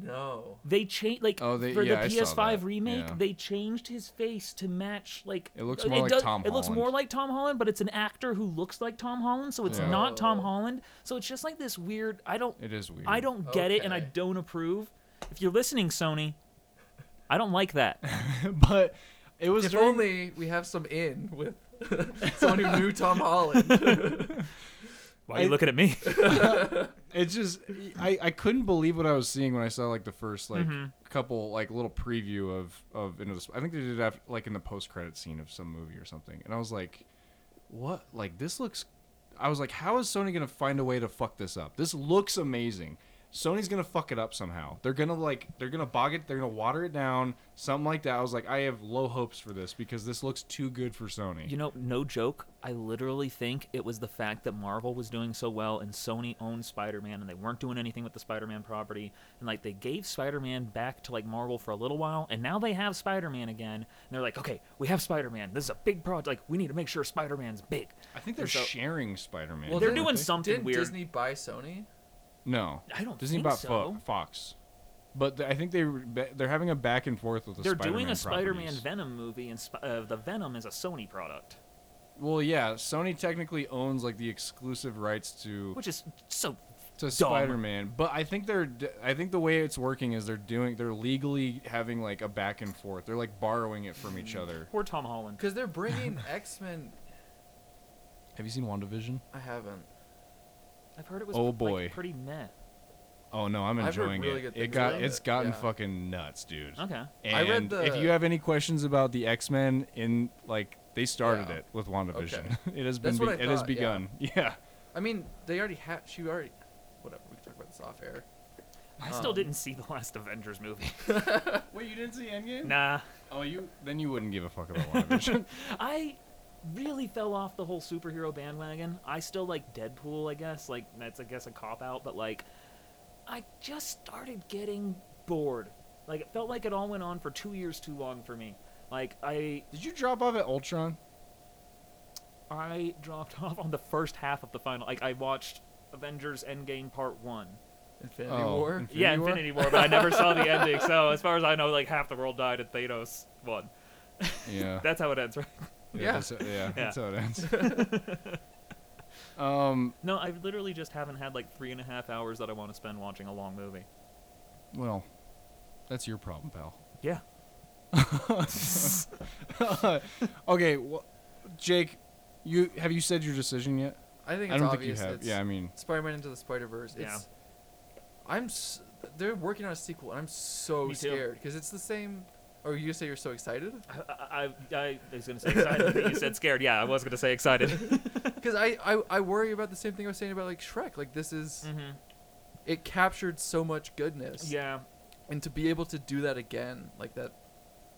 no,
They changed like
Oh, they-
for
yeah, I
the
saw
PS5
that.
remake.
Yeah.
They changed his face to match like
It looks more like Tom
It looks more
Holland.
like Tom Holland, but it's an actor who looks like Tom Holland, so it's
Yeah.
not Tom
Oh.
Holland. So it's just like this weird. I don't.
It is weird.
I don't get it, and I
Okay.
don't approve. If you're listening, Sony, I don't like that.
but it was
If
during
only we have some in with someone who knew Tom Holland.
Why are you looking at me?
it's just I, I couldn't believe what I was seeing when I saw like the first like
Mm-hmm.
couple like little preview of of into the, Sp- I think they did it after, like in the post credit scene of some movie or something, and I was like, what? Like this looks. I was like, how is Sony gonna find a way to fuck this up? This looks amazing. Sony's gonna fuck it up somehow. They're gonna like they're gonna bog it. They're gonna water it down. Something like that. I was like, I have low hopes for this because this looks too good for Sony.
You know, no joke. I literally think it was the fact that Marvel was doing so well and Sony owned Spider-Man and they weren't doing anything with the Spider-Man property and like they gave Spider-Man back to like Marvel for a little while and now they have Spider-Man again and they're like, "Okay, we have Spider-Man. This is a big project. Like we need to make sure Spider-Man's big."
I think they're
So-
sharing Spider-Man.
Well,
They're
didn't-
aren't
doing
they?
something
Did
weird.
Disney buy Sony?
No,
I don't
Disney
think
bought
so.
Fo- Fox, but th- I think they re- they're having a back and forth with the
they're
Spider-Man
doing a Spider-Man
properties.
Venom movie and Sp- uh, the Venom is a Sony product,
well, yeah, Sony technically owns like the exclusive rights to
which is so
to Spider-Man, but I think they're d- I think the way it's working is they're doing they're legally having like a back and forth. They're like borrowing it from each other.
Poor Tom Holland.
Because they're bringing X Men.
Have you seen WandaVision?
I haven't.
I've heard it was
Oh,
like,
boy.
pretty meh.
Oh no, I'm
I've heard
enjoying
really
it.
good
It
things
got
about
it's
it,
gotten
yeah.
fucking nuts, dude.
Okay.
And
I read
if
the-
you have any questions about the X Men, in like they started
Yeah.
it with WandaVision. it has been
That's
be-
what I
it has
thought, yeah.
begun. Yeah.
I mean, they already had. She already. Whatever. We can talk about this off air.
I still
Um,
didn't see the last Avengers movie.
Wait, you didn't see Endgame?
nah.
Oh, you then you wouldn't give a fuck about WandaVision.
I really fell off the whole superhero bandwagon. I still like Deadpool, I guess. Like that's I guess a cop out, but like I just started getting bored. Like it felt like it all went on for 2 years too long for me. Like I
Did you drop off at Ultron?
I dropped off on the first half of the final. Like I watched Avengers Endgame Part 1.
Infinity
Oh,
War.
Infinity
yeah,
War?
Infinity War, but I never saw the ending. So as far as I know, like half the world died and Thanos won.
Yeah.
That's how it ends, right?
Yeah.
That's, yeah, That's how it ends. um.
No, I literally just haven't had like three and a half hours that I want to spend watching a long movie.
Well, that's your problem, pal.
Yeah.
okay. Well, Jake, you have you said your decision yet?
I think it's
I don't think
obvious.
you have.
It's
Yeah, I mean,
Spider-Man into the Spider-Verse.
Yeah.
It's, I'm. S- they're working on a sequel, and I'm so
Me too.
scared because it's the same. Or you say you're so excited?
I, I, I was gonna say excited, but you said scared. Yeah, I was gonna say excited.
Because I, I I worry about the same thing I was saying about like Shrek. Like this is
mm-hmm.
it captured so much goodness.
Yeah,
And to be able to do that again, like that,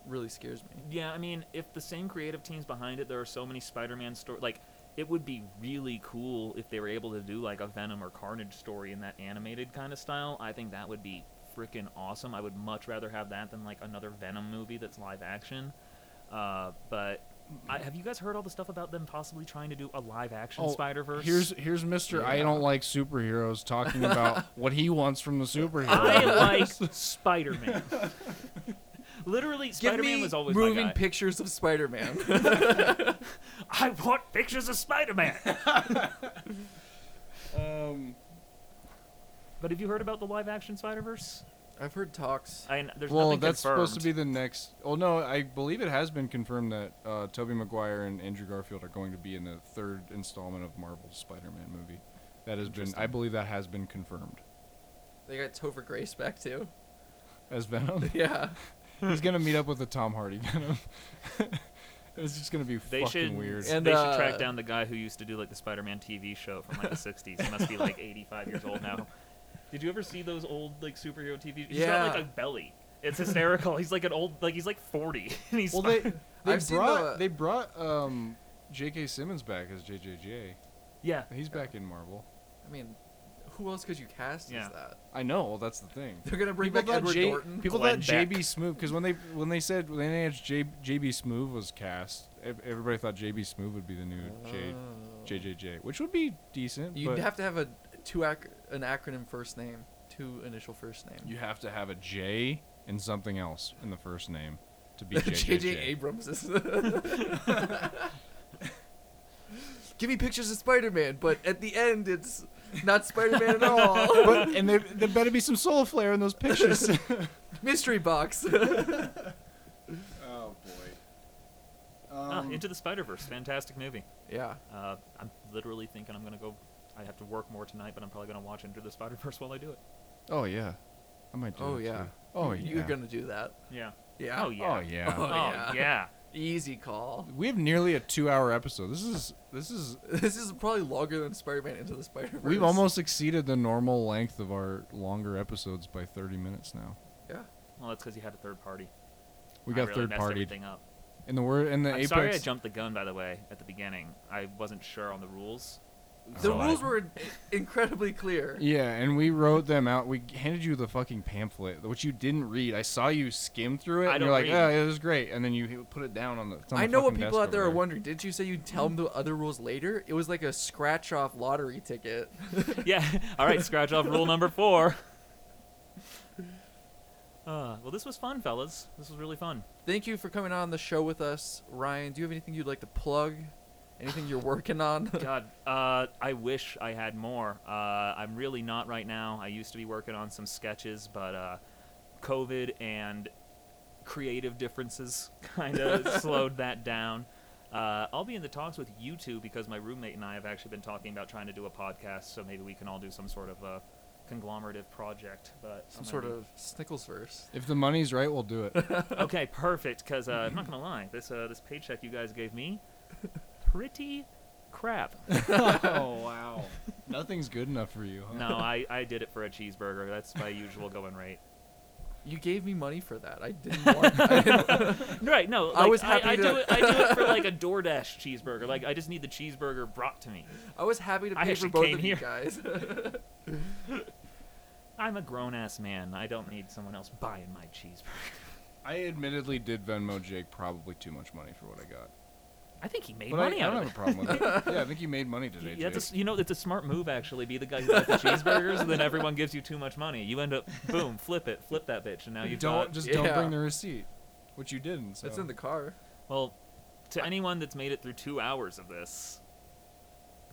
really scares me.
yeah. I mean, if the same creative teams behind it, there are so many Spider-Man stories. Like, it would be really cool if they were able to do like a Venom or Carnage story in that animated kind of style. I think that would be freaking awesome. I would much rather have that than like another Venom movie that's live action. Uh, but I, have you guys heard all the stuff about them possibly trying to do a live action
Oh,
Spider Verse?
Here's here's Mister. I
Yeah.
don't like superheroes talking about what he wants from the superhero.
I like Spider Man. Literally,
Give
Spider Man
me
was always my
moving
guy.
pictures of Spider-Man.
I want pictures of Spider Man.
um,
but have you heard about the live action Spider Verse?
I've heard talks.
I there's
well,
nothing
that's
confirmed.
supposed to be the next. Oh no, I believe it has been confirmed that uh, Tobey Maguire and Andrew Garfield are going to be in the third installment of Marvel's Spider-Man movie. That has been. I
Interesting.
believe that has been confirmed
They got Topher Grace back too.
as Venom.
Yeah.
He's gonna meet up with the Tom Hardy Venom. it's just gonna be
They
fucking
should
weird.
and,
And,
they should
uh,
track down the guy who used to do like the Spider Man TV show from like the '60s. He must be like 85 years old now. Did you ever see those old like superhero TV? He's got like
Yeah.
a belly. It's hysterical. he's like an old like he's like 40 and he's
Well, they they
I've seen
brought
the-
they brought um, J.K. Simmons back as JJJ.
yeah.
He's back in Marvel.
I mean, who else could you cast
Yeah.
as that?
I know. Well, that's the thing.
They're gonna bring back
thought
Edward
J-
Norton.
People
Glenn
thought
Beck.
JB Smoove because when they when they said when they announced J, JB Smoove was cast, ev- everybody thought JB Smoove would be the new J,
Oh.
JJJ, which would be decent.
You'd
but
have to have a two ac- an acronym first name, two initial first name.
you have to have a J and something else in the first name to be JJJ.
JJ Abrams is. Give me pictures of Spider-Man, but at the end it's not Spider-Man at all.
but and there, there better be some soul flare in those pictures.
Mystery box.
oh boy. Um,
Ah, Into the Spider Verse, fantastic movie.
yeah.
Uh, I'm literally thinking I'm gonna go. I have to work more tonight, but I'm probably gonna watch Into the Spider Verse while I do it.
oh yeah, I might do.
Oh
it,
yeah.
Too. Oh yeah.
You're gonna do that.
Yeah.
Yeah.
Oh yeah.
Oh yeah.
Oh,
Oh, yeah.
yeah.
Easy call.
We have nearly a two-hour episode. This is this is
This is probably longer than Spider-Man into the Spider-Verse.
We've almost exceeded the normal length of our longer episodes by 30 minutes now.
Yeah.
Well, that's because you had a third party.
We
I
got
really
third
messed
partied.
everything up.
In the word in the
I'm
Apex
sorry I jumped the gun, by the way, at the beginning. I wasn't sure on the rules.
The
Oh, I-
rules were incredibly clear.
Yeah, and we wrote them out. We handed you the fucking pamphlet, which you didn't read. I saw you skim through it,
I
and you're
don't
like, "Oh,
read.
"Yeah, it was great," and then you put it down on the. it's on
I
the
know what
fucking
people
desk
out there
over
are wondering. Didn't you say you'd tell them the other rules later? It was like a scratch off lottery ticket.
Yeah. All right, scratch off rule number four. Uh, well, this was fun, fellas. This was really fun.
Thank you for coming on the show with us, Ryan. Do you have anything you'd like to plug? Anything you're working on?
God, uh, I wish I had more. Uh, I'm really not right now. I used to be working on some sketches, but uh, COVID and creative differences kind of slowed that down. Uh, I'll be in the talks with you two because my roommate and I have actually been talking about trying to do a podcast, so maybe we can all do some sort of uh conglomerative project. But
Some
I'm
sort
gonna
of Snickles verse.
If the money's right, we'll do it.
be- okay, perfect. Because uh, I'm not gonna lie, this uh, this paycheck you guys gave me, pretty crap.
oh wow. Nothing's good enough for you. Huh?
No, I, I did it for a cheeseburger. That's my usual going rate.
You gave me money for that. I didn't want. I didn't,
Right, no, like,
I
I,
was happy
I,
to-
do it, I do it for like a DoorDash cheeseburger. Like I just need the cheeseburger brought to me.
I was happy to
I
pay for
actually
both
came
of you
here.
guys.
I'm a grown ass man. I don't need someone else buying my cheeseburger.
I admittedly did Venmo Jake probably too much money for what I got.
I think he made
But I, I
money
don't
out
have
of
a
it.
problem with it. Yeah, I think you made money
Y-
today.
That's a
Jake.
s- you know, it's a smart move actually. Be the guy who got the cheeseburgers, and then everyone gives you too much money. You end up, boom, flip it, flip that bitch, and now
You
you've
don't
got-
just
yeah.
don't bring the receipt, which you didn't. So.
It's in the car.
well, to anyone that's made it through two hours of this,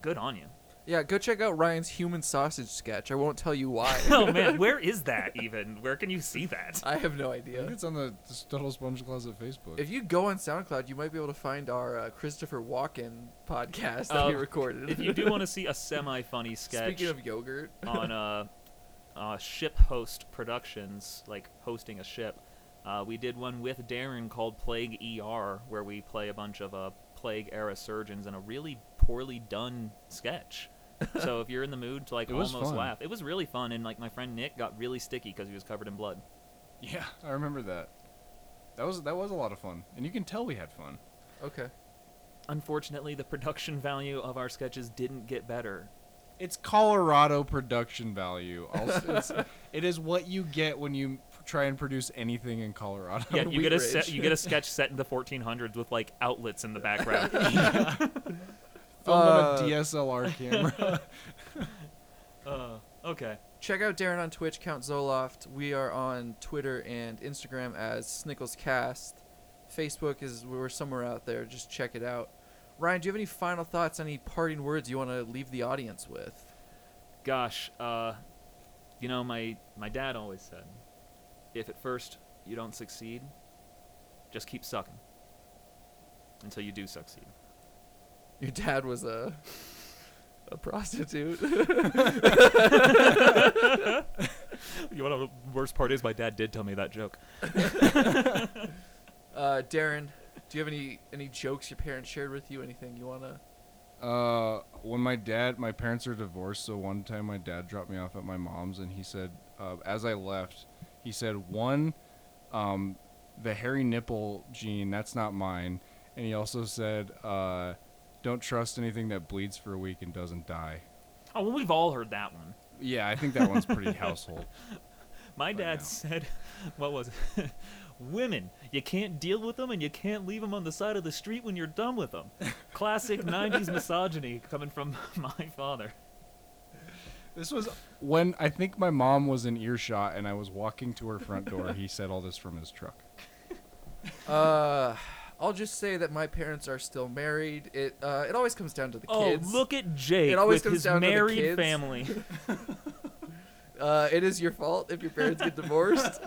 good on you.
Yeah, go check out Ryan's human sausage sketch. I won't tell you why.
Oh man, where is that even? Where can you see that?
I have no
I think
idea.
it's on the Tuttle Sponge Closet Facebook.
If you go on SoundCloud, you might be able to find our uh, Christopher Walken podcast that we
Um,
recorded.
If you do want to see a semi funny sketch
Speaking of yogurt,
on uh, uh, ship host productions, like hosting a ship, uh, we did one with Darren called Plague ER, where we play a bunch of uh, plague era surgeons in a really poorly done sketch. so if you're in the mood to like
It was
almost
fun.
laugh, it was really fun. And like my friend Nick got really sticky because he was covered in blood.
yeah, I remember that. That was that was a lot of fun, and you can tell we had fun.
okay.
Unfortunately, the production value of our sketches didn't get better.
It's Colorado production value. Also, it's, it is what you get when you try and produce anything in Colorado.
Yeah, you get a
Wheat
set,
Ridge.
you get a sketch set in the 1400s with like outlets in the background.
Filmed
Uh,
on a DSLR camera.
Uh, okay.
Check out Darren on Twitch, Count Zoloft. We are on Twitter and Instagram as Snickelscast. Facebook is we're somewhere out there. Just check it out. Ryan, do you have any final thoughts? Any parting words you want to leave the audience with?
Gosh, uh, you know my my dad always said, if at first you don't succeed, just keep sucking until you do succeed.
Your dad was a a prostitute.
You know what the worst part is? My dad did tell me that joke.
Uh, Darren, do you have any any jokes your parents shared with you? Anything you wanna?
Uh, when my dad, my parents are divorced, so one time my dad dropped me off at my mom's, and he said, uh, as I left, he said, one, um, the hairy nipple gene, that's not mine, and he also said, uh, don't trust anything that bleeds for a week and doesn't die.
Oh, well, we've all heard that one.
Yeah, I think that one's pretty household.
My
Right
dad
now.
said, "What was it? Women, you can't deal with them, and you can't leave them on the side of the street when you're done with them." Classic '90s misogyny coming from my father.
This was when I think my mom was in earshot, and I was walking to her front door. He said all this from his truck.
Uh, I'll just say that my parents are still married. It uh, it always comes down to the
Oh,
kids.
look at Jake
It always
with
comes
his
down to the
married
kids.
family.
Uh, it is your fault if your parents get divorced.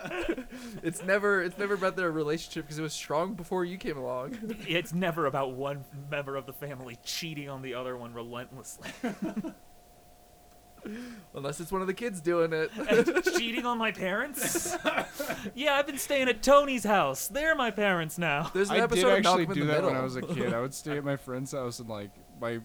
it's never it's never about their relationship because it was strong before you came along.
it's never about one member of the family cheating on the other one relentlessly.
Unless it's one of the kids doing it.
cheating on my parents? yeah, I've been staying at Tony's house. They're my parents now.
There's an
I did
episode of
actually
Malcolm
do
in the
that
Middle.
when I was a kid. I would stay at my friend's house, and like my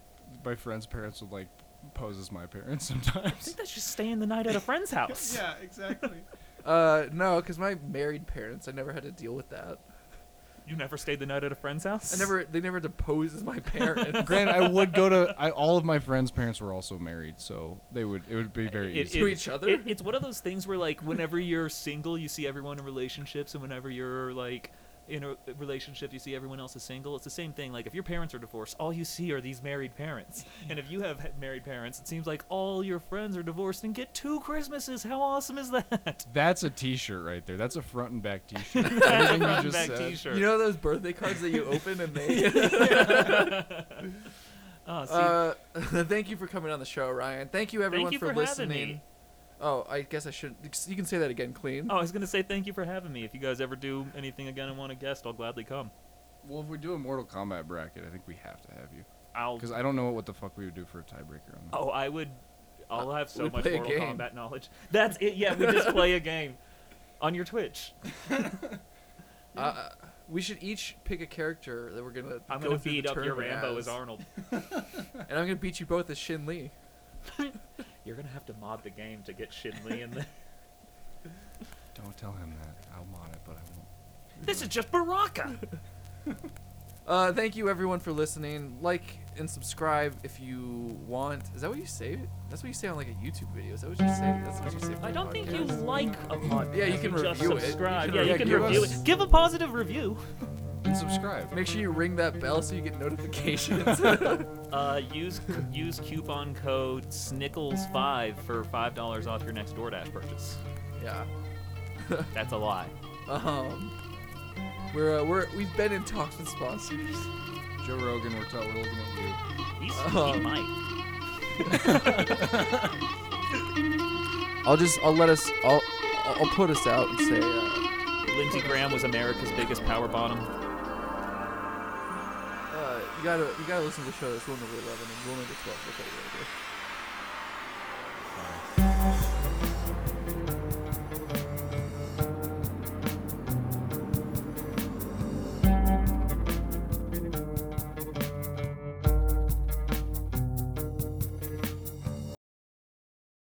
my friend's parents would like pose as my parents
I
sometimes.
think that's just staying the night at a friend's house.
exactly.
uh, no, because my married parents, I never had to deal with that.
You never stayed the night at a friend's house?
I never they never deposed as my parents.
Grant, I would go to. I, all of my friends' parents were also married, so they would. It would be very
It-
easy.
To
it-
each other?
it- it's one of those things where, like, whenever you're single, you see everyone in relationships, and whenever you're, like, in a relationship you see everyone else is single it's the same thing like if your parents are divorced all you see are these married parents and if you have ha- married parents it seems like all your friends are divorced and get two christmases how awesome is that
That's a T-shirt right there. That's a front and back T-shirt. Everything you just
Back
said.
t-shirt
You know those birthday cards that you open and they.
Oh, see,
uh, thank you for coming on the show, Ryan. Thank you everyone
you
for,
for having me.
listening. Oh, I guess I should. You can say that again, clean.
oh i was gonna say thank you for having me if you guys ever do anything again and want a guest i'll gladly come
Well, if we do a Mortal Kombat bracket, I think we have to have you
i'll
because I don't know what the fuck we would do for a tiebreaker on that.
Oh, I would. I'll have so
we
much
play a
Mortal
game.
Kombat knowledge. That's it. Yeah, we just play a game on your Twitch.
Uh, we should each pick a character that we're gonna.
I'm
go
gonna
through the
beat up your
tournament
Rambo as
as
Arnold.
and I'm gonna beat you both as Shin Lee.
You're gonna have to mod the game to get Shin Lee in there.
Don't tell him that. I'll mod it, but I won't.
this is just Baraka.
Uh, thank you everyone for listening. Like and subscribe if you want. Is that what you say? That's what you say on like a YouTube video. Is that what you say? That's what you say. for
I
the
don't think you
podcast?
like a podcast.
Yeah, you can
just
review it. You
subscribe.
can
yeah,
review
you can
it.
review
Give us-
it. Give a positive review.
And subscribe.
Make sure you ring that bell so you get notifications.
Uh, use use coupon code Snickles five for five dollars off your next DoorDash purchase.
yeah.
That's a lie.
Um, we're uh, we're we've been in talks with sponsors.
Joe Rogan, we're, t- we're looking at you.
He's, he
Oh.
might.
I'll just I'll let us I'll I'll put us out and say. Uh,
Lindsey Graham was America's biggest power bottom.
Uh, you gotta you gotta listen to the show. That's rule number eleven and rule number twelve. That's what we're gonna do.
Bye.